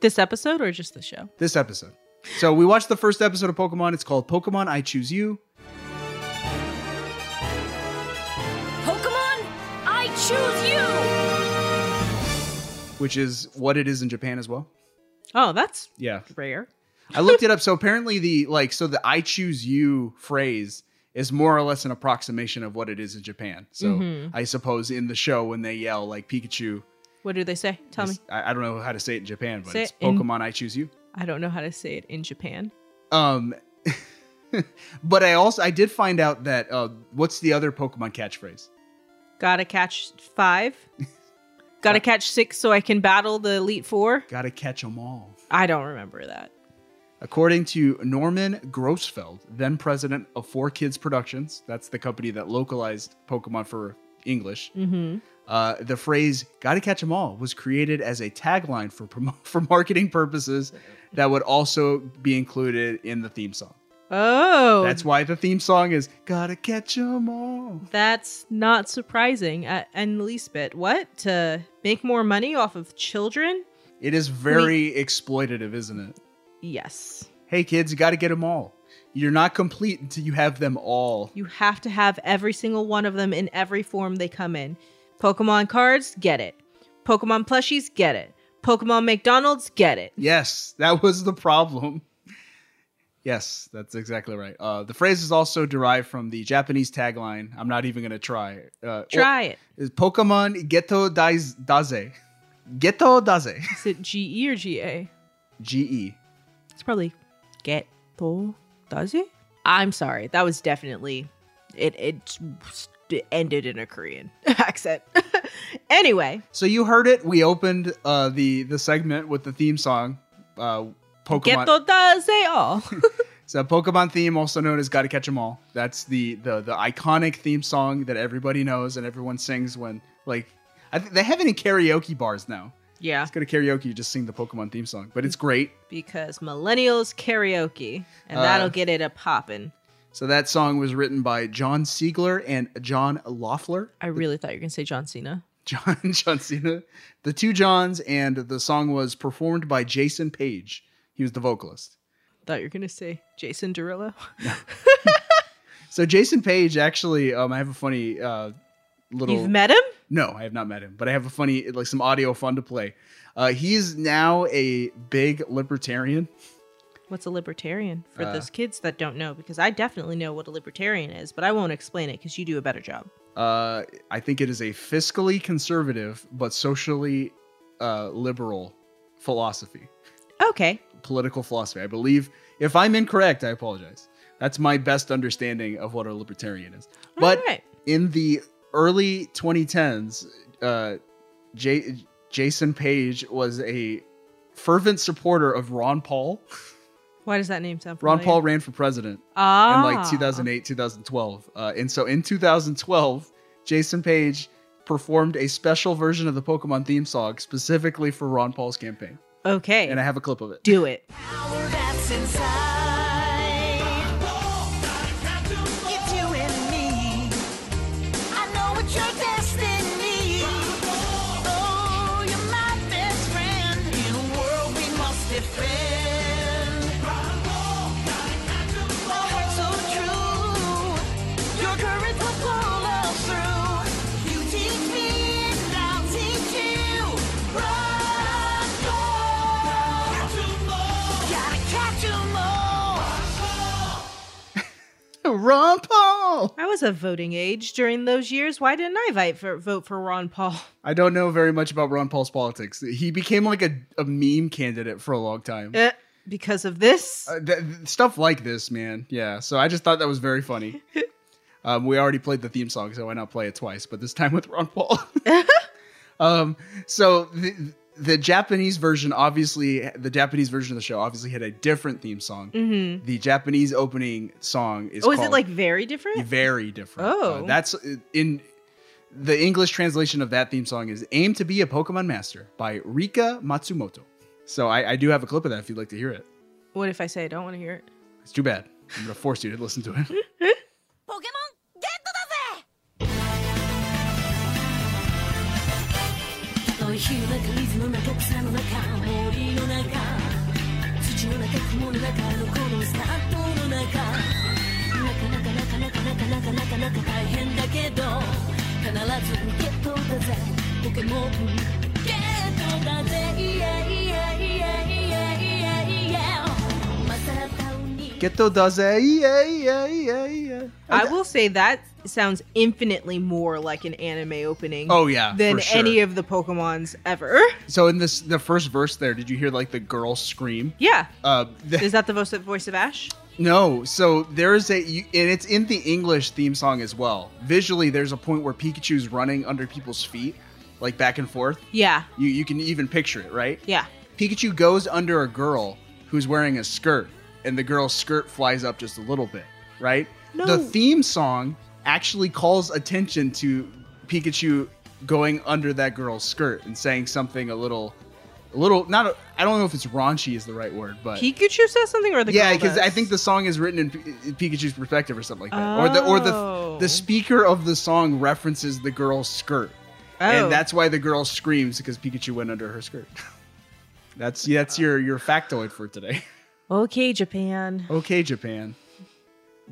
B: This episode or just the show?
A: This episode. So, we watched the first episode of Pokemon. It's called Pokemon I Choose You.
H: Pokemon, I choose you!
A: which is what it is in Japan as well.
B: Oh, that's
A: Yeah.
B: rare.
A: I looked it up. So apparently the like so the I choose you phrase is more or less an approximation of what it is in Japan. So
B: Mhm.
A: I suppose in the show when they yell like Pikachu,
B: What do they say? Tell me.
A: I, I don't know how to say it in Japan, but
B: Say
A: it's
B: it in-
A: Pokemon I choose you.
B: I don't know how to say it in Japan.
A: Um but I also I did find out that uh what's the other Pokemon catchphrase?
B: Gotta catch five. Gotta catch six so I can battle the Elite Four.
A: Gotta catch 'em all.
B: I don't remember that.
A: According to Norman Grossfeld, then president of Four Kids Productions, that's the company that localized Pokemon for English,
B: Mm-hmm.
A: uh, the phrase "Gotta catch 'em all" was created as a tagline for promo- for marketing purposes that would also be included in the theme song.
B: Oh.
A: That's why the theme song is "Gotta catch 'em all."
B: That's not surprising at and the least bit. What? To make more money off of children?
A: It is very exploitative, isn't it?
B: Yes.
A: Hey kids, you gotta get 'em all. You're not complete until you have them all.
B: You have to have every single one of them in every form they come in. Pokemon cards, get it. Pokemon plushies, get it. Pokemon McDonald's, get it.
A: Yes, that was the problem. Yes, that's exactly right. Uh, the phrase is also derived from the Japanese tagline. I'm not even gonna try. Uh,
B: Try it.
A: Is Pokemon Geto Dais- Daze. Geto Daze. E.
B: Is it GE or GA?
A: G-E.
B: It's probably get to does it? I'm sorry. That was definitely it it ended in a Korean accent. anyway,
A: So you heard it. We opened uh, the, the segment with the theme song. Uh,
B: get
A: Pokemon.
B: to does it all.
A: It's a Pokemon theme, also known as "Gotta Catch 'Em All." That's the the the iconic theme song that everybody knows and everyone sings when like I th- they have it in karaoke bars now.
B: Yeah.
A: Let's go to karaoke. You just sing the Pokemon theme song, but it's great.
B: because millennials karaoke, and
A: Uh,
B: that'll get it a poppin'.
A: So that song was written by John Siegler and John Loeffler.
B: I really thought you were gonna say John Cena.
A: John John Cena, the two Johns, and the song was performed by Jason Page. He was the vocalist.
B: Thought you were gonna say Jason Derulo.
A: So Jason Page actually, um, I have a funny uh, little.
B: You've met him?
A: No, I have not met him, but I have a funny, like some audio fun to play. Uh, he is now a big libertarian.
B: What's a libertarian for
A: Uh,
B: those kids that don't know? Because I definitely know what a libertarian is, but I won't explain it because you do a better job.
A: Uh, I think it is a fiscally conservative but socially uh, liberal philosophy,
B: Okay.
A: political philosophy. I believe, if I'm incorrect, I apologize. That's my best understanding of what a libertarian is. But in the early 2010s, uh, J- Jason Page was a fervent supporter of Ron Paul.
B: Why does that name sound
A: Ron
B: familiar?
A: Paul ran for president
B: Ah.
A: in like 2008, 2012. Uh, and so in 2012, Jason Page performed a special version of the Pokemon theme song specifically for Ron Paul's campaign.
B: Okay.
A: And I have a clip of it.
B: Do it.
Q: power that's inside. It's you and me. I know it's your destiny. Oh, you're my best friend. In a world we must defend. A heart so true. Your courage will pull us through. You teach me and I'll teach you. Run, Gotta catch 'em all.
A: Ron Paul.
B: I was of voting age during those years. Why didn't I vote for vote for Ron Paul?
A: I don't know very much about Ron Paul's politics. He became like a, a meme candidate for a long time.
B: Eh, because of this?
A: Uh, th- th- stuff like this, man. Yeah. So I just thought that was very funny. um, we already played the theme song, so why not play it twice? But this time with Ron Paul. um, so the, the Japanese version, obviously, the Japanese version of the show obviously had a different theme song.
B: Mm-hmm.
A: The Japanese opening song is.
B: oh, is it
A: called-
B: like very different?
A: very different?
B: Oh.
A: Uh, that's in the English translation of that theme song is "Aim to Be a Pokemon Master" by Rika Matsumoto. So I, I do have a clip of that if you'd like to hear it.
B: What if I say I don't want to hear it?
A: It's too bad. I'm gonna force you to listen to it.
Q: 「お昼がリズムの中草の中森の中」「土の中雲の中のこのスタートの中」「なかなかなかなかなかなかなかなか大変だけど」「必ずゲットだぜポケモン」「ゲットだぜイエイエイエイエイエイエイエイ」「マサラタウンに」
A: Geto does a yeah yeah yeah yeah.
B: I will say that sounds infinitely more like an anime opening.
A: Oh, yeah,
B: than
A: for sure.
B: any of the Pokemon's ever.
A: So in this the first verse there, did you hear like the girl scream?
B: Yeah,
A: Uh, the-
B: is that the voice voice of Ash?
A: no. So there is a you, and it's in the English theme song as well. Visually, there's a point where Pikachu's running under people's feet, like back and forth.
B: Yeah,
A: You you can even picture it, right?
B: yeah.
A: Pikachu goes under a girl who's wearing a skirt, and the girl's skirt flies up just a little bit, right?
B: No.
A: The theme song actually calls attention to Pikachu going under that girl's skirt and saying soming a little, a little not. A, I don't know if it's raunchy is the right word, but
B: Pikachu says something, or the
A: yeah,
B: girl
A: because I
B: does?
A: think the song is written in, P- in Pikachu's perspective or something like that, or the or the the speaker of the song references the girl's skirt,
B: Oh.
A: and that's why the girl screams because Pikachu went under her skirt. that's that's your your factoid for today.
B: okay, Japan.
A: okay, Japan.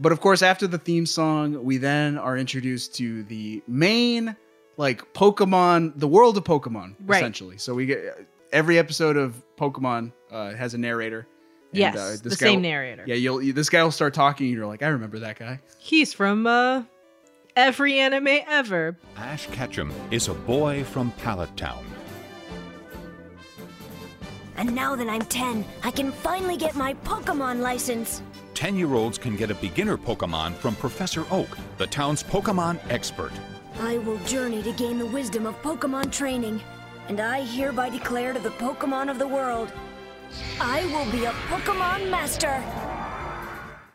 A: But of course, after the theme song, we then are introduced to the main like Pokemon, the world of Pokemon,
B: Right.
A: essentially. So we get every episode of Pokemon uh, has a narrator.
B: Yes,
A: uh,
B: the
A: guy
B: same
A: will-
B: narrator.
A: Yeah, you'll you, this guy will start talking, and you're like, I remember that guy.
B: He's from uh, every anime ever.
R: Ash Ketchum is a boy from Pallet Town.
S: And now that I'm 10, I can finally get my Pokemon license.
R: 10 year olds can get a beginner Pokemon from Professor Oak, the town's Pokemon expert.
S: I will journey to gain the wisdom of Pokemon training. And I hereby declare to the Pokemon of the world I will be a Pokemon master.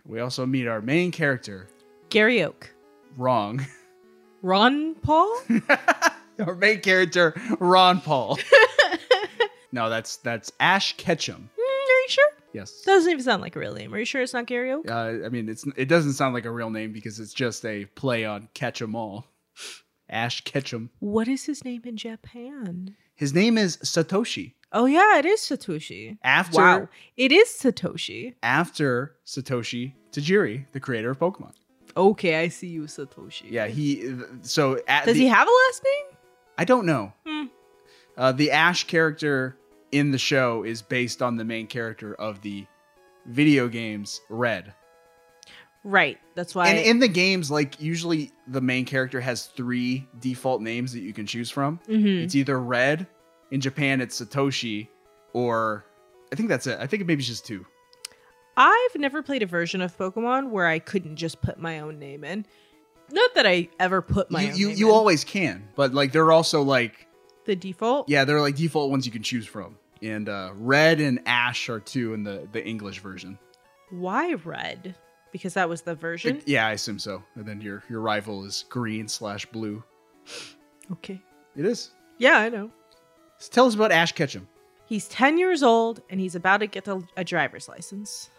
A: We also meet our main character,
B: Gary Oak.
A: Wrong.
B: Ron Paul? Hmm,
A: our main character, Ron Paul. No, that's that's Ash Ketchum.
B: Mm, are you sure?
A: Yes.
B: Doesn't even sound like a real name. Are you sure it's not Gary Oak?
A: Uh, I mean, it's it doesn't sound like a real name because it's just a play on catch 'em all. Ash Ketchum.
B: What is his name in Japan?
A: His name is Satoshi.
B: Oh yeah, it is Satoshi.
A: After-
B: wow, it is Satoshi.
A: After Satoshi Tajiri, the creator of Pokemon.
B: Okay, I see you, Satoshi.
A: Yeah, he. So at
B: Does
A: the-
B: he have a last name?
A: I don't know.
B: Hmm.
A: Uh, the Ash character in the show is based on the main character of the video games Red.
B: Right. That's why.
A: And in the games, like usually the main character has three default names that you can choose from.
B: Mhm.
A: It's either Red. In Japan, it's Satoshi, or I think that's it. I think maybe it's just two.
B: I've never played a version of Pokemon where I couldn't just put my own name in. Not that I ever put my
A: You
B: own
A: you,
B: name
A: you always can, but like there are also like
B: the default.
A: yeah, there are like default ones you can choose from, and uh, Red and Ash are two in the the English version.
B: Why red? Because that was the version.
A: Yeah, I assume so. And then your your rival is green slash blue.
B: Okay.
A: It is.
B: Yeah, I know.
A: So tell us about Ash Ketchum.
B: He's 10 years old and he's about to get a, a driver's license.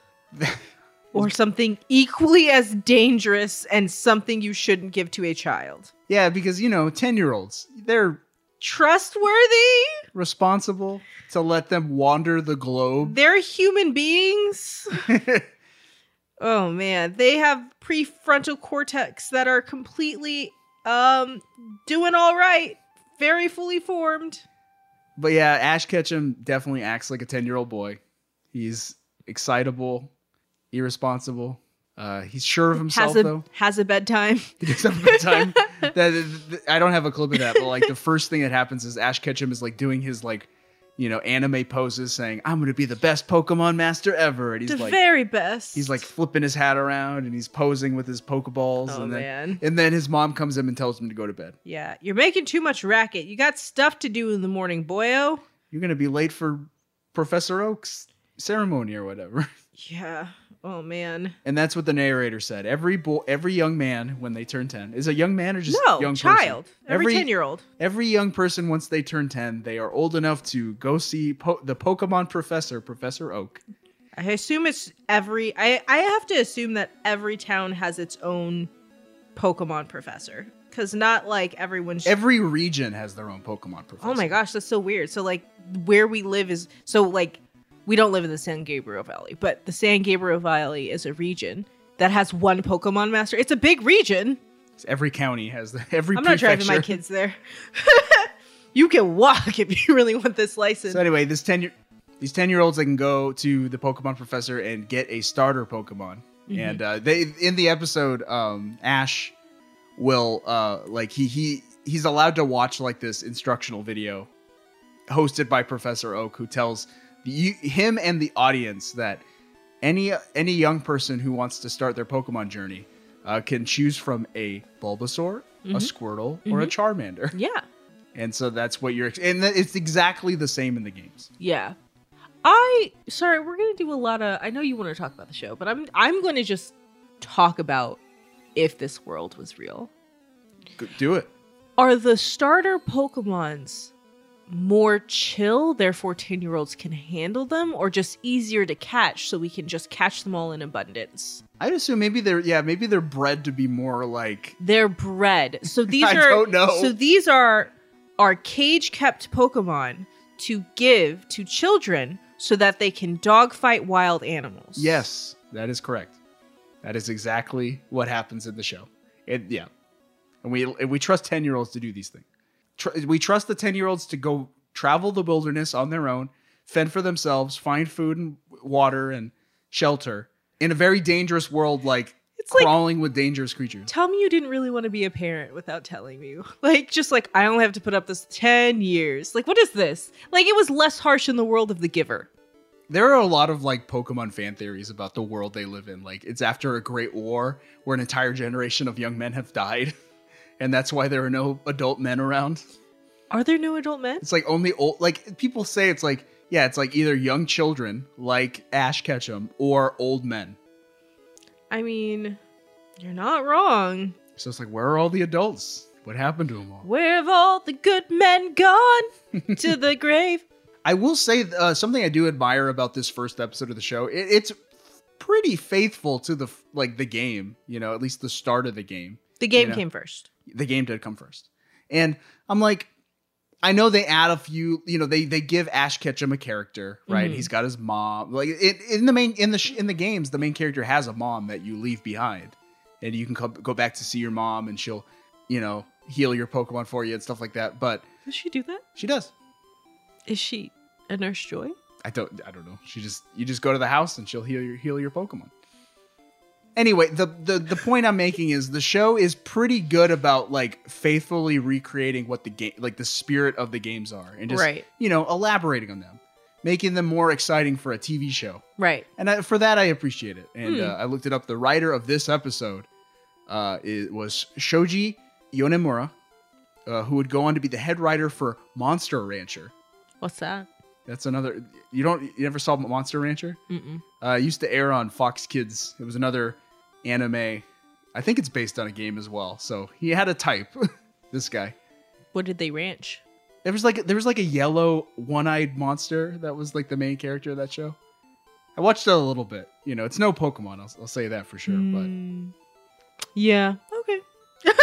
B: or something equally as dangerous and something you shouldn't give to a child.
A: Yeah, because you know, ten year olds they're
B: Trustworthy?
A: responsible to let them wander the globe.
B: They're human beings. oh man, they have prefrontal cortex that are completely um doing all right, very fully formed.
A: But yeah, Ash Ketchum definitely acts like a ten year old boy. He's excitable, irresponsible. Uh, he's sure of himself
B: has a
A: though.
B: has a bedtime.
A: That time that- that- I don't have a clip of that, but like the first thing that happens is Ash Ketchum is like doing his like, you know, anime poses, saying, "I'm gonna be the best Pokemon master ever," and he's
B: the
A: like,
B: very best.
A: he's like flipping his hat around and he's posing with his Pokeballs,
B: Oh,
A: and then
B: man.
A: and then his mom comes in and tells him to go to bed.
B: yeah, you're making too much racket. You got stuff to do in the morning, boyo.
A: You're gonna be late for Professor Oak's ceremony or whatever.
B: Yeah. Oh man.
A: And that's what the narrator said. Every boy, every young man when they turn ten is a young man or just
B: no,
A: young person?
B: child. Every 10-year-old.
A: Every young person, once they turn 10, they are old enough to go see po- the Pokemon professor, Professor Oak.
B: I assume it's every I I have to assume that every town has its own Pokemon professor cuz not like everyone's
A: Every region has their own Pokemon professor.
B: Oh my gosh, that's so weird. So like where we live is so like we don't live in the San Gabriel Valley, but the San Gabriel Valley is a region that has one Pokemon master. It's a big region.
A: Every county has the, every
B: I'm not driving my
A: prefecture.
B: kids there. you can walk if you really want this license.
A: So anyway, this 10 year these 10 year olds they can go to the Pokemon professor and get a starter Pokemon.
B: Mhm.
A: And uh, they in the episode um Ash will uh like he he he's allowed to watch like this instructional video hosted by Professor Oak who tells the, you, him and the audience that any any young person who wants to start their Pokemon journey uh, can choose from a Bulbasaur, a
B: Mhm.
A: Squirtle, or a
B: Mhm.
A: Charmander.
B: yeah.
A: And so that's what you're, and that- it's exactly the same in the games.
B: Yeah. I sorry, we're gonna do a lot of I know you want to talk about the show, but I'm I'm gonna just talk about if this world was real.
A: G- Do it.
B: Are the starter Pokemons more chill, therefore 10 year olds can handle them, or just easier to catch so we can just catch them all in abundance?
A: I'd assume maybe they're, yeah, maybe they're bred to be more like,
B: They're bred. So these
A: I
B: are
A: don't know.
B: so these are are cage kept Pokemon to give to children so that they can dogfight wild animals.
A: yes, that is correct. That is exactly what happens in the show. It, yeah. And we, and we trust 10 year olds to do these things. Tr- we trust the 10 year olds to go travel the wilderness on their own, fend for themselves, find food and water and shelter in a very dangerous world, like
B: like-
A: crawling with dangerous creatures.
B: Tell me you didn't really want to be a parent without telling me. Like, just like, I only have to put up this 10 years. Like, what is this? Like, it was less harsh in the world of The Giver.
A: There are a lot of like Pokemon fan theories about the world they live in. Like it's after a great war where an entire generation of young men have died, and that's why there are no adult men around.
B: Are there no adult men?
A: It's like only old like people say it's like yeah, it's like either young children like Ash Ketchum or old men.
B: I mean, you're not wrong.
A: So it's like where are all the adults? What happened to them all?
B: Where have all the good men gone? to the grave.
A: I will say uh, something I do admire about this first episode of the show. It, it's pretty faithful to the f- like the game, you know, at least the start of the game.
B: The game
A: you know?
B: came first.
A: The game did come first, and I'm like, I know they add a few, you know, they they give Ash Ketchum a character, right?
B: Mhm.
A: He's got his mom. Like it, in the main in the sh- in the games, the main character has a mom that you leave behind, and you can co- go back to see your mom, and she'll, you know, heal your Pokemon for you and stuff like that. But
B: Does she do that?
A: She does.
B: Is she a Nurse Joy?
A: I don't I don't know. She just you just go to the house and she'll heal your heal your Pokemon. Anyway, the the the point I'm making is the show is pretty good about like faithfully recreating what the game like the spirit of the games are and just
B: Right.
A: you know elaborating on them, making them more exciting for a TV show.
B: Right.
A: And I, for that I appreciate it. And
B: Hmm.
A: uh, I looked it up. The writer of this episode uh, it was Shoji Yonemura, uh, who would go on to be the head writer for Monster Rancher.
B: What's that?
A: That's another. You don't. You never saw Monster Rancher?
B: Mm-mm.
A: Uh, it used to air on Fox Kids. It was another anime. I think it's based on a game as well. So he had a type. this guy.
B: What did they ranch?
A: There was like there was like a yellow one-eyed monster that was like the main character of that show. I watched it a little bit. You know, it's no Pokemon. I'll, I'll say that for sure.
B: Hmm. Yeah. Okay.
A: But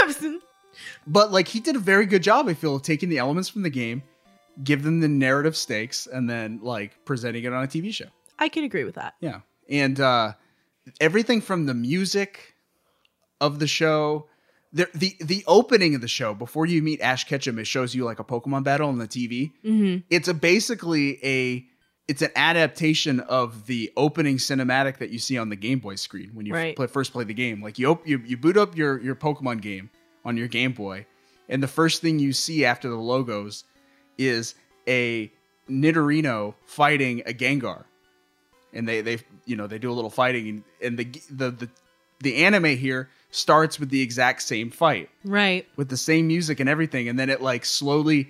A: but like he did a very good job. I feel of taking the elements from the game, give them the narrative stakes, and then like presenting it on a TV show.
B: I can agree with that.
A: Yeah. And uh, everything from the music of the show, the, the the opening of the show before you meet Ash Ketchum, it shows you like a Pokemon battle on the TV.
B: Mm-hmm.
A: It's a basically a it's an adaptation of the opening cinematic that you see on the Game Boy screen when you
B: Right.
A: play, first play the game. Like you, op- you you boot up your your Pokemon game on your Game Boy, and the first thing you see after the logos is a Nidorino fighting a Gengar, and they they you know they do a little fighting, and, and the the the the anime here starts with the exact same fight
B: Right.
A: with the same music and everything and then it like slowly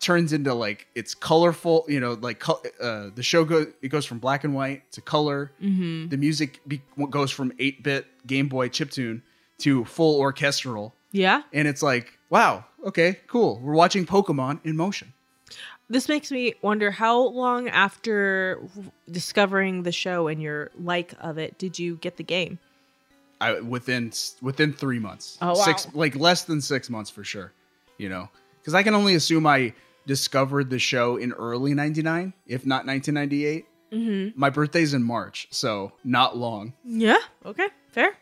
A: turns into like it's colorful you know like co- uh, the show goes it goes from black and white to color
B: Mm-hmm.
A: the music be- goes from 8-bit game boy chiptune to full orchestral
B: Yeah.
A: and it's like wow okay cool we're watching pokemon in motion
B: This makes me wonder how long after discovering the show and your like of it did you get the game?
A: I, within s- within three months
B: Oh, wow.
A: six like less than six months for sure you know because i can only assume i discovered the show in early 99 if not 1998
B: Mm-hmm.
A: My birthday's in March, so not long.
B: Yeah. Okay. Fair.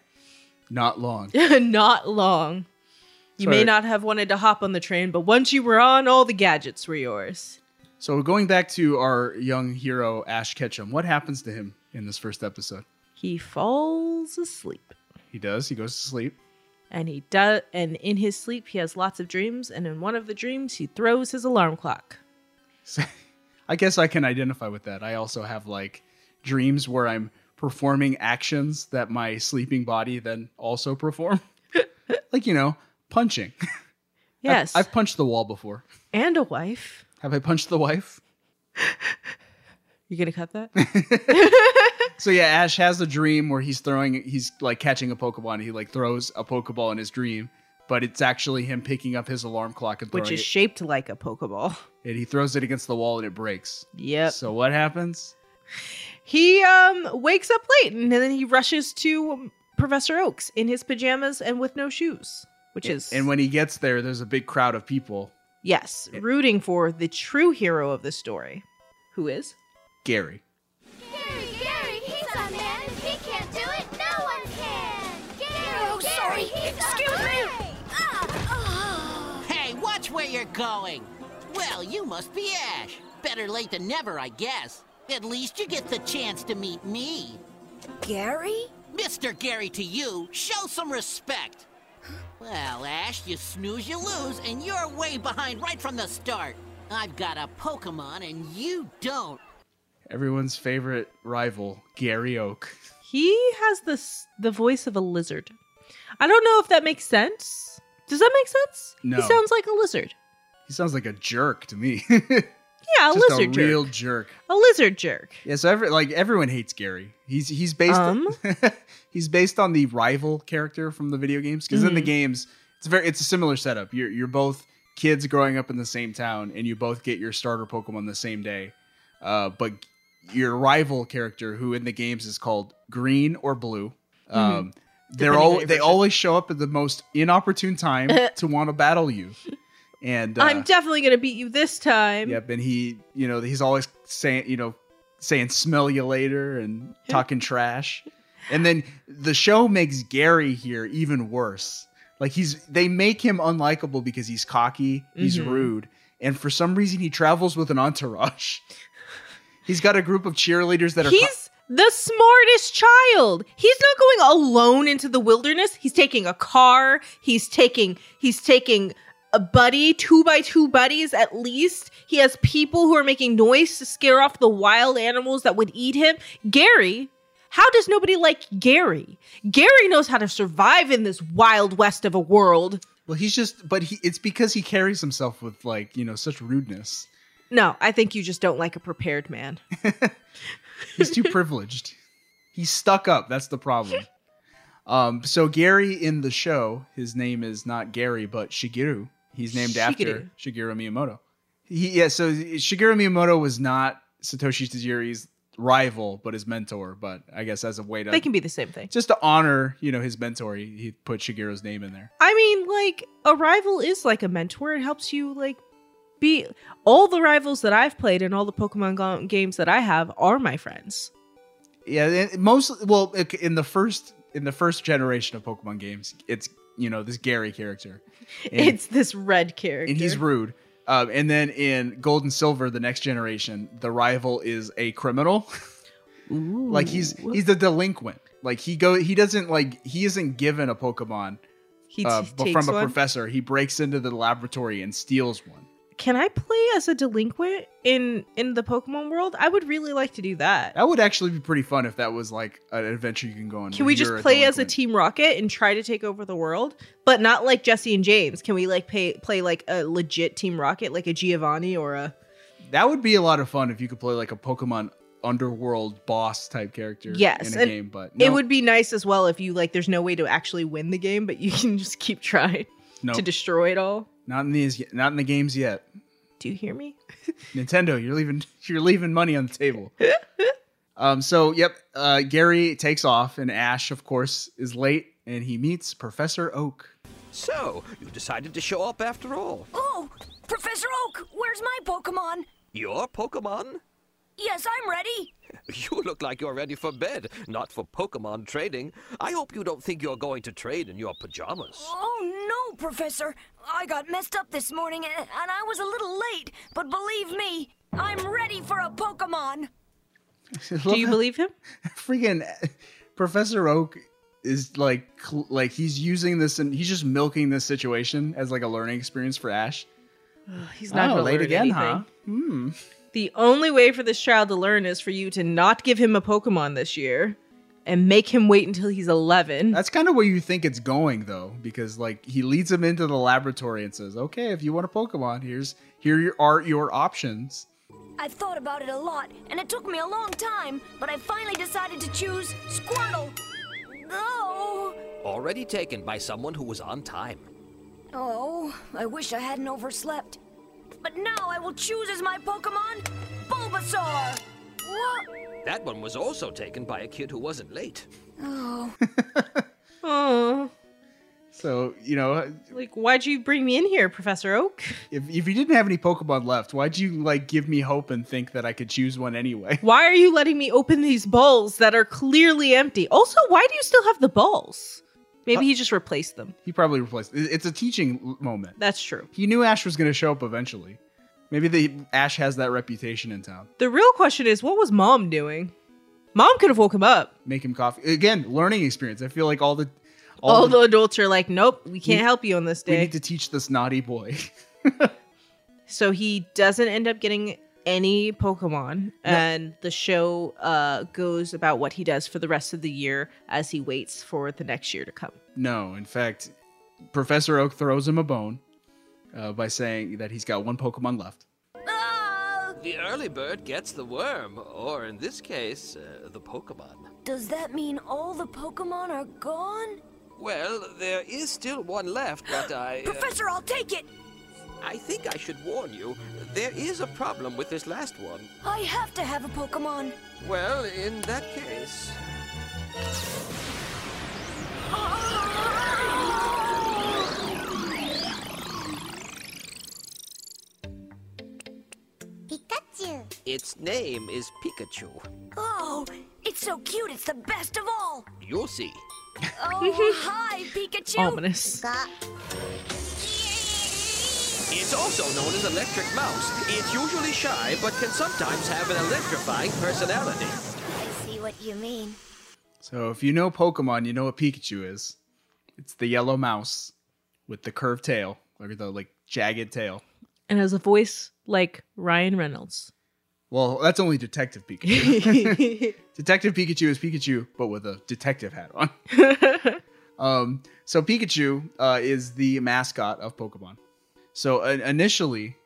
A: Not long.
B: not long. You may
A: Sorry.
B: not have wanted to hop on the train, but once you were on, all the gadgets were yours.
A: So going back to our young hero Ash Ketchum, what happens to him in this first episode?
B: He falls asleep,
A: He does. He goes to sleep.
B: and he does. And in his sleep, he has lots of dreams. And in one of the dreams, he throws his alarm clock.
A: I guess I can identify with that. I also have like dreams where I'm performing actions that my sleeping body then also perform. like, you know, punching. I've-
B: Yes,
A: I've punched the wall before.
B: and a wife.
A: Have I punched the wife?
B: You gonna cut that?
A: So yeah, Ash has a dream where he's throwing, he's like catching a Pokemon. He like throws a Pokeball in his dream, but it's actually him picking up his alarm clock and throwing
B: Which is
A: it,
B: shaped like a Pokeball.
A: and he throws it against the wall and it breaks.
B: Yep.
A: So what happens?
B: He um wakes up late and then he rushes to um, Professor Oaks in his pajamas and with no shoes, which
A: And-
B: is
A: and when he gets there, there's a big crowd of people.
B: yes, rooting for the true hero of the story, who is
A: Gary.
D: Gary, Gary, he's a man. If he can't do it, no one can. Gary,
M: Oh, sorry. Excuse me.
C: Hey, watch where you're going. Well, you must be Ash. Better late than never, I guess. At least you get the chance to meet me.
K: Gary?
C: Mr. Gary to you, show some respect. Well, Ash, you snooze, you lose, and you're way behind right from the start. I've got a Pokemon and you don't.
A: Everyone's favorite rival, Gary Oak.
B: He has the s- the voice of a lizard. I don't know if that makes sense. Does that make sense?
A: No.
B: He sounds like a lizard.
A: He sounds like a jerk to me.
B: Yeah, a
A: Just
B: lizard
A: a
B: jerk.
A: real jerk.
B: a lizard jerk.
A: Yeah, so every, like everyone hates Gary. He's he's based
B: Um?
A: he's based on the rival character from the video games because in the
B: Mhm.
A: games it's very it's a similar setup. You're you're both kids growing up in the same town and you both get your starter Pokemon the same day. uh, but your rival character, who in the games is called Green or Blue, um, they're
B: Mm-hmm. Depending on
A: all
B: your
A: they
B: version.
A: always show up at the most inopportune time to want to battle you. And uh,
B: I'm definitely gonna beat you this time.
A: Yep, and he, you know, he's always saying, you know, saying "smell you later" and talking trash. And then the show makes Gary here even worse. Like he's they make him unlikable because he's cocky, he's
B: Mhm.
A: rude, and for some reason he travels with an entourage. he's got a group of cheerleaders that are co-
B: He's the smartest child. He's not going alone into the wilderness. He's taking a car. He's taking he's taking a buddy, two by two buddies at least. He has people who are making noise to scare off the wild animals that would eat him. Gary, how does nobody like Gary? Gary knows how to survive in this wild west of a world.
A: well, he's just but he it's because he carries himself with like, you know, such rudeness.
B: No, I think you just don't like a prepared man.
A: He's too privileged. He's stuck up. That's the problem. Um, so Gary in the show, his name is not Gary, but Shigeru. He's named after Shigeru Miyamoto. He, yeah, so Shigeru Miyamoto was not Satoshi Tajiri's rival, but his mentor. But I guess as a way to
B: They can be the same thing.
A: just to honor, you know, his mentor, he, he put Shigeru's name in there.
B: I mean, like a rival is like a mentor. It helps you like be all the rivals that I've played and all the Pokemon go- games that I have are my friends.
A: Yeah, and mostly. Well, it- in the first in the first generation of Pokemon games, it's you know this Gary character. And-
B: it's this red character.
A: and he's rude. Um, and then in Gold and Silver, the next generation, the rival is a criminal. like he's he's a delinquent. Like he go he doesn't like he isn't given a Pokemon
B: He
A: uh,
B: t-
A: bu-
B: takes
A: from a
B: one?
A: professor. He breaks into the laboratory and steals one.
B: Can I play as a delinquent in in the Pokemon world? I would really like to do that.
A: That would actually be pretty fun if that was like an adventure you can go on.
B: Can
A: where
B: we
A: you're
B: just play as a
A: delinquent.
B: Team Rocket and try to take over the world, but not like Jesse and James? Can we like pay, play like a legit Team Rocket, like a Giovanni or a
A: That would be a lot of fun if you could play like a Pokemon underworld boss type character
B: yes
A: in a
B: and
A: game. But
B: it
A: no.
B: would be nice as well if you like there's no way to actually win the game but you can just keep trying
A: No.
B: to destroy it all
A: not in these not in the games yet.
B: do you hear me
A: Nintendo, you're leaving you're leaving money on the table. um so yep, uh Gary takes off and Ash of course is late and he meets Professor Oak.
T: So, you decided to show up after all.
K: Oh, Professor Oak, where's my Pokemon?
T: Your Pokemon?
K: Yes, I'm ready.
T: You look like you're ready for bed, not for Pokemon trading. I hope you don't think you're going to trade in your pajamas.
K: Oh no, Professor. I got messed up this morning a- and I was a little late, but believe me, I'm ready for a Pokemon.
A: Do you
B: believe him?
A: Freaking Professor Oak is like cl- like he's using this and he's just milking this situation as like a learning experience for Ash.
B: he's not
A: Oh,
B: gonna
A: late
B: learn
A: again,
B: anything.
A: huh? Hmm.
B: the only way for this child to learn is for you to not give him a pokemon this year and make him wait until he's 11
A: That's kind of where you think it's going though, because like he leads him into the laboratory and says, "Okay, if you want a Pokemon, here's here are your options."
K: I've thought about it a lot, and it took me a long time, but I finally decided to choose Squirtle. Oh,
T: Already taken by someone who was on time.
K: oh, I wish I hadn't overslept. But now I will choose as my Pokemon Bulbasaur. What?
T: That one was also taken by a kid who wasn't late.
K: Oh.
B: oh
A: So, you know,
B: like why'd you bring me in here professor oak
A: if, if you didn't have any Pokemon left, why'd you like give me hope and think that I could choose one anyway?
B: why are you letting me open these bowls that are clearly empty also why do you still have the
A: Uh,
B: balls maybe he just replaced them
A: He probably replaced. it- It's a teaching l- moment.
B: that's true
A: He knew Ash was going to show up eventually. Maybe the Ash has that reputation in town.
B: The real question is, what was mom doing? Mom could have woke him up.
A: Make him coffee again. Learning experience. I feel like all the
B: All, the, adults are like, nope, we can't
A: We-
B: help you on this
A: we
B: day.
A: need to teach this naughty boy.
B: so he doesn't end up getting any Pokemon, and the show uh, goes about what he does for the rest of the year as he waits for the next year to come.
A: No, in fact, Professor Oak throws him a bone uh, by saying that he's got one Pokemon left.
T: The early bird gets the worm, or in this case, uh, the Pokemon.
K: Does that mean all the Pokemon are gone?
T: Well, there is still one left, but I. uh,
K: Professor, I'll take it!
T: I think I should warn you. There is a problem with this last one.
S: I have to have a Pokemon.
T: Well, in that case.
M: Pikachu.
T: Its name is Pikachu.
K: Oh, it's so cute. It's the best of all.
T: You'll see.
K: Oh, hi, Pikachu.
B: Ominous.
T: It's also known as Electric Mouse. It's usually shy, but can sometimes have an electrifying personality.
M: I see what you mean.
A: So if you know Pokemon, you know what Pikachu is. It's the yellow mouse with the curved tail, or the like jagged tail.
B: and has a voice like Ryan Reynolds.
A: Well, that's only Detective Pikachu. detective Pikachu is Pikachu, but with a detective hat on. um, so Pikachu uh, is the mascot of Pokemon. So uh, initially,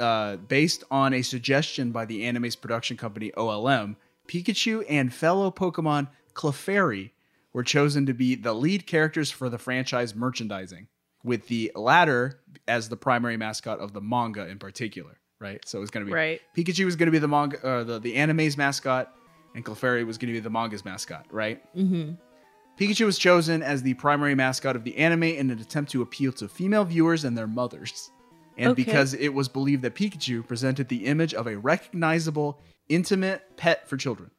A: uh, based on a suggestion by the anime's production company OLM, Pikachu and fellow Pokemon Clefairy were chosen to be the lead characters for the franchise merchandising, with the latter as the primary mascot of the manga in particular. Right, so it was going to be
B: Right.
A: Pikachu was going to be the manga, uh, the the anime's mascot, and Clefairy was going to be the manga's mascot. Right.
B: Mm-hmm.
A: Pikachu was chosen as the primary mascot of the anime in an attempt to appeal to female viewers and their mothers. And
B: Okay.
A: because it was believed that Pikachu presented the image of a recognizable, intimate pet for children.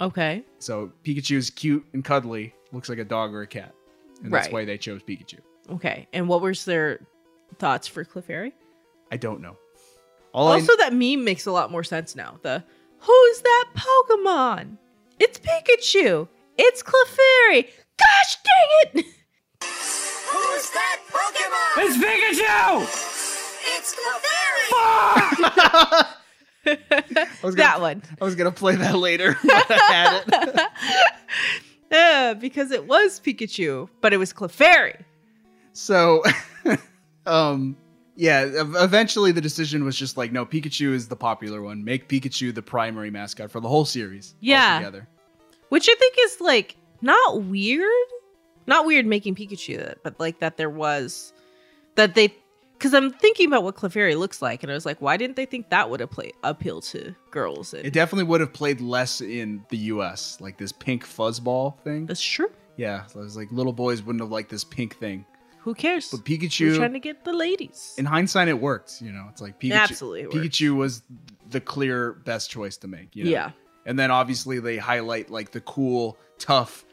B: Okay.
A: So Pikachu is cute and cuddly, looks like a dog or a cat. And that's
B: Right.
A: why they chose Pikachu.
B: Okay. And what was their thoughts for Clefairy?
A: I don't know. All I-
B: also, that meme makes a lot more sense now. The who's that Pokemon? It's Pikachu. It's Clefairy. Gosh dang it!
Q: Who's that Pokemon?
P: It's Pikachu!
Q: It's Clefairy!
B: that one.
A: I was going to play that later. but I had it.
B: Uh, because it was Pikachu, but it was Clefairy.
A: So, um, yeah, ev- eventually the decision was just like, no, Pikachu is the popular one. Make Pikachu the primary mascot for the whole series.
B: Yeah.
A: altogether.
B: Which I think is like not weird. Not weird making Pikachu that, but like that there was that they because I'm thinking about what Clefairy looks like, and I was like, why didn't they think that would apply appeal to girls? And
A: It definitely would have played less in the U.S. Like this pink fuzzball thing.
B: That's true.
A: Yeah, so it was like little boys wouldn't have liked this pink thing.
B: Who cares?
A: But
B: We're
A: Pikachu.
B: trying to get the ladies.
A: in hindsight, it worked. You know, it's like Pikachu.
B: Absolutely it worked.
A: Pikachu was the clear best choice to make. You know?
B: Yeah.
A: And then obviously they highlight like the cool, tough,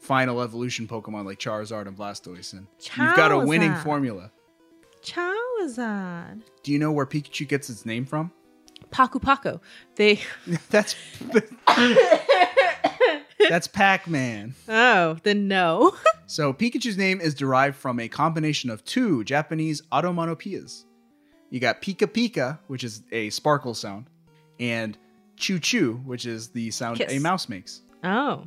A: final evolution Pokemon like Charizard and Blastoise, and you've got a winning
B: Charizard.
A: formula.
B: Charizard,
A: Do you know where Pikachu gets its name from?
B: Paku Paku. They
A: that's That's Pac-Man.
B: oh then no.
A: So Pikachu's name is derived from a combination of two Japanese onomatopoeias. You got Pika Pika, which is a sparkle sound, and Choo Choo, which is the sound
B: Kiss.
A: a mouse makes.
B: Oh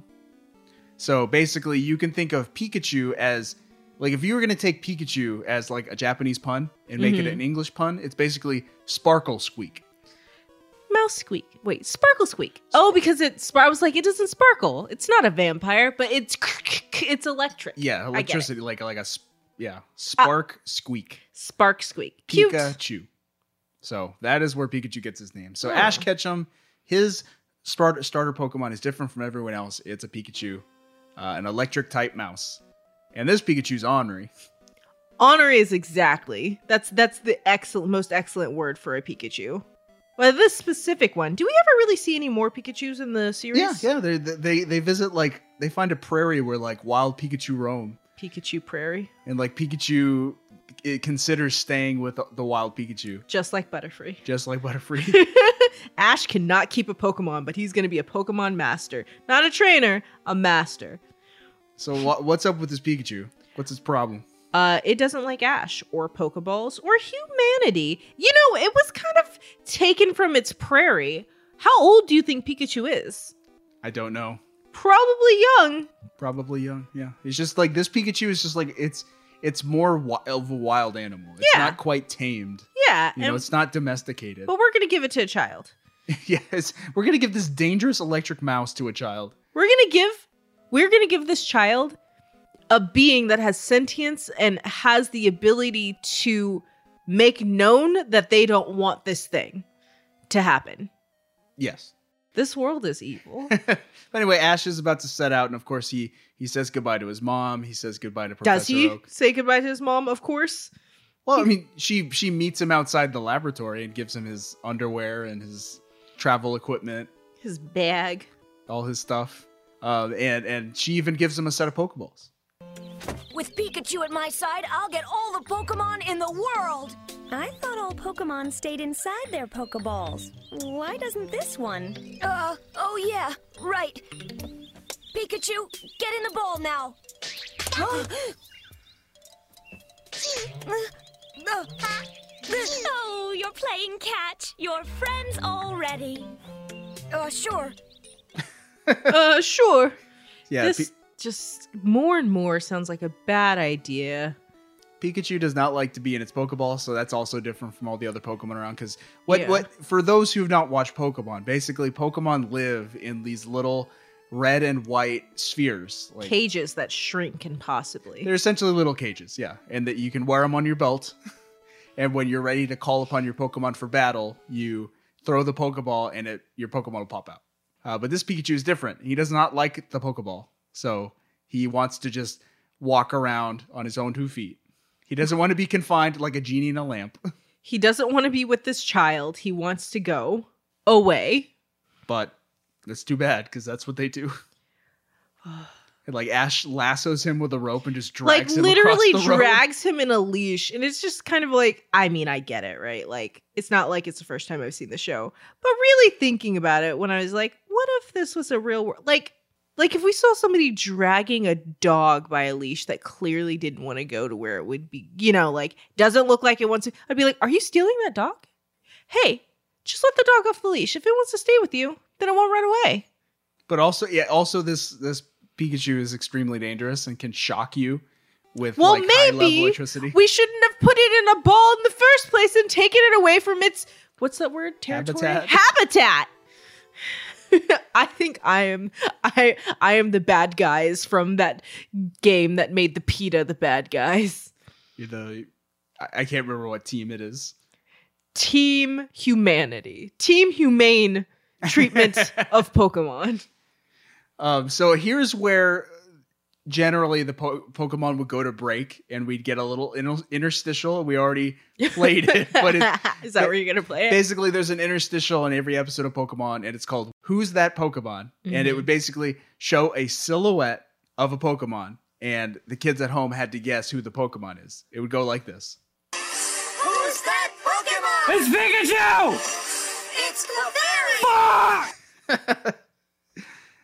A: So basically, you can think of Pikachu as like if you were going to take Pikachu as like a Japanese pun and make it
B: Mhm.
A: an English pun, it's basically sparkle squeak.
B: mouse squeak. Wait, sparkle squeak. Oh, because it. Spar- I was like, it doesn't sparkle. It's not a vampire, but it's it's electric.
A: Yeah,
B: I get it. Uh,
A: electricity like like a sp- yeah, spark squeak.
B: Spark squeak. Cute.
A: Pikachu. So that is where Pikachu gets his name. So
B: Oh.
A: Ash Ketchum, his starter starter Pokemon is different from everyone else. It's a Pikachu, uh, an electric type mouse, and this Pikachu's ornery.
B: Honor is exactly. That's that's the excellent most excellent word for a Pikachu. Well, this specific one. Do we ever really see any more Pikachu's in the series?
A: Yeah, yeah. They they they visit like they find a prairie where like wild Pikachu roam,
B: Pikachu Prairie,
A: and like Pikachu it considers staying with the- the wild Pikachu,
B: just like Butterfree.
A: just like Butterfree.
B: Ash cannot keep a Pokemon, but he's going to be a Pokemon master. Not a trainer, a master.
A: so wha- what's up with this Pikachu? What's his problem?
B: Uh, it doesn't like Ash or Pokeballs or humanity. You know, it was kind of taken from its prairie. How old do you think Pikachu is?
A: I don't know.
B: Probably young.
A: Probably young. Yeah. It's just like this Pikachu is just like it's it's more wi- of a wild animal. It's
B: Yeah.
A: not quite tamed.
B: Yeah.
A: You know,
B: and-
A: it's not domesticated.
B: but we're going to give it to a child.
A: yes, we're gonna give this dangerous electric mouse to a child.
B: We're going to give we're going to give this child a being that has sentience and has the ability to make known that they don't want this thing to happen.
A: Yes.
B: This world is evil.
A: But anyway, Ash is about to set out, and of course he he says goodbye to his mom. He says goodbye to Professor
B: Does he
A: Oak.
B: say goodbye to his mom? Of course.
A: Well, I mean, she she meets him outside the laboratory and gives him his underwear and his travel equipment,
B: His bag.
A: all his stuff, um, and and she even gives him a set of Pokeballs.
K: With Pikachu at my side, I'll get all the Pokemon in the world!
U: I thought all Pokemon stayed inside their Pokeballs. Why doesn't this one?
K: Uh, oh yeah, right. Pikachu, get in the ball now! Huh?
H: Oh, you're playing catch. You're friends already.
K: Uh, sure.
B: uh, sure.
A: Yeah,
B: This
A: Pi-
B: just more and more sounds like a bad idea.
A: Pikachu does not like to be in its Pokeball, so that's also different from all the other Pokemon around. Because what
B: Yeah.
A: what for those who've not watched Pokemon, basically Pokemon live in these little red and white spheres, like
B: Cages that shrink and possibly.
A: They're essentially little cages, yeah, and that you can wear them on your belt. and when you're ready to call upon your Pokemon for battle, you throw the Pokeball, and it your Pokemon will pop out. Uh, but this Pikachu is different. He does not like the Pokeball, so he wants to just walk around on his own two feet. He doesn't want to be confined like a genie in a lamp.
B: He doesn't want to be with this child. He wants to go away.
A: But that's too bad because that's what they do. And like Ash lassos him with a rope and just
B: like
A: drags him
B: literally
A: across the road.
B: drags him in a leash and it's just kind of like i mean i get it right like it's not like it's the first time i've seen the show but really thinking about it when i was like what if this was a real world like like if we saw somebody dragging a dog by a leash that clearly didn't want to go to where it would be you know like doesn't look like it wants to i'd be like are you stealing that dog hey just let the dog off the leash if it wants to stay with you then it won't run away
A: But also, yeah, also this this Pikachu is extremely dangerous and can shock you with
B: Well,
A: like high level
B: maybe
A: electricity.
B: we shouldn't have put it in a ball in the first place and taken it away from its what's that word? Territory?
A: Habitat.
B: Habitat. I think I am I I am the bad guys from that game that made the PETA the bad guys.
A: You're the I, I can't remember what team it is.
B: Team humanity. Team humane treatment of Pokemon.
A: Um, so here's where generally the po- Pokemon would go to break, and we'd get a little inter- interstitial. We already played it, but it,
B: Is that where you're gonna play it?
A: basically there's an interstitial in every episode of Pokemon, and it's called "Who's That Pokemon?" and it
B: Mhm.
A: would basically show a silhouette of a Pokemon, and the kids at home had to guess who the Pokemon is. It would go like this.
Q: Who's that Pokemon?
A: It's Pikachu!
Q: It's Clefairy!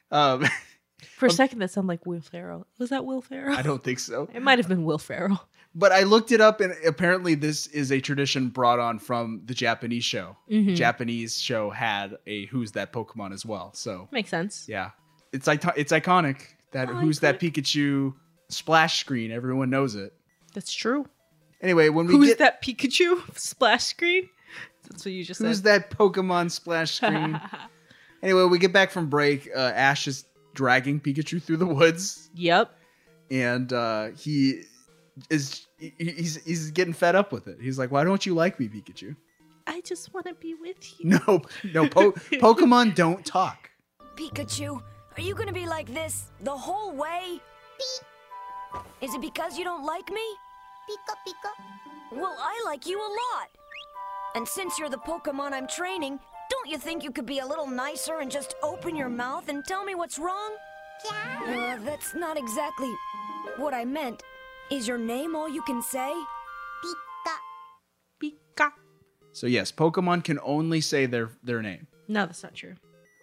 A: Um,
B: For a second that sounded like Will Ferrell. Was that Will Ferrell?
A: I don't think so.
B: It might have been Will Ferrell.
A: But I looked it up, and apparently this is a tradition brought on from the Japanese show.
B: Mhm.
A: Japanese show had a "Who's That Pokemon" as well. So
B: Makes sense.
A: yeah, it's icon- it's iconic
B: Oh,
A: that "Who's That Pikachu" splash screen. Everyone knows it.
B: That's true.
A: Anyway, when we
B: Who's
A: get
B: that Pikachu splash screen? That's what you just
A: who's
B: said.
A: that Pokemon splash screen? anyway, we get back from break. Uh, Ash is dragging Pikachu through the woods.
B: Yep.
A: And uh, he is he- he's he's getting fed up with it. He's like, "Why don't you like me, Pikachu?"
B: I just want to be with you.
A: No, no, po- Pokemon don't talk.
K: Pikachu, are you gonna be like this the whole way? Is it because you don't like me? Pika Pika. Well, I like you a lot. And since you're the Pokemon I'm training, don't you think you could be a little nicer and just open your mouth and tell me what's wrong? Yeah. that's not exactly what I meant. Is your name all you can say? Pika.
B: Pika.
A: So yes, Pokemon can only say their their name.
B: No, that's not true.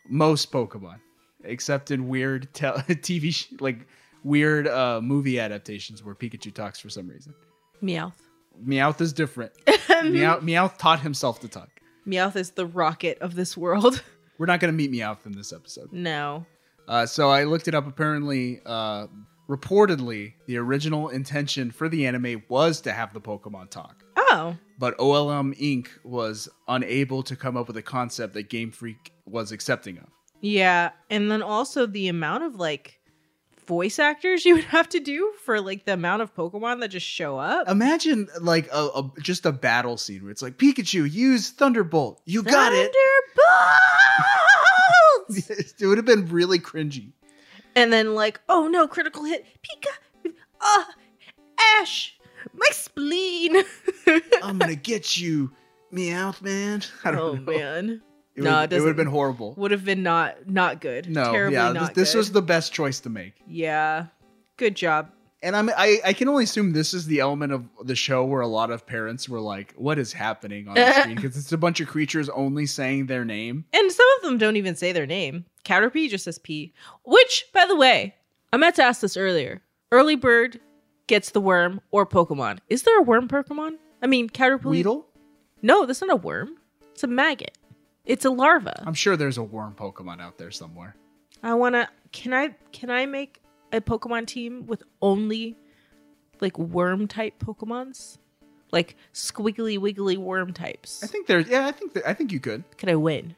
A: Most Pokemon, except in weird tel- TV sh- like weird uh, movie adaptations where Pikachu talks for some reason.
B: Meowth.
A: Meowth is different. Meow- Meowth taught himself to talk.
B: Meowth is the rocket of this world.
A: We're not going to meet Meowth in this episode.
B: No.
A: Uh, so I looked it up. Apparently, uh, reportedly, the original intention for the anime was to have the Pokemon talk.
B: Oh.
A: but OLM Inc. was unable to come up with a concept that Game Freak was accepting of.
B: Yeah. And then also the amount of like voice actors you would have to do for like the amount of Pokemon that just show up.
A: Imagine like a, a just a battle scene where it's like Pikachu use Thunderbolt. You got it. it would have been really cringy.
B: And then like, oh no, critical hit. Pika, uh, Ash, my spleen.
A: I'm gonna get you, Meowth man. I don't
B: oh
A: know.
B: man.
A: It
B: no,
A: would, it would have been horrible.
B: Would have been not not good.
A: No,
B: terribly
A: yeah,
B: not
A: this, this
B: good.
A: was the best choice to make.
B: yeah. Good job.
A: And I'm, I, I can only assume this is the element of the show where a lot of parents were like, "What is happening on the screen?" Because it's a bunch of creatures only saying their name.
B: And some of them don't even say their name. Caterpie just says P. Which, by the way, I meant to ask this earlier. Early bird gets the worm or Pokemon. Is there a worm Pokemon? I mean, Caterpie.
A: Weedle?
B: No, that's not a worm. It's a maggot. It's a larva.
A: I'm sure there's a worm Pokemon out there somewhere.
B: I wanna. Can I? Can I make a Pokemon team with only like worm type Pokemons, like squiggly wiggly worm types?
A: I think there's. Yeah, I think that, I think you could.
B: Could I win?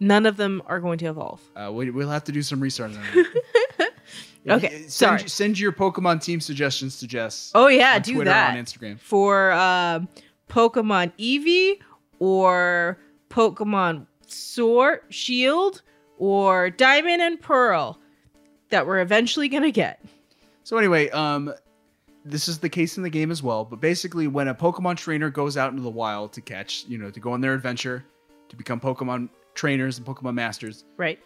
B: None of them are going to evolve.
A: Uh, we, we'll have to do some research on that.
B: Okay,
A: Send,
B: sorry.
A: Send your Pokemon team suggestions to Jess.
B: Oh yeah,
A: on
B: do
A: Twitter,
B: that
A: on Instagram.
B: for um, Pokemon Eevee or Pokemon Sword Shield or Diamond and Pearl that we're eventually gonna get.
A: So anyway, um, this is the case in the game as well. But basically, when a Pokemon trainer goes out into the wild to catch, you know, to go on their adventure, to become Pokemon trainers and Pokemon masters,
B: Right.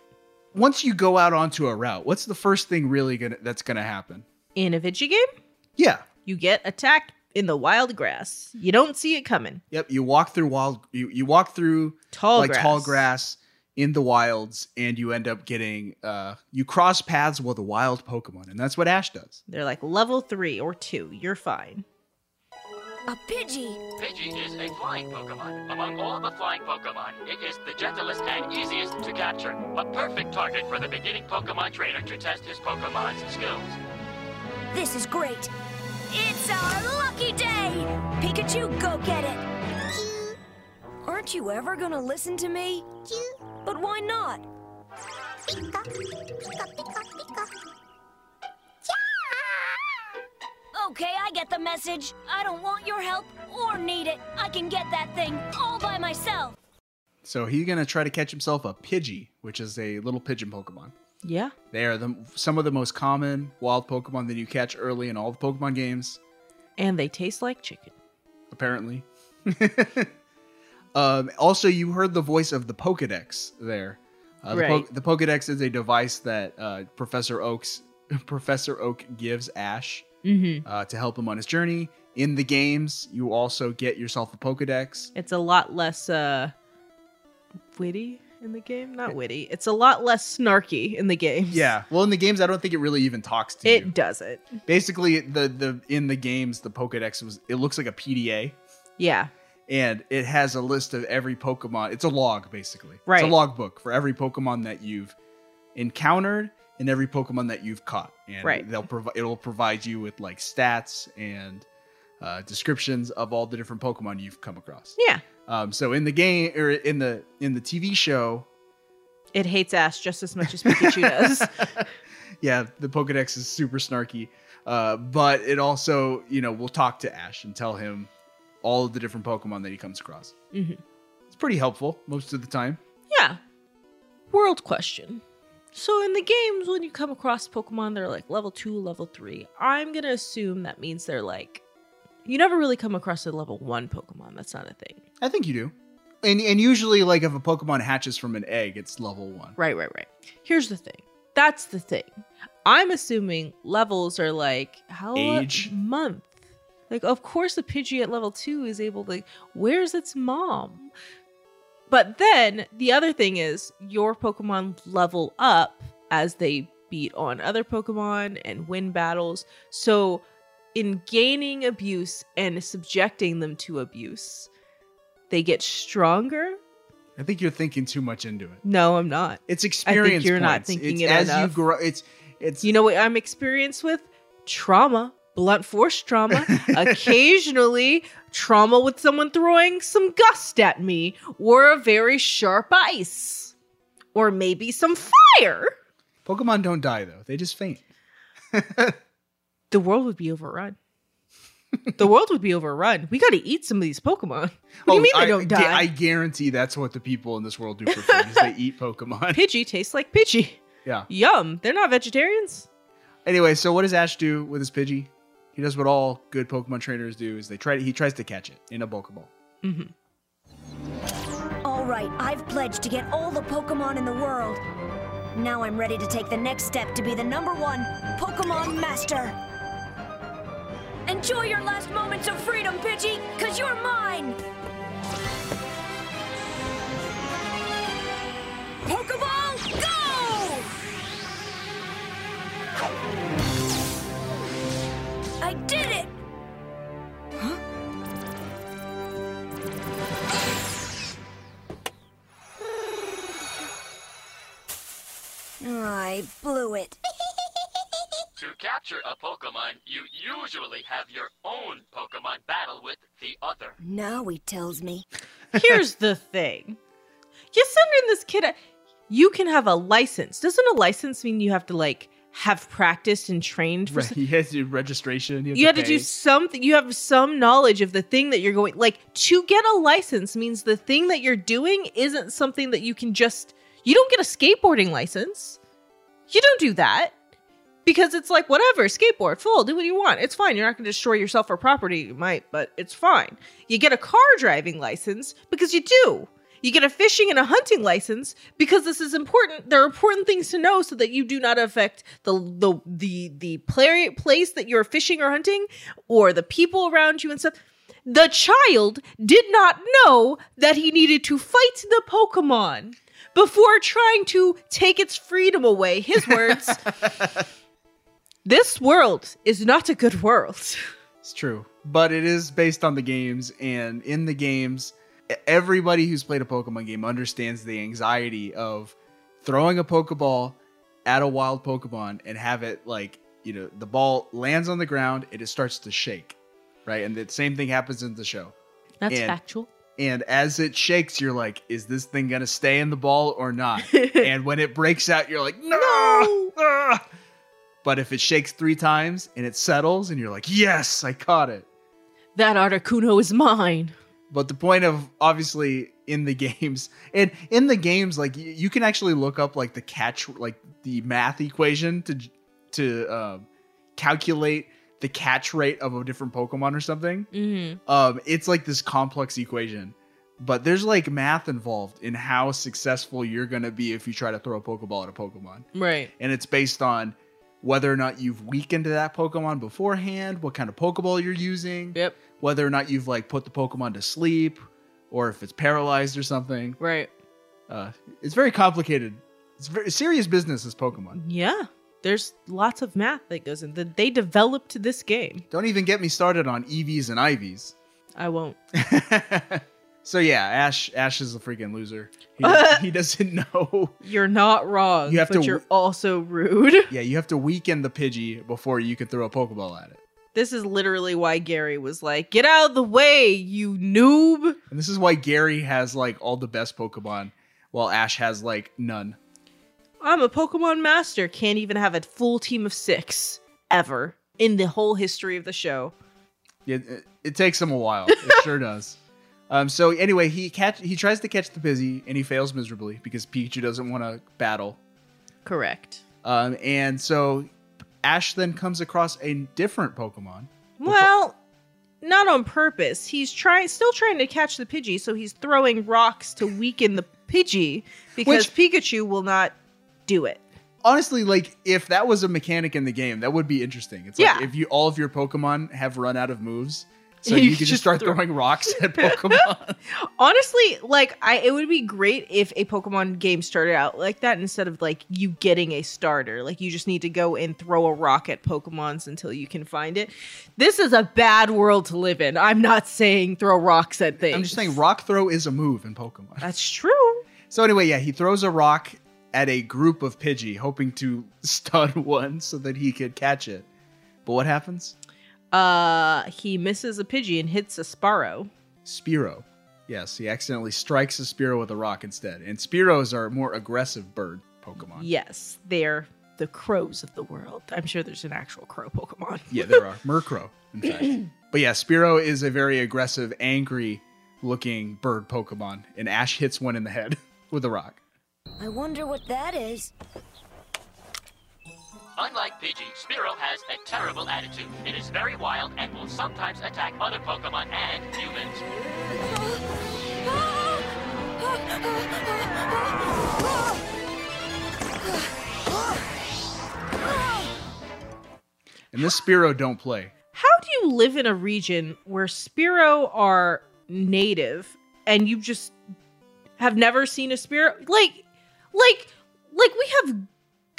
A: once you go out onto a route, what's the first thing really gonna that's gonna happen?
B: In a Vigi game,
A: Yeah.
B: you get attacked in the wild grass. You don't see it coming.
A: Yep. You walk through wild. You, you walk through
B: Tall
A: like tall grass
B: grass.
A: in the wilds, and you end up getting uh, you cross paths with a wild Pokemon, and that's what Ash does.
B: They're like level three or two. You're fine.
M: A Pidgey.
J: Pidgey is a flying Pokemon. Among all the flying Pokemon, it is the gentlest and easiest to capture. A perfect target for the beginning Pokemon trainer to test his Pokemon's skills.
M: This is great. It's our lucky day. Pikachu, go get it.
U: Aren't you ever gonna listen to me? But why not?
M: Okay, I get the message. I don't want your help or need it. I can get that thing all by myself.
A: So he's gonna try to catch himself a Pidgey, which is a little pigeon Pokemon.
B: Yeah.
A: They are the, some of the most common wild Pokemon that you catch early in all the Pokemon games,
B: And they taste like chicken.
A: apparently. um, also, you heard the voice of the Pokedex there. Uh, the,
B: Right.
A: the Pokedex is a device that uh, Professor Oak's Professor Oak gives Ash
B: Mm-hmm.
A: uh, to help him on his journey. In the games, you also get yourself a Pokedex.
B: It's a lot less uh witty in the game. Not witty. It's a lot less snarky in the game.
A: Yeah. Well, in the games, I don't think it really even talks to you.
B: It doesn't.
A: Basically, the the in the games, the Pokedex was it looks like a PDA.
B: Yeah.
A: and it has a list of every Pokemon. It's a log, basically.
B: Right.
A: It's a logbook for every Pokemon that you've encountered and every Pokemon that you've caught. And
B: Right.
A: They'll provide. It'll provide you with like stats and uh, descriptions of all the different Pokemon you've come across.
B: Yeah.
A: Um, so in the game or in the in the TV show,
B: It hates ass just as much as Pikachu does.
A: yeah, the Pokedex is super snarky. Uh, but it also, you know, will talk to Ash and tell him all of the different Pokemon that he comes across.
B: hmm
A: It's pretty helpful most of the time.
B: Yeah. World question. So in the games, when you come across Pokemon, they're like level two, level three. I'm gonna assume that means they're like you never really come across a level one Pokemon. That's not a thing.
A: I think you do. And and usually like if a Pokemon hatches from an egg, it's level one.
B: Right, right, right. Here's the thing. That's the thing. I'm assuming levels are like how
A: Age.
B: month. Like of course the Pidgey at level two is able to where's its mom? But then the other thing is your Pokemon level up as they beat on other Pokemon and win battles. So in gaining abuse and subjecting them to abuse, they get stronger.
A: I think you're thinking too much into it.
B: No, I'm not.
A: It's
B: I
A: experience.
B: think you're not
A: points.
B: thinking
A: it's
B: it
A: as
B: enough.
A: you grow. It's it's
B: You know what I'm experienced with? Trauma, blunt force trauma, occasionally trauma with someone throwing some gust at me, or a very sharp ice, or maybe some fire.
A: Pokemon don't die though; they just faint.
B: the world would be overrun. the world would be overrun. We got to eat some of these Pokemon. What do you mean
A: Oh, I,
B: they don't
A: gu-
B: die?
A: I guarantee that's what the people in this world do for fun. is they eat Pokemon.
B: Pidgey tastes like Pidgey.
A: Yeah.
B: Yum. They're not vegetarians.
A: Anyway, so what does Ash do with his Pidgey? He does what all good Pokemon trainers do: is they try to, he tries to catch it in a Pokeball.
S: All right, I've pledged to get all the Pokemon in the world. Now I'm ready to take the next step to be the number one Pokemon Master.
M: Enjoy your last moments of freedom, Pidgey, because you're mine! Pokeball, go!
H: I did it!
S: I blew it.
J: To capture a Pokemon, you usually have your own Pokemon battle with the other.
S: Now he tells me.
B: Here's the thing. You're sending this kid. A- you can have a license. Doesn't a license mean you have to like have practiced and trained for?
A: Right.
B: some-
A: He has to do registration. He has
B: you had to
A: pay.
B: do something. You have some knowledge of the thing that you're going. Like to get a license means the thing that you're doing isn't something that you can just. You don't get a skateboarding license. You don't do that because it's like whatever skateboard full do what you want it's fine you're not going to destroy yourself or property you might but it's fine you get a car driving license because you do you get a fishing and a hunting license because this is important there are important things to know so that you do not affect the the the, the pla- place that you're fishing or hunting or the people around you and stuff the child did not know that he needed to fight the pokemon before trying to take its freedom away his words this world is not a good world.
A: It's true, but it is based on the games, and in the games, e- everybody who's played a Pokemon game understands the anxiety of throwing a Pokeball at a wild Pokemon and have it like you know the ball lands on the ground and it starts to shake, right? And the same thing happens in the show.
B: That's
A: And-
B: factual.
A: And as it shakes, you're like, "Is this thing gonna stay in the ball or not?" and when it breaks out, you're like, "No!" Ah! But if it shakes three times and it settles, and you're like, "Yes, I caught it."
B: That Articuno is mine.
A: But the point of obviously in the games and in the games, like y- you can actually look up like the catch, like the math equation to j- to um, calculate the catch rate of a different Pokemon or something.
B: Mm.
A: Um, it's like this complex equation, but there's like math involved in how successful you're gonna be if you try to throw a Pokeball at a Pokemon
B: Right.
A: and it's based on whether or not you've weakened that Pokemon beforehand, what kind of Pokeball you're using,
B: yep.
A: whether or not you've like put the Pokemon to sleep, or if it's paralyzed or something.
B: Right.
A: Uh, it's very complicated. It's very serious business is Pokemon.
B: Yeah. There's lots of math that goes in. that They developed this game.
A: Don't even get me started on EVs and IVs.
B: I won't.
A: So yeah, Ash Ash is a freaking loser. He, does- he doesn't know.
B: You're not wrong.
A: You have
B: but
A: to-
B: You're also rude.
A: Yeah, you have to weaken the Pidgey before you can throw a Pokeball at it.
B: This is literally why Gary was like, "Get out of the way, you noob."
A: And this is why Gary has like all the best Pokemon, while Ash has like none.
B: I'm a Pokemon master. Can't even have a full team of six ever in the whole history of the show.
A: It, it, it takes him a while. It sure does. Um, so anyway, he catch he tries to catch the busy and he fails miserably because Pikachu doesn't want to battle.
B: Correct.
A: Um, and so Ash then comes across a different Pokemon.
B: Well, not on purpose. He's trying, still trying to catch the Pidgey, so he's throwing rocks to weaken the Pidgey because Pikachu will not do it.
A: Honestly, like if that was a mechanic in the game, that would be interesting. It's like
B: Yeah.
A: if you all of your Pokemon have run out of moves, so you,
B: You
A: can
B: just
A: just start
B: throw-
A: throwing rocks at Pokemon.
B: Honestly, like I, it would be great if a Pokemon game started out like that instead of like you getting a starter. Like you just need to go and throw a rock at Pokemon's until you can find it. This is a bad world to live in. I'm not saying throw rocks at things.
A: I'm just saying, rock throw is a move in Pokemon.
B: That's true.
A: So anyway, yeah, he throws a rock at a group of Pidgey, hoping to stun one so that he could catch it. But what happens?
B: Uh, he misses a Pidgey and hits a Sparrow.
A: Spiro. Yes, he accidentally strikes a Spiro with a rock instead. And Spiros are a more aggressive bird Pokemon.
B: Yes, they're the crows of the world. I'm sure there's an actual crow Pokemon.
A: Yeah, there are Murkrow. In fact. but yeah, Spiro is a very aggressive, angry-looking bird Pokemon, and Ash hits one in the head with a rock.
S: I wonder what that is.
J: Unlike Pidgey, Spiro has a terrible attitude. It is very wild and will sometimes attack other Pokemon and humans.
A: And this Spiro don't play.
B: How do you live in a region where Spiro are native and you just have never seen a Spiro? Like, like, like we have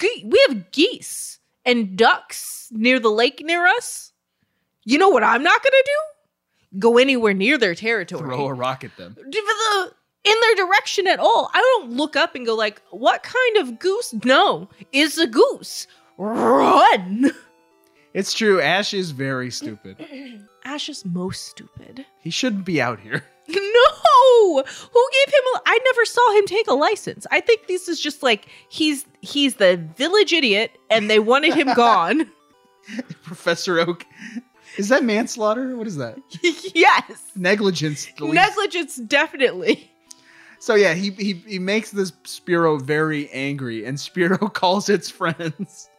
B: ge- we have geese and ducks near the lake near us. You know what I'm not gonna do? Go anywhere near their territory.
A: Throw a rock at them.
B: D- the- in their direction at all. I don't look up and go like, "What kind of goose?" No, it's a goose. Run.
A: It's true. Ash is very stupid.
B: Ash is most stupid.
A: He shouldn't be out here.
B: No! Who gave him a I never saw him take a license. I think this is just like he's he's the village idiot and they wanted him gone.
A: Professor Oak. Is that manslaughter? What is that?
B: yes.
A: Negligence. at least.
B: Negligence definitely.
A: so yeah, he, he he makes this Spiro very angry, and Spiro calls its friends.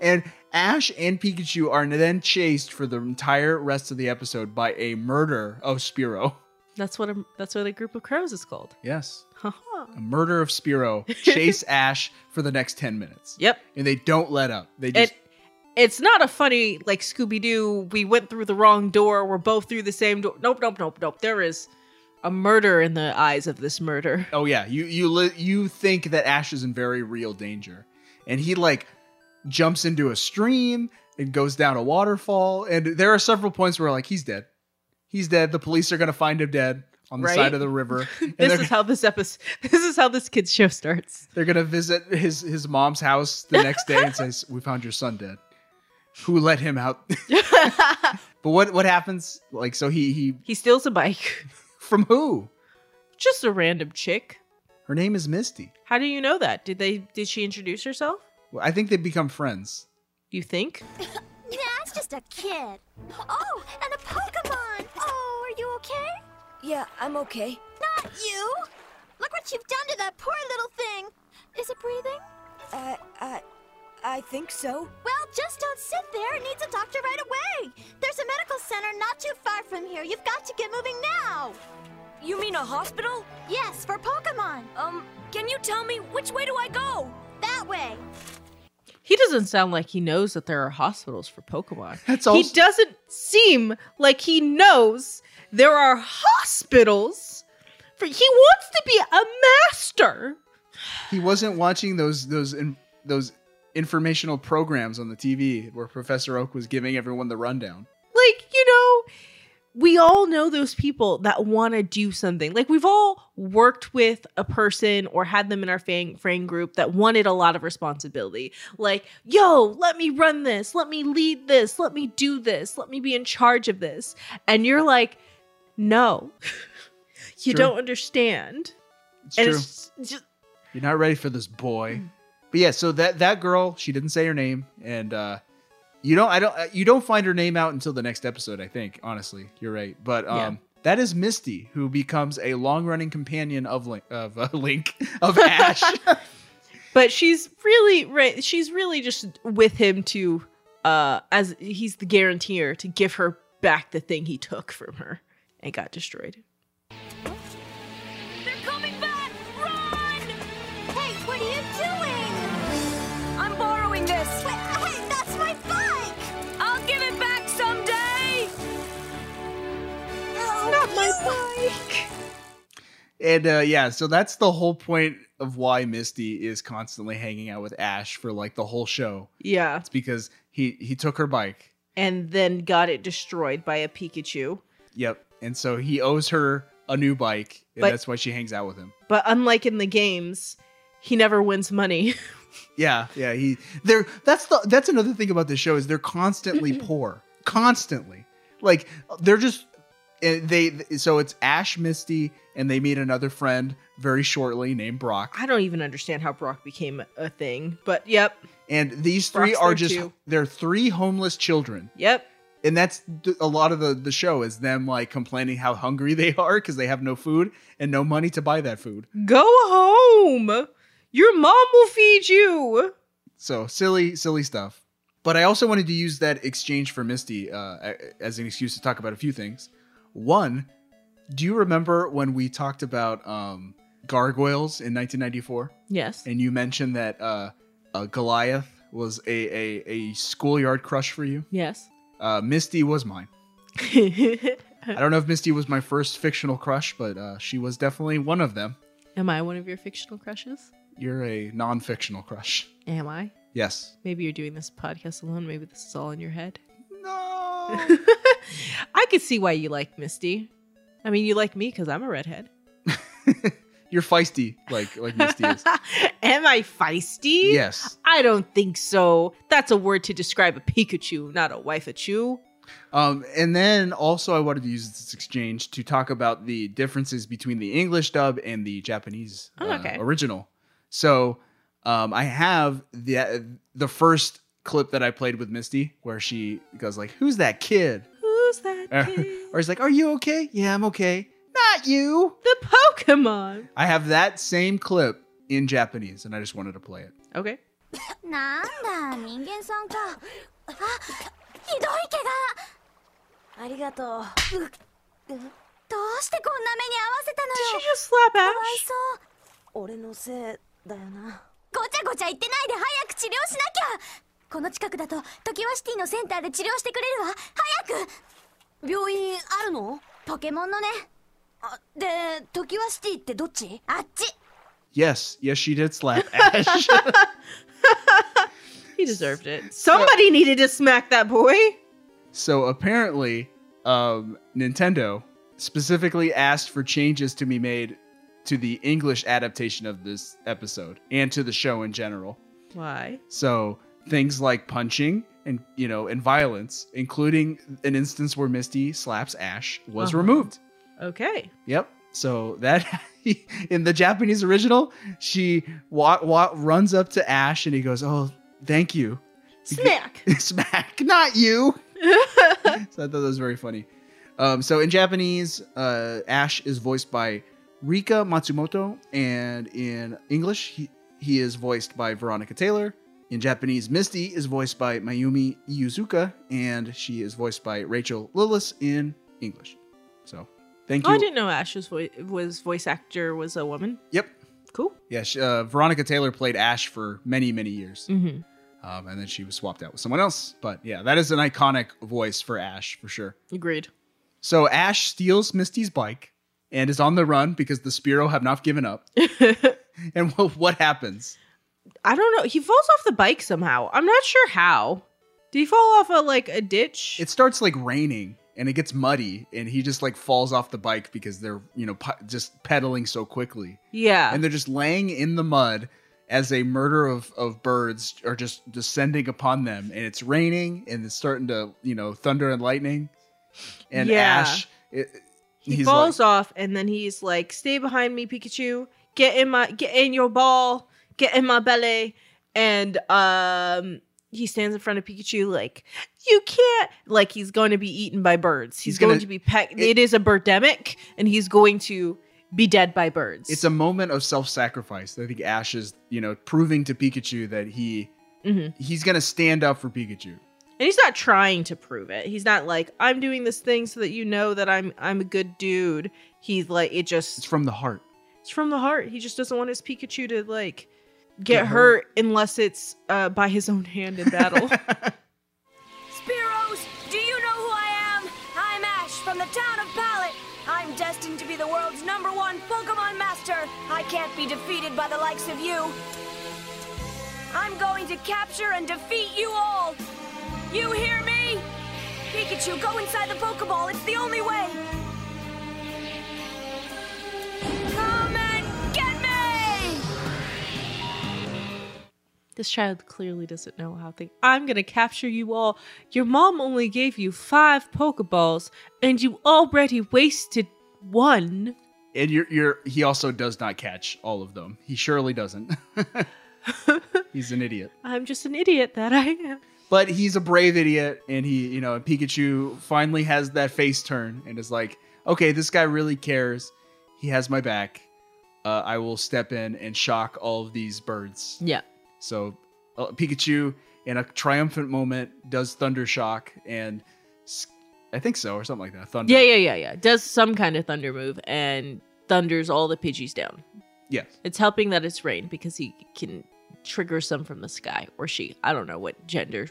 A: And Ash and Pikachu are then chased for the entire rest of the episode by a murder of Spiro.
B: That's what a that's what a group of crows is called.
A: Yes. A murder of Spiro. Chase Ash for the next 10 minutes.
B: Yep.
A: And they don't let up. They just
B: It it's not a funny like Scooby Doo. We went through the wrong door. We're both through the same door. Nope, nope, nope, nope. There is a murder in the eyes of this murder.
A: Oh yeah, you you li- you think that Ash is in very real danger, and he like jumps into a stream and goes down a waterfall, and there are several points where like he's dead, he's dead. The police are gonna find him dead on the
B: Right?
A: side of the river. And
B: This
A: they're,
B: is how this episode. This is how this kid's show starts.
A: they're gonna visit his his mom's house the next day and says, "We found your son dead. Who let him out?" but what what happens? Like so he he
B: He steals a bike.
A: from who?
B: Just a random chick.
A: Her name is Misty.
B: How do you know that? Did they? Did she introduce herself?
A: Well, I think they become friends.
B: You think?
E: That's just a kid. Oh, and a Pokemon. Oh, are you okay?
S: Yeah, I'm okay.
E: Not you. Look what you've done to that poor little thing. Is it breathing?
S: Uh, I, I think so.
D: Well, just don't sit there. It needs a doctor right away. There's a medical center not too far from here. You've got to get moving now.
M: You mean a hospital?
D: Yes, for Pokemon.
M: Um, can you tell me which way do I go?
D: That way.
B: He doesn't sound like he knows that there are hospitals for Pokemon.
A: That's
B: He
A: also-
B: doesn't seem like he knows there are hospitals for. He wants to be a master.
A: he wasn't watching those those in, those informational programs on the TV where Professor Oak was giving everyone the rundown.
B: Like, you know, we all know those people that want to do something. Like, we've all worked with a person or had them in our fang, friend group that wanted a lot of responsibility. Like, yo, let me run this. Let me lead this. Let me do this. Let me be in charge of this. And you're like, no, you
A: true.
B: don't understand.
A: It's
B: and
A: true.
B: it's Mm. just,
A: You're not ready for this boy. But yeah, so that that girl, she didn't say her name, and uh, you don't I don't uh, you don't find her name out until the next episode. I think honestly, you're right. But um,
B: Yeah.
A: that is Misty, who becomes a long running companion of Link of uh, Link of Ash.
B: but she's really right she's really just with him to uh as he's the guaranteer to give her back the thing he took from her and got destroyed
M: They're coming back! Run!
D: Hey, what are you doing?
M: I'm borrowing this.
D: Wait, hey, that's my bike.
M: I'll give it back someday!
D: Oh,
B: not my bike
A: And uh, yeah, so that's the whole point of why Misty is constantly hanging out with Ash for like the whole show.
B: yeah
A: It's because he he took her bike.
B: and then got it destroyed by a pikachu
A: Yep. And so he owes her a new bike, and
B: But-
A: that's why she hangs out with him.
B: but unlike in the games he never wins money
A: Yeah, yeah. He they're that's the that's another thing about this show is they're constantly poor, constantly. Like they're just and they so it's Ash, Misty, and they meet another friend very shortly named Brock.
B: I don't even understand how Brock became a thing, but yep.
A: And these three
B: Brock's
A: are
B: there
A: just
B: too.
A: they're three homeless children.
B: Yep.
A: And that's th- a lot of the the show is them like complaining how hungry they are because they have no food and no money to buy that food.
B: Go home. Your mom will feed you.
A: So silly, silly stuff. But I also wanted to use that exchange for Misty uh, a- as an excuse to talk about a few things. One, do you remember when we talked about um, gargoyles in 1994?
B: Yes.
A: And you mentioned that uh, uh, Goliath was a, a, a schoolyard crush for you?
B: Yes.
A: Uh, Misty was mine. I don't know if Misty was my first fictional crush, but uh, she was definitely one of them.
B: Am I one of your fictional crushes?
A: You're a non fictional crush.
B: Am I?
A: Yes.
B: Maybe you're doing this podcast alone. Maybe this is all in your head.
A: No.
B: Oh. I could see why you like Misty. I mean, you like me because I'm a redhead.
A: You're feisty, like like Misty is.
B: Am I feisty?
A: Yes.
B: I don't think so. That's a word to describe a Pikachu, not a Waifachu.
A: Um, and then also, I wanted to use this exchange to talk about the differences between the English dub and the Japanese
B: Oh,
A: uh,
B: okay.
A: original. So um, I have the the first clip that I played with Misty, where she goes like, "Who's that kid?"
B: Who's that?
A: Uh, or he's like, "Are you okay?" "Yeah, I'm okay." Not you.
B: The Pokemon.
A: I have that same clip in Japanese, and I just wanted to play it.
B: Okay.
E: なんだ人間さんかあひどい怪我ありがとうどうしてこんな目に遭わせたのよ
B: Did you just slap
E: かわ
B: Ash?
E: いそう俺のせいだよなごちゃごちゃ言ってないで早く治療しなきゃこの近くだと時はシティのセンターで治療してくれるわ早く病院あるのポケモンのねあで時はシティってどっちあっち
A: Yes, yes, she did slap Ash.
B: He deserved it. Somebody needed to smack that boy.
A: So apparently, um, Nintendo specifically asked for changes to be made to the English adaptation of this episode and to the show in general.
B: Why?
A: So things like punching and you know and violence, including an instance where Misty slaps Ash, was
B: Uh-huh.
A: removed.
B: Okay.
A: Yep. So that in the Japanese original, she wa- wa- runs up to Ash and he goes, "Oh, thank you."
B: Smack.
A: Smack, not you. so I thought that was very funny. Um, so in Japanese, uh, Ash is voiced by Rika Matsumoto, and in English, he, he is voiced by Veronica Taylor. In Japanese, Misty is voiced by Mayumi Iuzuka, and she is voiced by Rachel Lillis in English. So thank you.
B: Oh, I didn't know Ash's voice was voice actor was a woman.
A: Yep.
B: Cool.
A: Yeah, she, uh, Veronica Taylor played Ash for many, many years.
B: Mhm.
A: Um, and then she was swapped out with someone else. But yeah, that is an iconic voice for Ash for sure.
B: Agreed.
A: So Ash steals Misty's bike and is on the run because the Spiro have not given up. and what, what happens?
B: I don't know. He falls off the bike somehow. I'm not sure how. Did he fall off a like a ditch?
A: It starts like raining and it gets muddy and he just like falls off the bike because they're, you know, pu- just pedaling so quickly.
B: Yeah.
A: And they're just laying in the mud as a murder of, of birds are just descending upon them. And it's raining and it's starting to, you know, thunder and lightning. And
B: Yeah.
A: Ash, it,
B: he
A: he's
B: falls off and then he's like, "Stay behind me, Pikachu. Get in my get in your ball. Get in my belly." And um he stands in front of Pikachu like, "You can't." Like he's going to be eaten by birds. He's,
A: He's gonna-
B: going to be pecked.
A: it-
B: it is a birdemic and he's going to be dead by birds.
A: it's a moment of self-sacrifice. I think Ash is, you know, proving to Pikachu that he
B: Mhm.
A: he's gonna stand up for Pikachu.
B: And he's not trying to prove it. He's not like, I'm doing this thing so that you know that I'm I'm a good dude. He's like it just
A: It's from the heart.
B: it's from the heart. He just doesn't want his Pikachu to like get,
A: Get hurt.
B: hurt. unless it's uh, by his own hand in battle.
M: Spiros, do you know who I am? I'm Ash from the town of Pallet. I'm destined to be the world's number one Pokemon master. I can't be defeated by the likes of you. I'm going to capture and defeat you all. You hear me? Pikachu, go inside the Pokeball. It's the only way. Come and get me!
B: This child clearly doesn't know how thing. I'm gonna capture you all. Your mom only gave you five Pokeballs, and you already wasted one.
A: And you're, you're he also does not catch all of them. He surely doesn't. he's an idiot.
B: I'm just an idiot that I am.
A: But he's a brave idiot, and he, you know, Pikachu finally has that face turn and is like, okay, this guy really cares. He has my back. Uh, I will step in and shock all of these birds.
B: Yeah.
A: So uh, Pikachu, in a triumphant moment, does Thunder Shock, and s- I think so, or something like that. Thunder.
B: Yeah, yeah, yeah, yeah. Does some kind of thunder move and thunders all the Pidgeys down.
A: Yeah.
B: It's helping that it's rain because he can trigger some from the sky or she. I don't know what gender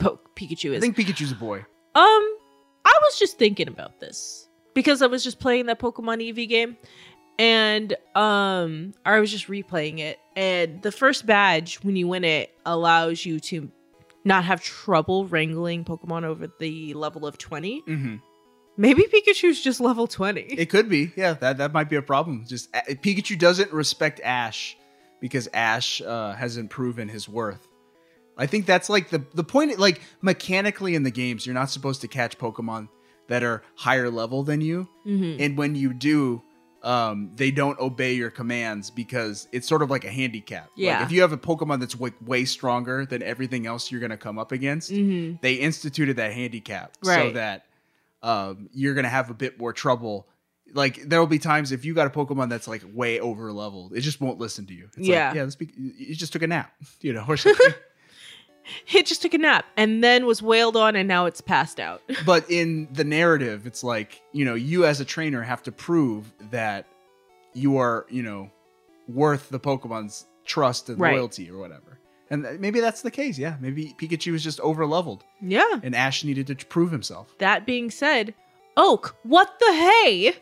B: poke Pikachu is.
A: I think Pikachu's a boy.
B: Um, I was just thinking about this because I was just playing that Pokemon EV game, and um, I was just replaying it. And the first badge, when you win it, allows you to not have trouble wrangling Pokemon over the level of twenty.
A: Mm-hmm.
B: Maybe Pikachu's just level twenty.
A: It could be. Yeah, that that might be a problem. Just uh, Pikachu doesn't respect Ash because Ash uh, hasn't proven his worth. I think that's like the the point. Like mechanically in the games, you're not supposed to catch Pokemon that are higher level than you,
B: Mhm.
A: and when you do. Um, they don't obey your commands because it's sort of like a handicap. Like,
B: Yeah.
A: if you have a Pokemon that's way, way stronger than everything else you're going to come up against,
B: Mhm.
A: they instituted that handicap so
B: Right.
A: that um, you're going to have a bit more trouble. Like there will be times if you got a Pokemon that's like way over leveled, it just won't listen to you. It's
B: Yeah.
A: like, yeah. This be- it just took a nap, you know, or something.
B: It just took a nap and then was wailed on, and now it's passed out.
A: but in the narrative, it's like you know, you as a trainer have to prove that you are, you know, worth the Pokemon's trust and
B: Right.
A: loyalty or whatever. And th- maybe that's the case. Yeah, maybe Pikachu was just over leveled,
B: Yeah.
A: and Ash needed to prove himself.
B: That being said, Oak, what the hey?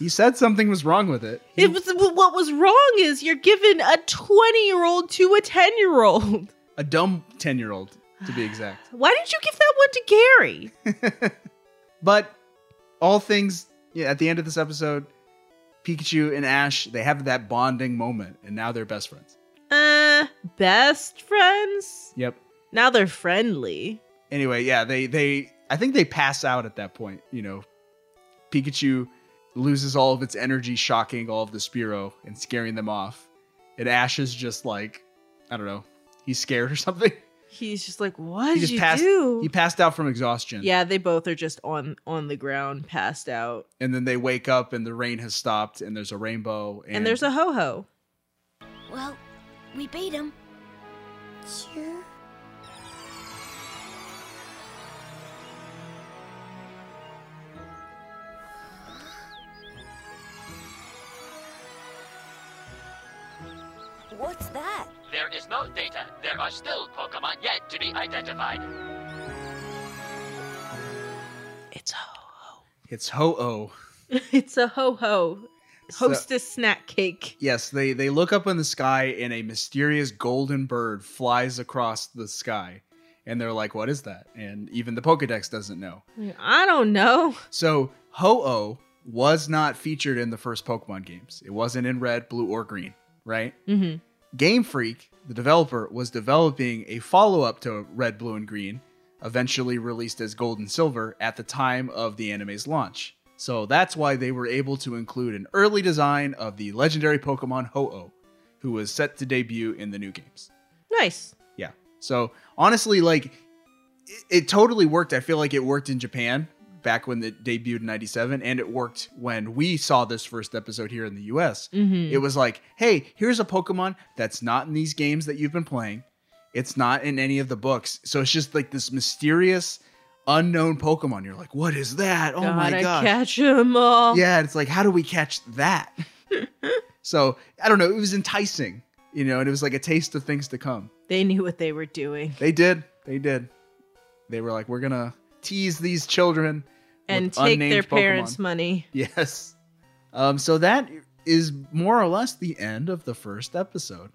A: He said something was wrong with it.
B: It was what was wrong is you're giving a 20 year old to a 10 year old.
A: A dumb 10 year old, to be exact.
B: Why didn't you give that one to Gary?
A: But all things, yeah, at the end of this episode, Pikachu and Ash, they have that bonding moment, and now they're best friends.
B: Uh, best friends.
A: Yep.
B: Now they're friendly.
A: Anyway, yeah, they, they, I think they pass out at that point. You know, Pikachu loses all of its energy, shocking all of the Spiro and scaring them off. And Ash is just like, I don't know, he's scared or something.
B: He's just like, what did
A: just
B: you
A: passed,
B: do?
A: he passed out from exhaustion.
B: yeah, they both are just on on the ground, passed out,
A: and then they wake up and the rain has stopped and there's a rainbow and,
B: and, there's a ho ho.
K: Well, we beat him. Sure.
J: What's that? There is no data. There are still Pokemon yet to be identified.
B: It's ho.
A: it's ho-oh
B: it's a ho ho.
A: So-
B: Hostess snack cake.
A: yes they they look up in the sky and a mysterious golden bird flies across the sky and they're like what is that and even the pokédex doesn't know
B: I don't know.
A: so ho-oh was not featured in the first pokemon games it wasn't in red blue or green right
B: Mm-hmm.
A: Game Freak, the developer, was developing a follow up to Red, Blue, and Green, eventually released as Gold and Silver at the time of the anime's launch. So that's why they were able to include an early design of the legendary Pokemon Ho Oh, who was set to debut in the new games.
B: Nice.
A: Yeah. So honestly, like, it, it totally worked. I feel like it worked in Japan back when it debuted in 97, and it worked when we saw this first episode here in the US.
B: Mhm.
A: It was like, hey, here's a Pokemon that's not in these games that you've been playing, it's not in any of the books. So it's just like this mysterious, unknown Pokemon. You're like, what is that? Oh my
B: Gotta
A: gosh.
B: catch 'em all.
A: Yeah, it's like, how do we catch that? so I don't know. It was enticing, you know, and it was like a taste of things to come.
B: They knew what they were doing.
A: They did. They did. They were like, we're gonna tease these children
B: and
A: with
B: take
A: unnamed
B: their
A: Pokemon."
B: parents' money.
A: Yes. Um, so that is more or less the end of the first episode.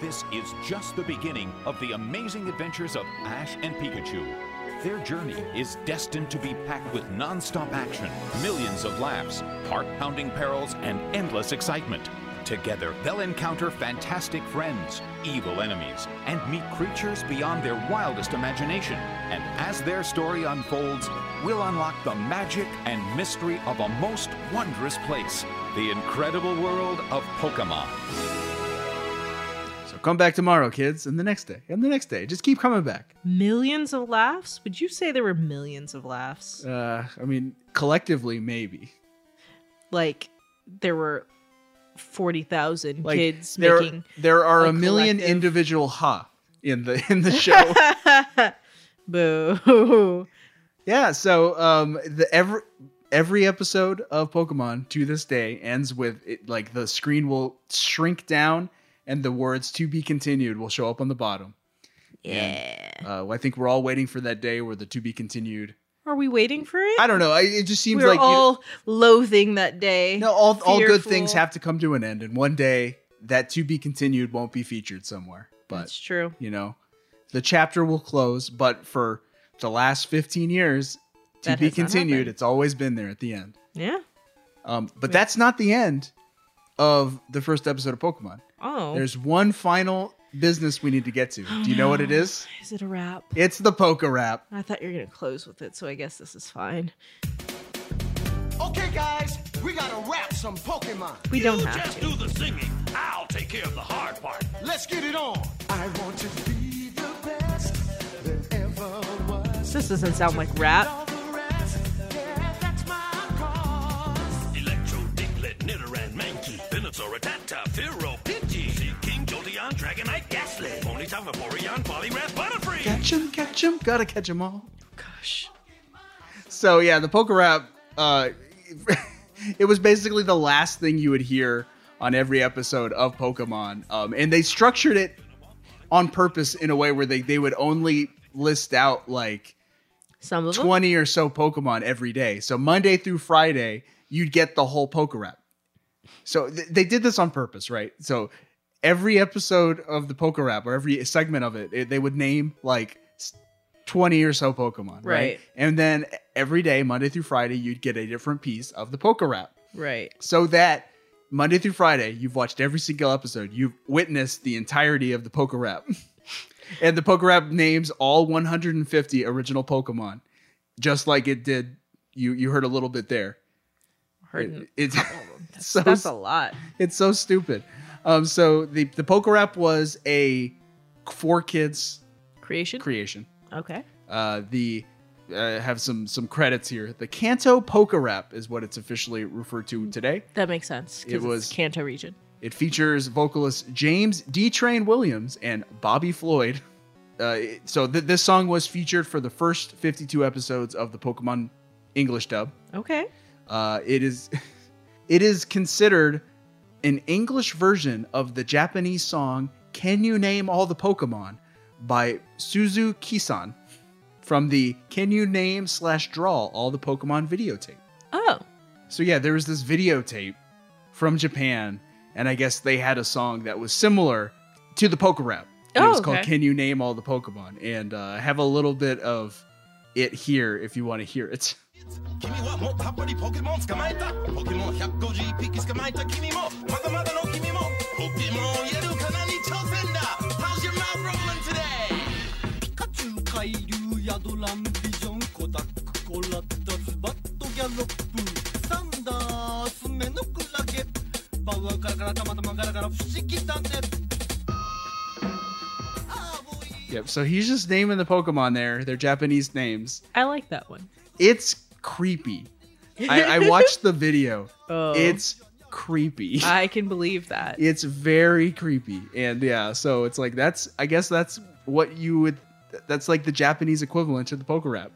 R: This is just the beginning of the amazing adventures of Ash and Pikachu. Their journey is destined to be packed with non-stop action, millions of laughs, heart-pounding perils, and endless excitement. Together, they'll encounter fantastic friends, evil enemies, and meet creatures beyond their wildest imagination. And as their story unfolds, we'll unlock the magic and mystery of a most wondrous place the incredible world of Pokemon.
A: So come back tomorrow, kids, and the next day, and the next day. Just keep coming back.
B: Millions of laughs? Would you say there were millions of laughs?
A: Uh, I mean, collectively, maybe.
B: Like there were forty thousand
A: Like,
B: kids
A: there,
B: making.
A: there are
B: a
A: a, million
B: collective-
A: individual ha in the in the show.
B: Boo.
A: Yeah, so um the every every episode of Pokemon to this day ends with it, like the screen will shrink down and the words to be continued will show up on the bottom. Yeah. uh, I think we're all waiting for that day where the to be continued.
B: Are we waiting for it?
A: I don't know. I, it just seems
B: we were
A: like you-
B: all loathing that day. No,
A: all, all good things have to come to an end and one day that to be continued won't be featured somewhere. But
B: That's true.
A: you know, the chapter will close, but for the last 15 years to
B: That
A: be
B: has not
A: continued,
B: happened.
A: it's always been there at the end.
B: Yeah.
A: Um, but that's not the end of the first episode of Pokemon.
B: Oh.
A: There's one final business we need to get to. Do you know what it is?
B: Is it a wrap?
A: It's the Poker Wrap.
B: I thought you were gonna close with it, so I guess this is fine.
L: Okay, guys, we gotta rap some Pokemon.
B: We don't have
L: just
B: to.
L: do the singing. I'll take care of the hard part. Let's get it on. I want to be the best that ever was.
B: This doesn't sound like rap.
L: Yeah, that's my cause.
V: Electro, Diglett, Nidoran, Mankey, Venusaur, Rattata, Firo, Pidgey, King, Jolteon, Dragonite, Ghastly, Ponyta, Vaporeon, Poliwrath, Butterfree.
A: Catch 'em, catch 'em, gotta catch 'em all. Gosh. So yeah, the Poker Wrap, uh, it was basically the last thing you would hear on every episode of Pokemon, um, and they structured it on purpose in a way where they they would only list out like
B: some of 'em?
A: 20 or so Pokemon every day. So Monday through Friday, you'd get the whole Poker Wrap. So th- they did this on purpose, right? So every episode of the Poker Wrap or every segment of it, it- they would name like s- 20 or so Pokemon, right?
B: Right.
A: And then every day, Monday through Friday, you'd get a different piece of the Poker Wrap.
B: Right.
A: So that Monday through Friday, you've watched every single episode. You've witnessed the entirety of the Poker Wrap. and the Poker Wrap names all 150 original Pokemon, just like it did. You you heard a little bit there.
B: Heard
A: It- it's
B: That's,
A: so
B: that's a lot.
A: it's so stupid. Um, so the the Poker Wrap was a for kids
B: creation.
A: Creation.
B: Okay.
A: Uh, the uh, have some some credits here. The Kanto Poker Wrap is what it's officially referred
B: Hmm.
A: to today.
B: That makes sense. 'cause
A: It
B: it's
A: was-
B: Kanto region.
A: It features vocalist James D. Train Williams and Bobby Floyd. Uh, it- so th- this song was featured for the first 52 episodes of the Pokemon English dub.
B: Okay.
A: Uh, it is it is considered an English version of the Japanese song "Can You Name All the Pokemon" by Suzu Kisan from the "Can You Name Slash Draw All the Pokemon" videotape.
B: Oh.
A: So yeah, there was this videotape from Japan, and I guess they had a song that was similar to the Poker Rap. And it
B: Oh,
A: was called
B: okay.
A: "Can You Name All the Pokemon?" and uh, I have a little bit of it here if you want to hear it.
V: 君はもうたっぷりポケモン捕まえたポケモン150匹捕まえた君もまだまだの君もポケモンをやるからに挑戦だ How's your mouth rolling today?
L: カチュウ海流ヤドランビジョンコダックコラッダスバットギャロップサンダース目のクラゲバウアーカラカラたまたまガラガラ不思議だね
A: Yep. So he's just naming the Pokemon there, their Japanese names.
B: I like that one.
A: It's creepy. I, I watched the video.
B: Oh.
A: It's creepy.
B: I can believe that.
A: it's very creepy. And yeah, so it's like that's I guess that's what you would that's like the Japanese equivalent to the poker rap.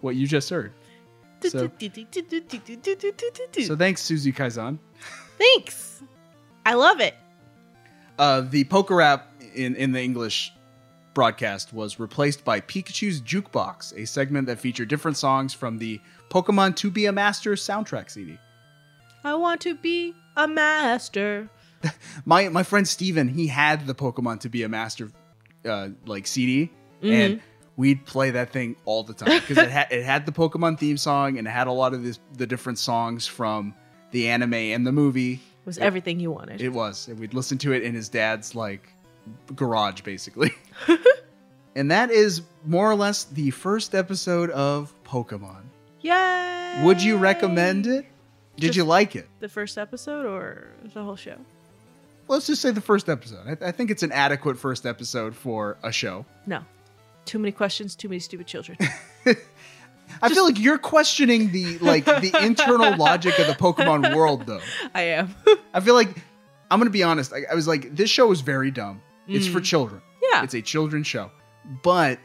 A: what you just heard. So,
B: Hmm.
A: so thanks, Suzu Kaizan.
B: Thanks. I love it.
A: Uh, the poker app in, in the English broadcast was replaced by Pikachu's Jukebox, a segment that featured different songs from the Pokemon To Be a Master soundtrack CD.
B: I want to be a master.
A: My my friend Steven, he had the Pokemon To Be a Master uh, like CD, and
B: Mhm.
A: we'd play that thing all the time because it had it had the Pokemon theme song and it had a lot of this, the different songs from the anime and the movie.
B: was everything you wanted.
A: It was. And we'd listen to it in his dad's like garage, basically. and that is more or less the first episode of Pokemon.
B: Yay!
A: Would you recommend it? Did you like it?
B: The first episode or the whole show?
A: Let's just say the first episode. I, I think it's an adequate first episode for a show.
B: No. Too many questions, too many stupid children.
A: I feel like you're questioning the like the internal logic of the Pokemon world, though.
B: I am.
A: I feel like I'm gonna be honest. I, I was like, this show is very dumb. It's for
B: Mm.
A: children.
B: Yeah.
A: it's a children's show, but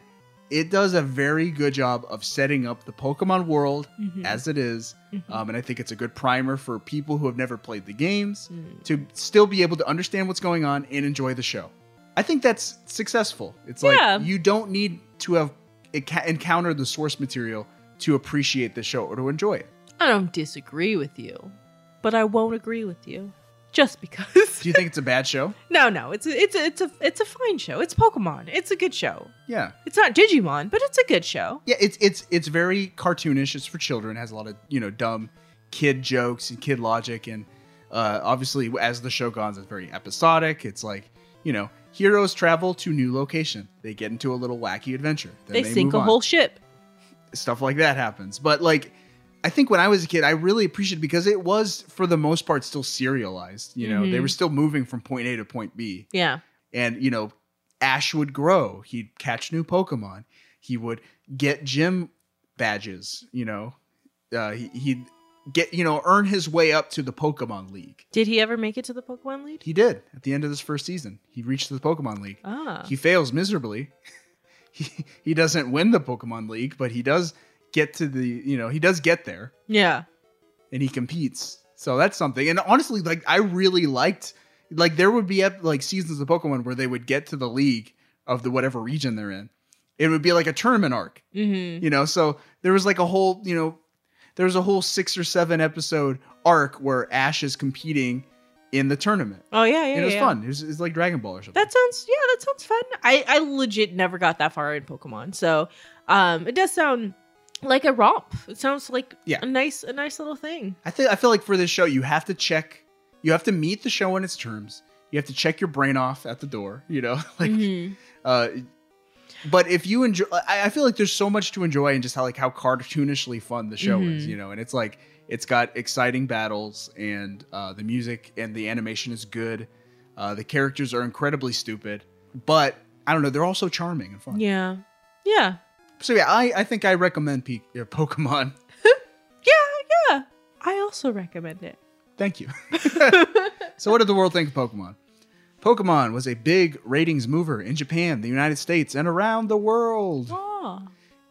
A: it does a very good job of setting up the Pokemon world
B: Mhm.
A: as it is,
B: Mhm.
A: um, and I think it's a good primer for people who have never played the games
B: Mm.
A: to still be able to understand what's going on and enjoy the show. I think that's successful. It's
B: Yeah.
A: like you don't need to have enca- encountered the source material to appreciate the show or to enjoy it.
B: I don't disagree with you, but I won't agree with you just because.
A: Do you think it's a bad show?
B: No, no, it's a, it's a, it's a it's a fine show. It's Pokemon. It's a good show.
A: Yeah.
B: It's not Digimon, but it's a good show.
A: Yeah, it's it's it's very cartoonish. It's for children. It has a lot of you know dumb kid jokes and kid logic, and uh, obviously as the show goes, it's very episodic. It's like you know heroes travel to new location. They get into a little wacky adventure. Then
B: They, sink
A: move
B: a
A: on.
B: whole ship.
A: stuff like that happens. But like, I think when I was a kid, I really appreciated because it was for the most part still serialized. You know, they
B: Mhm.
A: were still moving from point A to point B
B: Yeah.
A: and you know ash would grow he'd catch new pokemon he would get gym badges you know uh, he, he'd get you know earn his way up to the pokemon league
B: Did he ever make it to the Pokemon League?
A: he did at the end of this first season he reached the pokemon league
B: Ah.
A: he fails miserably he, he doesn't win the pokemon league but he does get to the you know he does get there
B: yeah.
A: and he competes. So that's something. And honestly, like I really liked like there would be ep- like seasons of Pokemon where they would get to the league of the whatever region they're in. It would be like a tournament arc,
B: Mm-hmm.
A: you know. So there was like a whole, you know, there was a whole six or seven episode arc where Ash is competing in the tournament.
B: Oh yeah, yeah.
A: and it was
B: yeah.
A: fun. It was, it was like Dragon Ball or something.
B: That sounds yeah, that sounds fun. I I legit never got that far in Pokemon, so um, it does sound like a romp. It sounds like
A: Yeah.
B: a nice a nice little thing.
A: I think I feel like for this show, you have to check, you have to meet the show in its terms. You have to check your brain off at the door, you know, like. Uh, but if you enjoy, I, I feel like there's so much to enjoy and just how like how cartoonishly fun the show is,
B: Mhm.
A: you know. And it's like it's got exciting battles and uh, the music and the animation is good. Uh, the characters are incredibly stupid, but I don't know, they're also charming and fun.
B: Yeah, yeah,
A: So yeah, I, I think I recommend Pe- uh, Pokemon.
B: yeah, yeah. I also recommend it.
A: Thank you. so, what did the world think of Pokemon? Pokemon was a big ratings mover in Japan, the United States, and around the world.
B: Oh,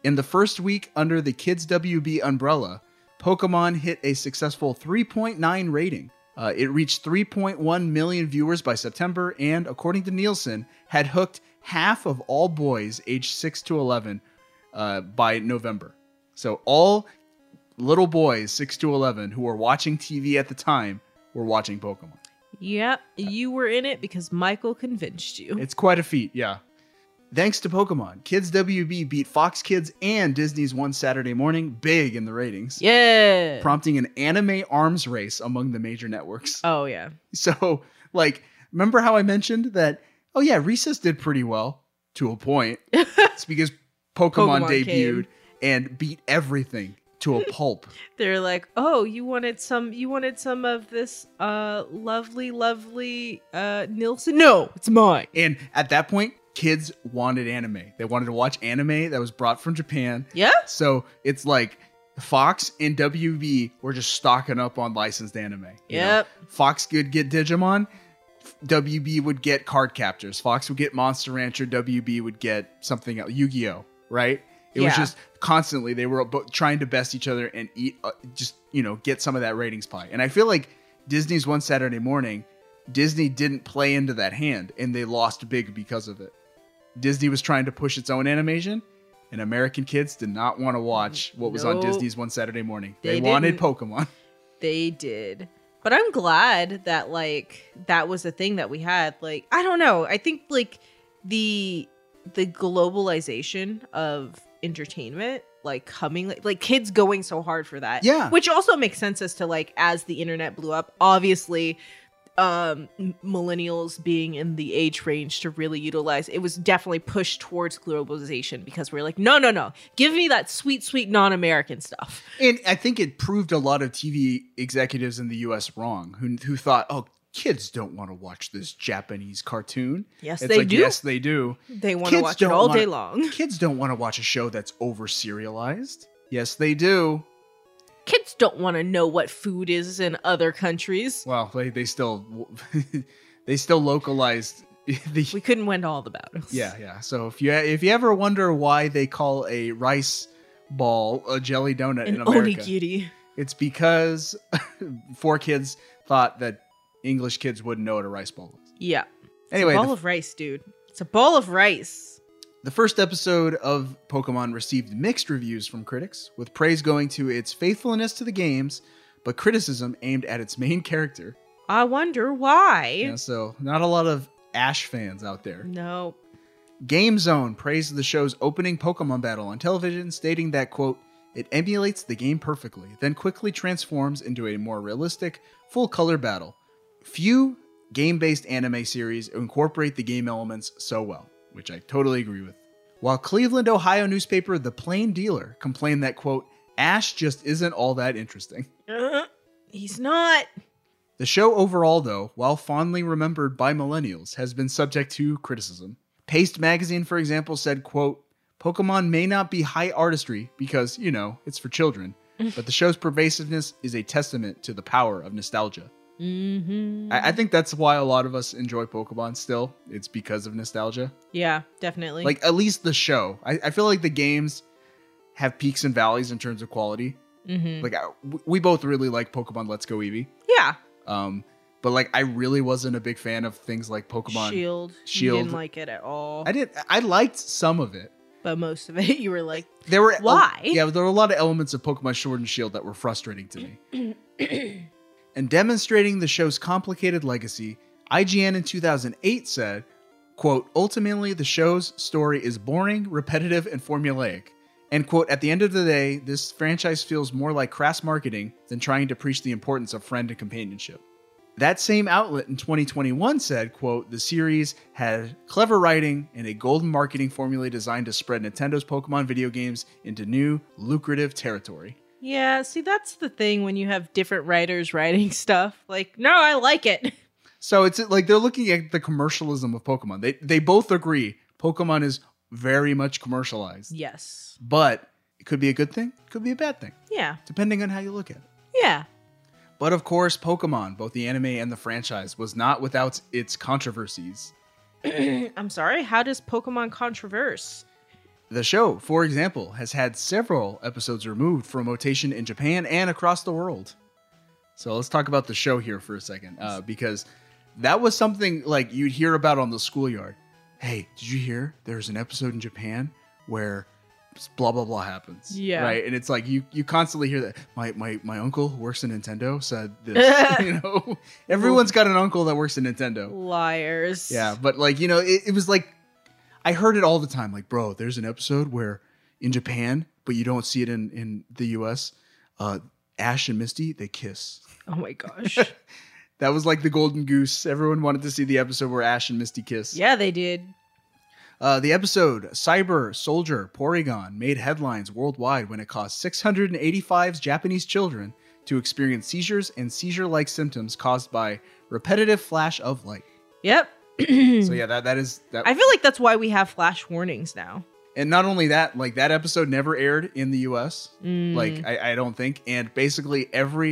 A: In the first week under the Kids WB umbrella, Pokemon hit a successful 3.9 rating. Uh, it reached 3.1 million viewers by September, and according to Nielsen, had hooked half of all boys aged 6 to 11 uh, by November. So, all little boys 6 to 11 who were watching TV at the time were watching Pokemon.
B: yeah. You were in it because Michael convinced you.
A: It's quite a feat, yeah. Thanks to Pokemon, Kids WB beat Fox Kids and Disney's One Saturday Morning big in the ratings.
B: Yeah.
A: Prompting an anime arms race among the major networks.
B: Oh yeah.
A: So, like, remember how I mentioned that? Oh yeah, Recess did pretty well to a point. it's because Pokemon,
B: Pokemon
A: debuted
B: came.
A: and beat everything to a pulp.
B: They're like, oh, you wanted some, you wanted some of this, uh, lovely, lovely, uh, Nilsson. No, it's mine.
A: And at that point, kids wanted anime. They wanted to watch anime that was brought from Japan.
B: Yeah.
A: So it's like Fox and WB were just stocking up on licensed anime. you know?
B: Yep.
A: Fox could get Digimon. WB would get card captors. Fox would get Monster Rancher. WB would get something else, Yu-Gi-Oh. Right? It was
B: Yeah.
A: just constantly they were bo- trying to best each other and eat, uh, just you know, get some of that ratings pie. And I feel like Disney's one Saturday morning, Disney didn't play into that hand, and they lost big because of it. Disney was trying to push its own animation, and American kids did not want to watch what was on
B: Nope.
A: Disney's one Saturday morning. They,
B: They
A: wanted
B: didn't.
A: Pokemon.
B: They did. But I'm glad that like that was a thing that we had. Like, I don't know. I think like the the globalization of entertainment like coming like, like kids going so hard for that
A: Yeah.
B: which also makes sense as to like as the internet blew up obviously um m- millennials being in the age range to really utilize it was definitely pushed towards globalization because we're like no no no give me that sweet sweet non-american stuff
A: And I think it proved a lot of TV executives in the U.S. wrong, who who thought, oh, kids don't want to watch this Japanese cartoon.
B: Yes, they do.
A: Yes, they do.
B: They wanna
A: Kids
B: watch it
A: don't
B: all
A: wanna-
B: day long.
A: Kids don't want to watch a show that's over serialized. Yes, they do.
B: kids don't want to know what food is in other countries
A: Well, they they still they still localized the.
B: we couldn't win all the battles
A: Yeah, yeah. So if you if you ever wonder why they call a rice ball a jelly donut in
B: an
A: America,
B: onigiri
A: It's because four kids thought that English kids wouldn't know what a rice ball was.
B: yeah It's
A: Anyway,
B: a bowl
A: the-
B: of rice dude it's a bowl of rice
A: The first episode of Pokemon received mixed reviews from critics, with praise going to its faithfulness to the games, but criticism aimed at its main character.
B: i wonder why
A: Yeah, so, not a lot of Ash fans out there.
B: No.
A: Game Zone praised the show's opening Pokemon battle on television, stating that, quote, it emulates the game perfectly, then quickly transforms into a more realistic, full color battle. Few game based anime series incorporate the game elements so well, which I totally agree with. While Cleveland, Ohio newspaper The Plain Dealer complained that, quote, Ash just isn't all that interesting.
B: Uh, he's not
A: The show overall, though, while fondly remembered by millennials, has been subject to criticism. Paste magazine, for example, said, quote, Pokemon may not be high artistry because, you know, it's for children, but the show's pervasiveness is a testament to the power of nostalgia.
B: hmm
A: I, I think that's why a lot of us enjoy Pokemon still. It's because of nostalgia.
B: yeah definitely
A: Like, at least the show. I, I feel like the games have peaks and valleys in terms of quality.
B: Mhm.
A: Like, I, w- we both really like Pokemon Let's Go Eevee.
B: yeah
A: Um, but like I really wasn't a big fan of things like Pokemon
B: shield you
A: Shield.
B: didn't like it at all
A: I did. I liked some of it.
B: but most of it you were like
A: There were
B: Why?
A: yeah, there were a lot of elements of Pokemon Sword and Shield that were frustrating to me. And demonstrating the show's complicated legacy, IGN in 2008 said, quote, ultimately the show's story is boring, repetitive, and formulaic. And quote, at the end of the day, this franchise feels more like crass marketing than trying to preach the importance of friend and companionship. That same outlet in 2021 said, quote, the series had clever writing and a golden marketing formula designed to spread Nintendo's Pokemon video games into new, lucrative territory.
B: yeah see that's the thing when you have different writers writing stuff like no i like it
A: So it's like they're looking at the commercialism of Pokemon. They they both agree Pokemon is very much commercialized.
B: yes
A: But it could be a good thing, could be a bad thing,
B: yeah
A: depending on how you look at it.
B: yeah
A: But of course, Pokemon, both the anime and the franchise, was not without its controversies.
B: i'm sorry how does pokemon controverse
A: The show, for example, has had several episodes removed from rotation in Japan and across the world. So let's talk about the show here for a second, uh, because that was something like you'd hear about on the schoolyard. Hey, did you hear? There's an episode in Japan where blah blah blah happens.
B: Yeah.
A: Right. And it's like you you constantly hear that. My my my uncle who works at Nintendo said this. you know, everyone's got an uncle that works at Nintendo.
B: liars
A: Yeah, but like you know, it, it was like I heard it all the time. Like, bro, there's an episode where in Japan, but you don't see it in in the U.S. Uh, Ash and Misty they kiss.
B: oh my gosh
A: That was like the golden goose. Everyone wanted to see the episode where Ash and Misty kiss.
B: yeah they did
A: Uh, the episode Cyber Soldier Porygon made headlines worldwide when it caused 685 Japanese children to experience seizures and seizure-like symptoms caused by repetitive flash of light.
B: yep Hmm.
A: So yeah, that that is that
B: i feel like that's why we have flash warnings now
A: And not only that, like that episode never aired in the US.
B: Mm.
A: Like I, I don't think. And basically every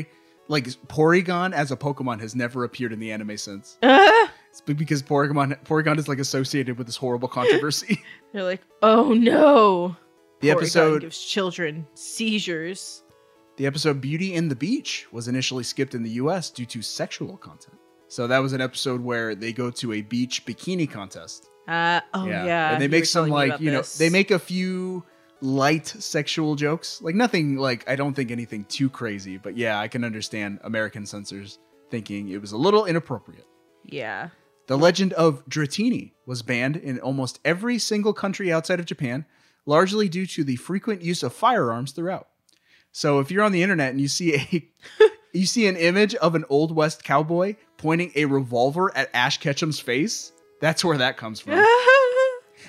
A: like Porygon as a Pokemon has never appeared in the anime since.
B: Uh-huh.
A: It's be- because Porygon Porygon is like associated with this horrible controversy.
B: they're like oh no
A: The
B: Porygon
A: episode-
B: gives children seizures
A: the episode Beauty and the Beach was initially skipped in the US due to sexual content. So that was an episode where they go to a beach bikini contest.
B: Uh, oh yeah.
A: And they
B: you
A: make
B: were
A: some
B: telling me
A: like,
B: about
A: you know,
B: this.
A: they make a few light sexual jokes. Like nothing like I don't think anything too crazy, but yeah, I can understand American censors thinking it was a little inappropriate.
B: Yeah.
A: The legend of Dratini was banned in almost every single country outside of Japan, largely due to the frequent use of firearms throughout. So if you're on the internet and you see a you see an image of an old west cowboy pointing a revolver at Ash Ketchum's face, that's where that comes from. And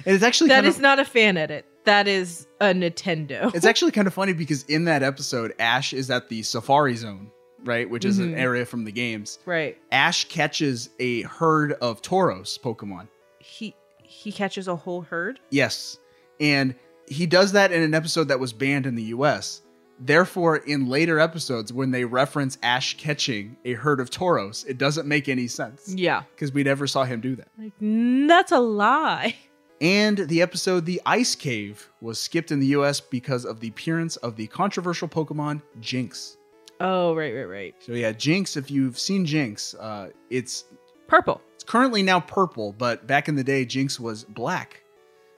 A: it's actually
B: That
A: kind
B: is
A: of-
B: not a fan edit. That is a Nintendo.
A: It's actually kind of funny because in that episode, Ash is at the Safari Zone, right, which is an
B: Mhm.
A: area from the games.
B: right.
A: Ash catches a herd of Tauros Pokemon.
B: He he catches a whole herd.
A: Yes. And he does that in an episode that was banned in the US. Therefore, in later episodes, when they reference Ash catching a herd of toros, it doesn't make any sense.
B: Yeah.
A: Because we never saw him do that.
B: Like "Mm, that's a lie.
A: And the episode The Ice Cave was skipped in the US because of the appearance of the controversial Pokemon Jinx.
B: Oh right right right.
A: So, yeah, Jinx, if you've seen Jinx, uh, it's
B: purple.
A: It's currently now purple, but back in the day, Jinx was black.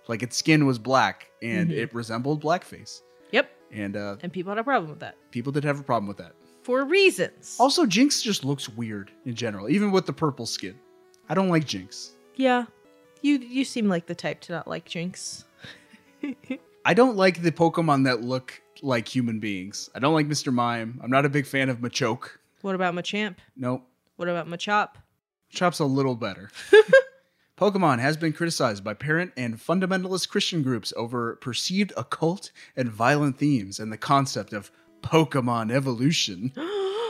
A: Like its skin was black and
B: Mhm.
A: it resembled blackface.
B: Yep.
A: And uh,
B: And people had a problem with that
A: people did have a problem with that.
B: for reasons.
A: Also, Jinx just looks weird in general, even with the purple skin. I don't like Jinx.
B: Yeah. You you seem like the type to not like Jinx.
A: I don't like the Pokemon that look like human beings. I don't like Mr. Mime. I'm not a big fan of Machoke.
B: What about Machamp?
A: Nope.
B: What about Machop?
A: Chop's a little better. Pokemon has been criticized by parent and fundamentalist Christian groups over perceived occult and violent themes and the concept of Pokemon evolution.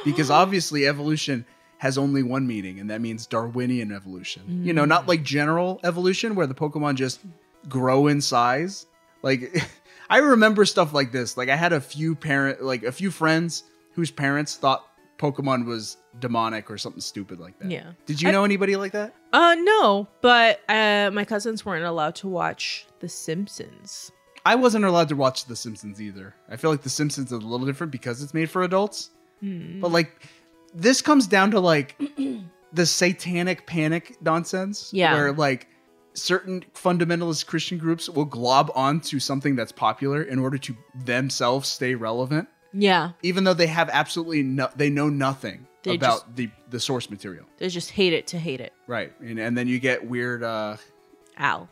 A: because obviously, evolution has only one meaning, and that means Darwinian evolution. You know, not like general evolution where the Pokemon just grow in size. Like, I remember stuff like this. Like, I had a few parent, like a few friends whose parents thought Pokemon was demonic or something stupid like that.
B: Yeah.
A: Did you know anybody like that?
B: Uh no, but uh my cousins weren't allowed to watch The Simpsons.
A: I wasn't allowed to watch The Simpsons either. I feel like The Simpsons is a little different because it's made for adults.
B: Hmm.
A: But like this comes down to like the satanic panic nonsense.
B: Yeah.
A: Where like certain fundamentalist Christian groups will glob onto something that's popular in order to themselves stay relevant.
B: Yeah.
A: Even though they have absolutely no they know nothing
B: They
A: about the, the source material.
B: They just hate it to hate it.
A: Right. And and then you get weird uh
B: Ow.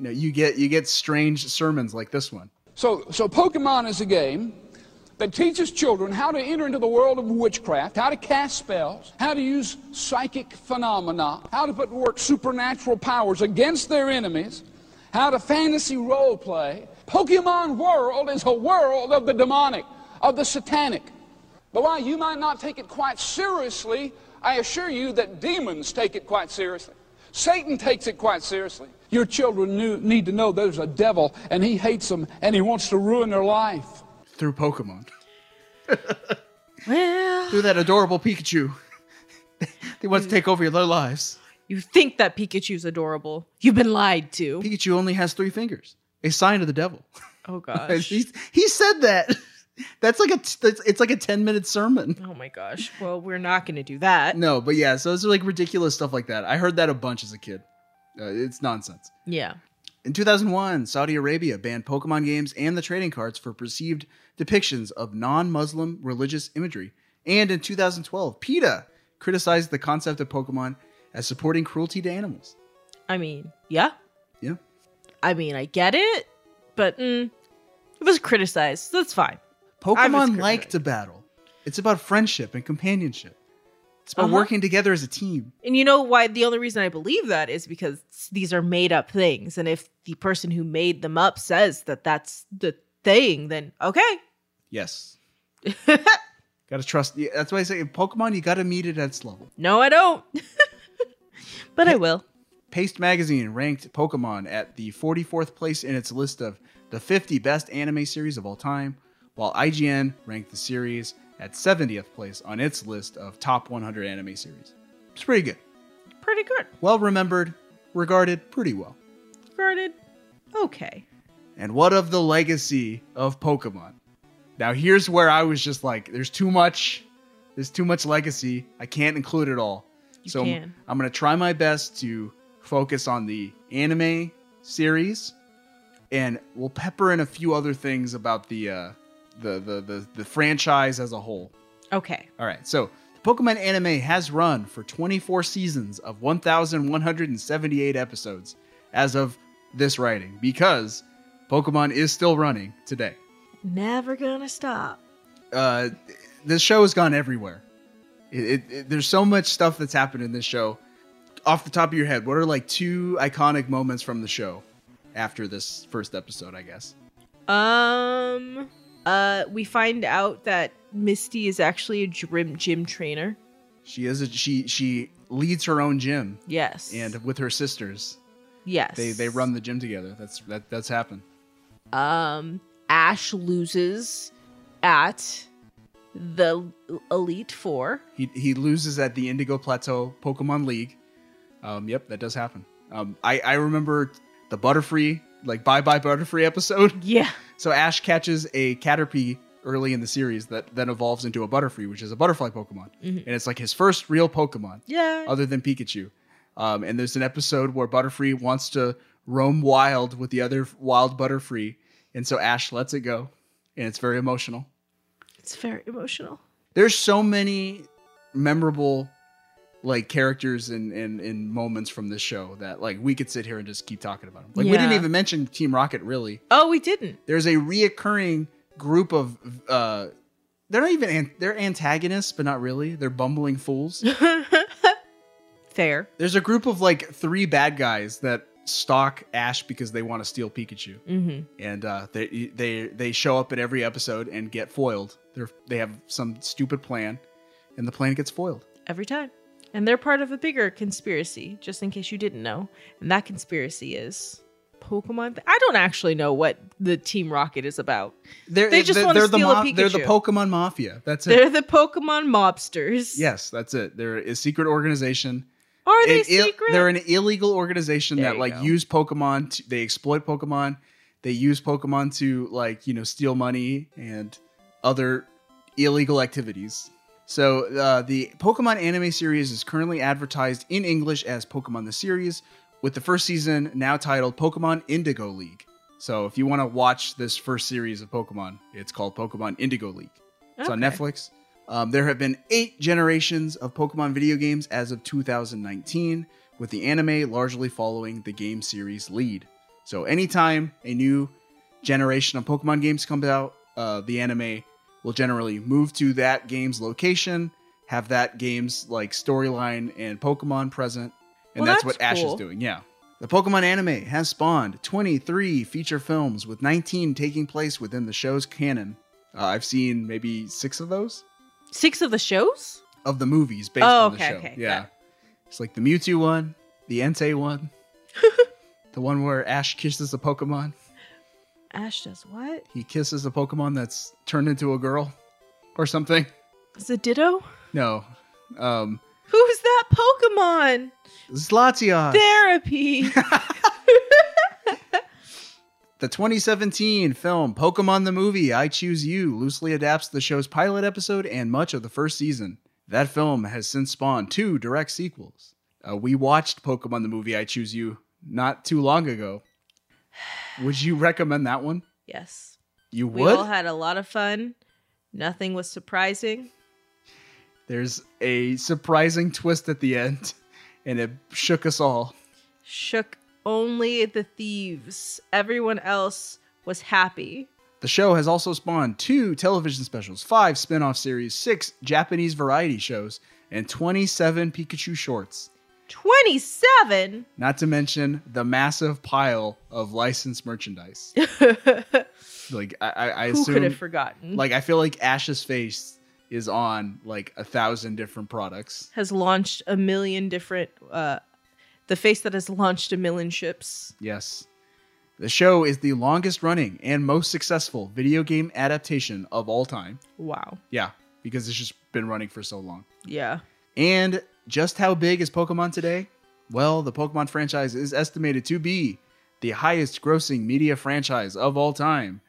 A: no, you get you get strange sermons like this one.
G: So, so Pokemon is a game that teaches children how to enter into the world of witchcraft, how to cast spells, how to use psychic phenomena, how to put to work supernatural powers against their enemies, how to fantasy role play. Pokemon World is a world of the demonic, of the satanic. But while you might not take it quite seriously, I assure you that demons take it quite seriously. Satan takes it quite seriously. Your children knew, need to know there's a devil, and he hates them, and he wants to ruin their life.
A: through Pokemon. through that adorable Pikachu. they want to take over your lives.
B: You think that Pikachu's adorable. You've been lied to.
A: Pikachu only has three fingers. A sign of the devil.
B: Oh gosh.
A: he, he said that. That's like a t- that's- it's like a 10 minute sermon.
B: Oh my gosh. Well, we're not going to do that.
A: No, but yeah, so it's like ridiculous stuff like that. I heard that a bunch as a kid. Uh, it's nonsense.
B: Yeah.
A: In 2001, Saudi Arabia banned Pokemon games and the trading cards for perceived depictions of non Muslim religious imagery. And in 2012, PETA criticized the concept of Pokemon as supporting cruelty to animals.
B: I mean, yeah.
A: Yeah.
B: I mean, I get it, but mm, it was criticized. That's fine. I'm
A: Pokemon
B: discriminating.
A: like to battle, it's about friendship and companionship, it's about
B: Uh-huh.
A: working together as a team.
B: And you know why? The only reason I believe that is because these are made up things. And if the person who made them up says that that's the thing, then okay.
A: Yes. gotta trust. yeah, That's why I say in Pokemon, you gotta meet it at its level.
B: No, I don't. but I will.
A: Paste Magazine ranked Pokemon at the 44th place in its list of the 50 best anime series of all time, while IGN ranked the series at 70th place on its list of top 100 anime series. It's pretty good.
B: Pretty good.
A: Well remembered, regarded pretty well.
B: Guarded. Okay.
A: And what of the legacy of Pokemon? Now, here's where I was just like, there's too much. There's too much legacy. I can't include it all.
B: You
A: so I'm-
B: can.
A: I'm going to try my best to focus on the anime series and we'll pepper in a few other things about the uh the the the, the franchise as a whole.
B: Okay.
A: All right. So, the Pokemon anime has run for 24 seasons of 1178 episodes as of this writing because Pokemon is still running today.
B: Never gonna stop.
A: Uh, this show has gone everywhere. It, it, it, there's so much stuff that's happened in this show. Off the top of your head, what are like two iconic moments from the show after this first episode? I guess.
B: Um. Uh, we find out that Misty is actually a gym gym trainer.
A: She is a she she leads her own gym.
B: Yes.
A: And with her sisters.
B: Yes.
A: They they run the gym together. That's that that's happened.
B: Um, Ash loses at the Elite Four.
A: He he loses at the Indigo Plateau Pokemon League. Um, yep, that does happen. Um, I I remember the Butterfree like Bye Bye Butterfree episode.
B: Yeah.
A: So Ash catches a Caterpie early in the series that then evolves into a Butterfree, which is a butterfly Pokemon,
B: Mhm.
A: and it's like his first real Pokemon.
B: Yeah.
A: Other than Pikachu, um, and there's an episode where Butterfree wants to roam wild with the other wild Butterfree, and so Ash lets it go, and it's very emotional.
B: It's very emotional.
A: There's so many memorable like characters and, and and moments from this show that like we could sit here and just keep talking about them. Like we didn't
B: Yeah.
A: even mention Team Rocket really.
B: Oh, we didn't.
A: There's a reoccurring group of uh they're not even an- they're antagonists, but not really. They're bumbling fools.
B: Fair.
A: There's a group of like three bad guys that stalk Ash because they want to steal Pikachu,
B: Mhm.
A: and uh, they they they show up at every episode and get foiled. They're they have some stupid plan, and the plan gets foiled.
B: Every time. And they're part of a bigger conspiracy, just in case you didn't know. And that conspiracy is Pokemon. I don't actually know what the Team Rocket is about.
A: They're,
B: they just
A: they're-
B: want to
A: they're
B: steal
A: the
B: a
A: mo-
B: Pikachu.
A: They're the Pokemon Mafia. That's it.
B: They're the Pokemon mobsters.
A: Yes, that's it. They're a secret organization.
B: Are they
A: An ill-
B: secret?
A: they're an illegal organization
B: There
A: that
B: you
A: like
B: go.
A: use Pokemon. To, they exploit Pokemon. They use Pokemon to like you know steal money and other illegal activities. So uh, the Pokemon anime series is currently advertised in English as Pokemon the series, with the first season now titled Pokemon Indigo League. So if you want to watch this first series of Pokemon, it's called Pokemon Indigo League. It's on
B: Okay.
A: Netflix. Um, there have been eight generations of Pokemon video games as of 2019, with the anime largely following the game series lead. So anytime a new generation of Pokemon games comes out, uh, the anime will generally move to that game's location, have that game's like storyline and Pokemon present, and
B: Well,
A: that's,
B: that's
A: what Ash is
B: cool.
A: doing. Yeah. The Pokemon anime has spawned 23 feature films, with 19 taking place within the show's canon. Uh, I've seen maybe six of those
B: Six of the shows?
A: of the movies based
B: Oh,
A: on the
B: okay,
A: show.
B: okay,
A: yeah, it's like the Mewtwo one, the Entei one, the one where Ash kisses a Pokemon.
B: Ash does what?
A: He kisses a Pokemon that's turned into a girl, or something.
B: Is it Ditto?
A: No, um,
B: Who's that Pokemon?
A: Zlatios.
B: Therapy.
A: The 2017 film Pokemon the Movie I Choose You loosely adapts the show's pilot episode and much of the first season. That film has since spawned two direct sequels. Uh, we watched Pokemon the Movie I Choose You not too long ago. Would you recommend that one?
B: yes.
A: You
B: We
A: would?
B: all had a lot of fun. Nothing was surprising.
A: There's a surprising twist at the end, and it shook us all.
B: Shook only the thieves. Everyone else was happy.
A: The show has also spawned two television specials, five spin off series, six Japanese variety shows, and 27 Pikachu shorts.
B: 27?
A: Not to mention the massive pile of licensed merchandise. like I, I, I
B: Who
A: assume,
B: could have forgotten?
A: Like I feel like Ash's face is on like a thousand different products.
B: has launched a million different uh the face that has launched a million ships.
A: Yes, the show is the longest running and most successful video game adaptation of all time.
B: Wow.
A: Yeah, because it's just been running for so long.
B: Yeah.
A: And just how big is Pokemon today? Well, the Pokemon franchise is estimated to be the highest grossing media franchise of all time.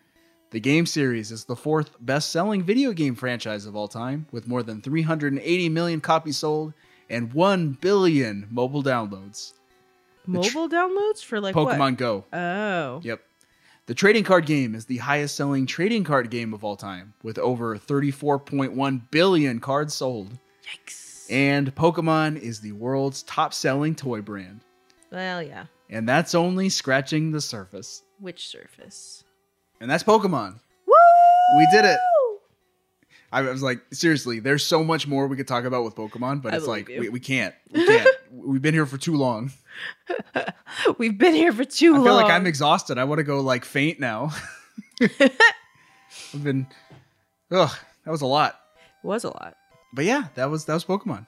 A: The game series is the fourth best selling video game franchise of all time, with more than 380 million copies sold and 1 billion mobile downloads. The tr-
B: Mobile downloads for like what?
A: Pokemon Go.
B: Oh.
A: Yep. The trading card game is the highest selling trading card game of all time, with over 34.1 billion cards sold. Yikes. And Pokemon is the world's top selling toy brand.
B: Well, yeah.
A: And that's only scratching the surface.
B: Which surface?
A: And that's Pokemon. Woo! We did it. I was like, seriously, there's so much more we could talk about with Pokemon, but
B: I
A: it's
B: believe
A: like
B: you.
A: we, we can't. We can't. We've been here for too long.
B: We've been here for too
A: I
B: long.
A: feel like I'm exhausted. I want to go like faint now. I've been Ugh, that was a lot.
B: It was a lot.
A: But yeah, that was that was Pokemon.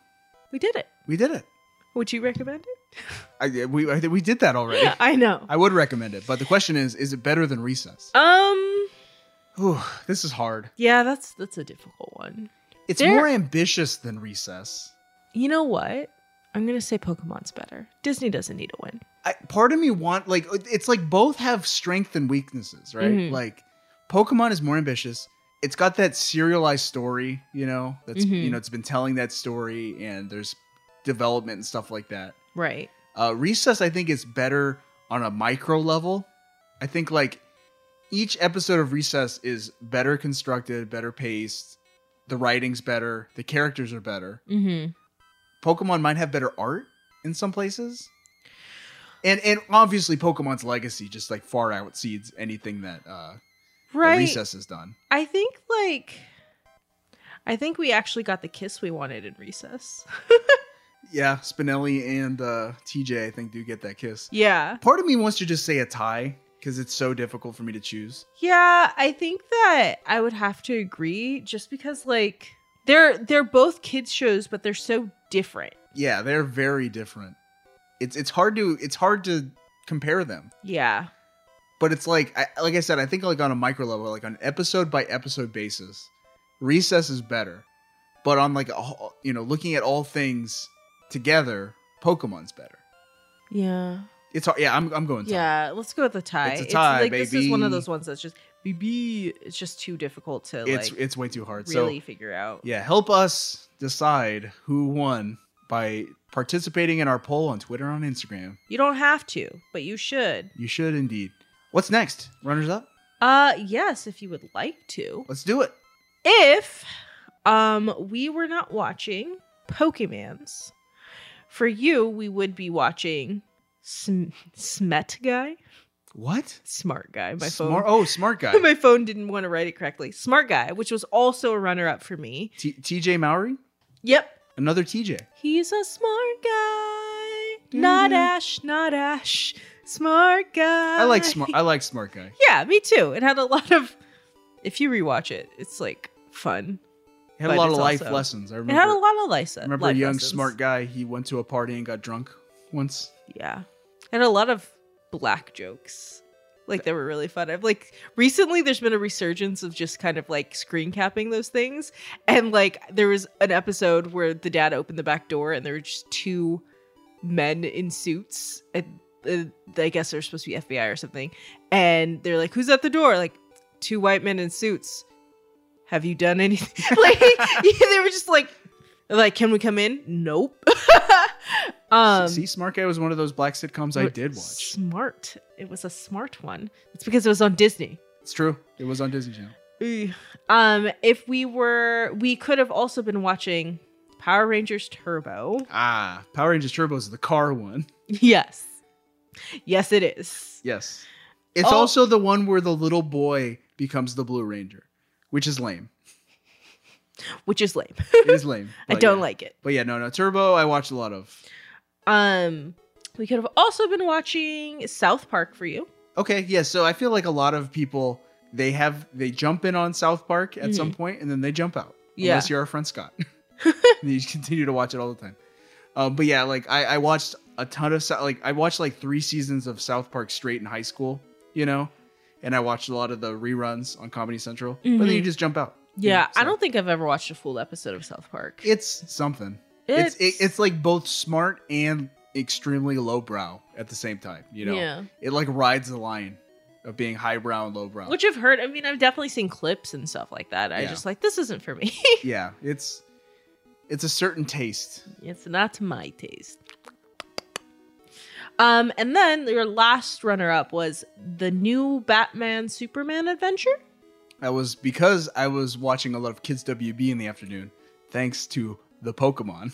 B: We did it.
A: We did it.
B: Would you recommend it?
A: I we I, think we did that already.
B: I know.
A: I would recommend it, but the question is, is it better than Recess?
B: Um.
A: Ooh, this is hard.
B: Yeah, that's that's a difficult one.
A: It's
B: There-
A: more ambitious than Recess.
B: You know what? I'm gonna say Pokemon's better. Disney doesn't need a win.
A: I, part of me want like it's like both have strength and weaknesses, right?
B: Mhm.
A: Like Pokemon is more ambitious. It's got that serialized story, you know, that's
B: Mhm.
A: you know, it's been telling that story and there's development and stuff like that.
B: Right.
A: Uh, Recess, I think, is better on a micro level. I think like each episode of Recess is better constructed, better paced. The writing's better. The characters are better.
B: Mm-hmm.
A: Pokemon might have better art in some places. And and obviously Pokemon's legacy just like far outseeds anything that uh that
B: Right.
A: Recess has done.
B: I think like I think we actually got the kiss we wanted in recess.
A: Yeah, Spinelli and uh TJ I think do get that kiss.
B: Yeah.
A: Part of me wants to just say a tie because it's so difficult for me to choose.
B: Yeah, I think that I would have to agree just because like they're they're both kids shows but they're so different.
A: Yeah, they're very different. It's it's hard to it's hard to compare them.
B: Yeah.
A: but it's like I, like I said, I think like on a micro level, like on episode by episode basis, Recess is better. But on like a, wh- you know, looking at all things together, Pokemon's better.
B: Yeah.
A: It's hard. Yeah, I'm I'm going. Yeah.
B: Yeah, let's go with a tie.
A: It's a tie,
B: like this is one of
A: baby.
B: those ones that's just BB it's just too difficult to
A: It's
B: like
A: it's way too hard.
B: really
A: so
B: figure out.
A: yeah, help us decide who won by participating in our poll on Twitter and on Instagram.
B: You don't have to, but you should.
A: You should indeed. What's next? Runners up.
B: Uh yes, if you would like to.
A: Let's do it.
B: If um we were not watching Pokemans, for you we would be watching Sm- Smet guy.
A: What?
B: Smart guy. My
A: Smart-
B: phone.
A: oh, smart guy.
B: my phone didn't want to write it correctly. Smart guy, which was also a runner up for me.
A: T- TJ Mowry.
B: Yep.
A: Another TJ.
B: He's a smart guy. Not Ash. Not Ash. Smart guy.
A: Mm-hmm. I like smart. I like smart guy.
B: Yeah, me too. It had a lot of. If you rewatch it, it's like fun.
A: It had a
B: but
A: lot
B: it's
A: of life
B: also-
A: lessons. I
B: it
A: remember.
B: had a lot of life.
A: I remember
B: life
A: a young
B: lessons.
A: smart guy. He went to a party and got drunk once.
B: Yeah, it had a lot of black jokes. Like they were really fun. I've like recently there's been a resurgence of just kind of like screen capping those things. And like there was an episode where the dad opened the back door and there were just two men in suits. And uh, I guess they're supposed to be FBI or something. And they're like, "Who's at the door?" Like two white men in suits. Have you done anything? like yeah, they were just like, like, can we come in? Nope. um,
A: See, Smart Guy was one of those black sitcoms I
B: but
A: did watch.
B: Smart. It was a smart one. It's because it was on Disney.
A: It's true. It was on Disney Channel.
B: Ugh. Um, if we were, we could have also been watching Power Rangers Turbo.
A: Ah, Power Rangers Turbo is the car one.
B: Yes, yes, it is.
A: Yes. It's
B: Oh.
A: also the one where the little boy becomes the Blue Ranger, which is lame.
B: Which is lame.
A: It is lame.
B: I
A: but
B: don't
A: yeah.
B: like it.
A: But yeah, no, no. Turbo, I watched a lot of.
B: Um, we could have also been watching South Park for you.
A: Okay, yeah. So I feel like a lot of people they have they jump in on South Park at some
B: Mhm.
A: point and then they jump out.
B: Yeah.
A: Unless you're our friend Scott. And you continue to watch it all the time. Uh, but yeah, like I, I watched a ton of Sou- like I watched like three seasons of South Park straight in high school, you know, and I watched a lot of the reruns on Comedy Central. But then you
B: Mhm.
A: just jump out. you
B: Yeah,
A: know, so
B: I don't think I've ever watched a full episode of South Park.
A: It's something. It's
B: It's-
A: it's, it, it's like both smart and extremely lowbrow at the same time. You know,
B: Yeah.
A: it like rides the line of being highbrow and lowbrow.
B: Which I've heard. I mean, I've definitely seen clips and stuff like that. I
A: uh, Yeah.
B: just like this isn't for me.
A: yeah, it's it's a certain taste.
B: It's not my taste. Um, and then your last runner up was the new Batman Superman adventure.
A: I was because I was watching a lot of Kids WB in the afternoon, thanks to the Pokemon.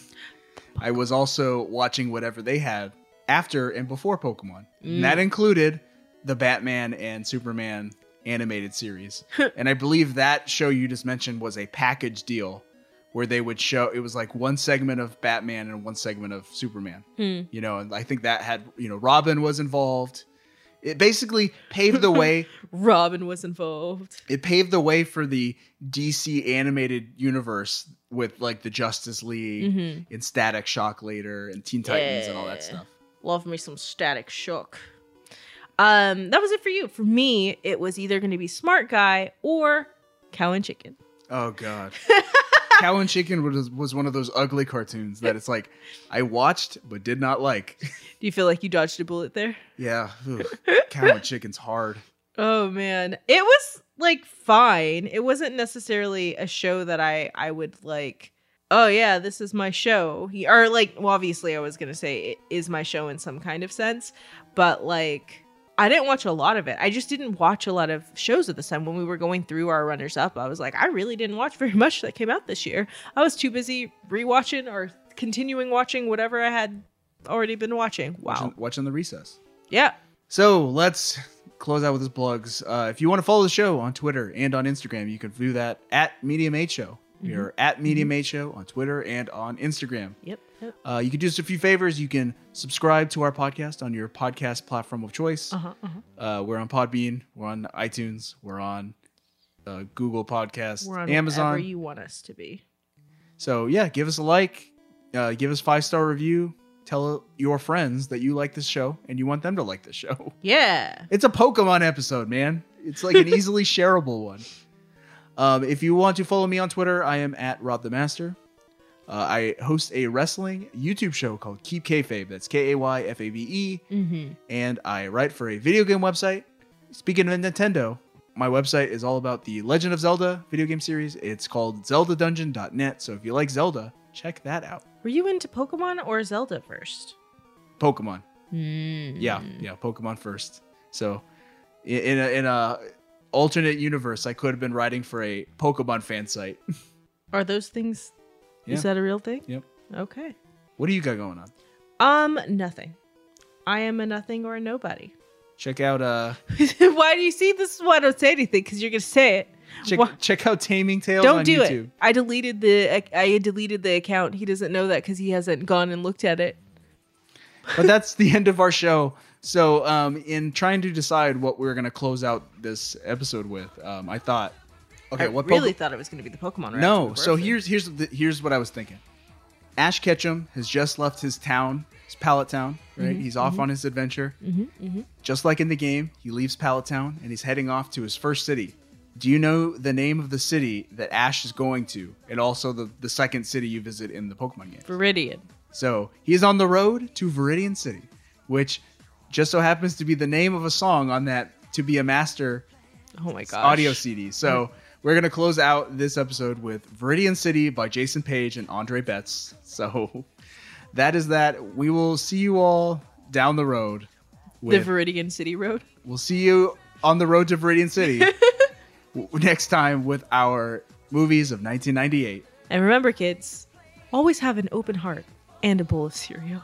A: I was also watching whatever they had after and before Pokemon.
B: Mm.
A: And that included the Batman and Superman animated series. and I believe that show you just mentioned was a package deal where they would show it was like one segment of Batman and one segment of Superman.
B: Hmm.
A: You know, and I think that had, you know, Robin was involved. It basically paved the way
B: Robin was involved.
A: it paved the way for the DC animated universe with like the Justice League
B: Mhm.
A: and Static Shock later and Teen Titans and all that stuff.
B: Love me some static shock. Um, that was it for you. For me, it was either going to be Smart Guy or Cow and Chicken.
A: Oh god. Cow and Chicken was was one of those ugly cartoons that it's like I watched but did not like.
B: Do you feel like you dodged a bullet there?
A: Yeah, ugh, Cow and Chicken's hard.
B: Oh man, it was like fine. It wasn't necessarily a show that I I would like. Oh yeah, this is my show. He, or like, well, obviously, I was gonna say it is my show in some kind of sense, but like, I didn't watch a lot of it. I just didn't watch a lot of shows at the time. When we were going through our runners up, I was like, I really didn't watch very much that came out this year. I was too busy rewatching or continuing watching whatever I had already been watching. Wow.
A: Watching, watching the recess.
B: Yeah.
A: So let's close out with his plugs. Uh, if you want to follow the show on Twitter and on Instagram, you can do that at Medium 8 Show. We
B: Mm-hmm.
A: are at Medium 8 Show on Twitter and on Instagram.
B: Yep. yep.
A: Uh, you can do us a few favors. You can subscribe to our podcast on your podcast platform of choice.
B: Uh-huh, uh-huh.
A: Uh, we're on Podbean. We're on iTunes. We're on uh, Google Podcasts,
B: We're on
A: Amazon.
B: whatever you want us to be.
A: So yeah, give us a like, uh, give us five star review. Tell your friends that you like this show and you want them to like this show.
B: Yeah.
A: It's a Pokemon episode, man. It's like an easily shareable one. Um, if you want to follow me on Twitter, I am at Rob the Master. Uh, I host a wrestling YouTube show called Keep Kayfabe. That's K A Y F A V E
B: Mm-hmm.
A: and I write for a video game website. Speaking of Nintendo, my website is all about the Legend of Zelda video game series. It's called zeldadungeon.net, so if you like Zelda, check that out.
B: Were you into Pokemon or Zelda first?
A: Pokemon.
B: Mm.
A: Yeah, yeah, Pokemon first. So i- in a, in a alternate universe, I could have been writing for a Pokemon fan site.
B: Are those things?
A: Yeah.
B: Is that a real thing?
A: Yep.
B: Okay.
A: What do you got going on?
B: Um, nothing. I am a nothing or a nobody.
A: Check out uh
B: Why do you see this? Is why I don't say anything because you're gonna say it.
A: check,
B: Why-
A: check out Taming Tales
B: Don't
A: on
B: do
A: YouTube.
B: it. I deleted the I deleted the account. He doesn't know that because he hasn't gone and looked at it.
A: but that's the end of our show. So, um, in trying to decide what we were going to close out this episode with, um, I thought, okay,
B: I
A: what Poke-
B: really thought it was gonna be the Pokemon. round
A: no.
B: for
A: So
B: birthday.
A: here's here's the, here's what I was thinking. Ash Ketchum has just left his town, his Pallet Town. Right,
B: Mhm,
A: he's off
B: mhm.
A: on his adventure.
B: Mhm, mhm.
A: Just like in the game, he leaves Pallet Town and he's heading off to his first city. Do you know the name of the city that Ash is going to, and also the the second city you visit in the Pokemon game?
B: Viridian.
A: So he is on the road to Viridian City, which just so happens to be the name of a song on that To Be a Master
B: Oh my gosh. Hmm.
A: audio CD. So we're going to close out this episode with Viridian City by Jason Page and Andre Betts. So that is that. We will see you all down the road.
B: The
A: With,
B: Viridian City Road.
A: we'll see you on the road to Viridian City w- next time with our movies of 1998.
B: And remember, kids, always have an open heart and a bowl of cereal.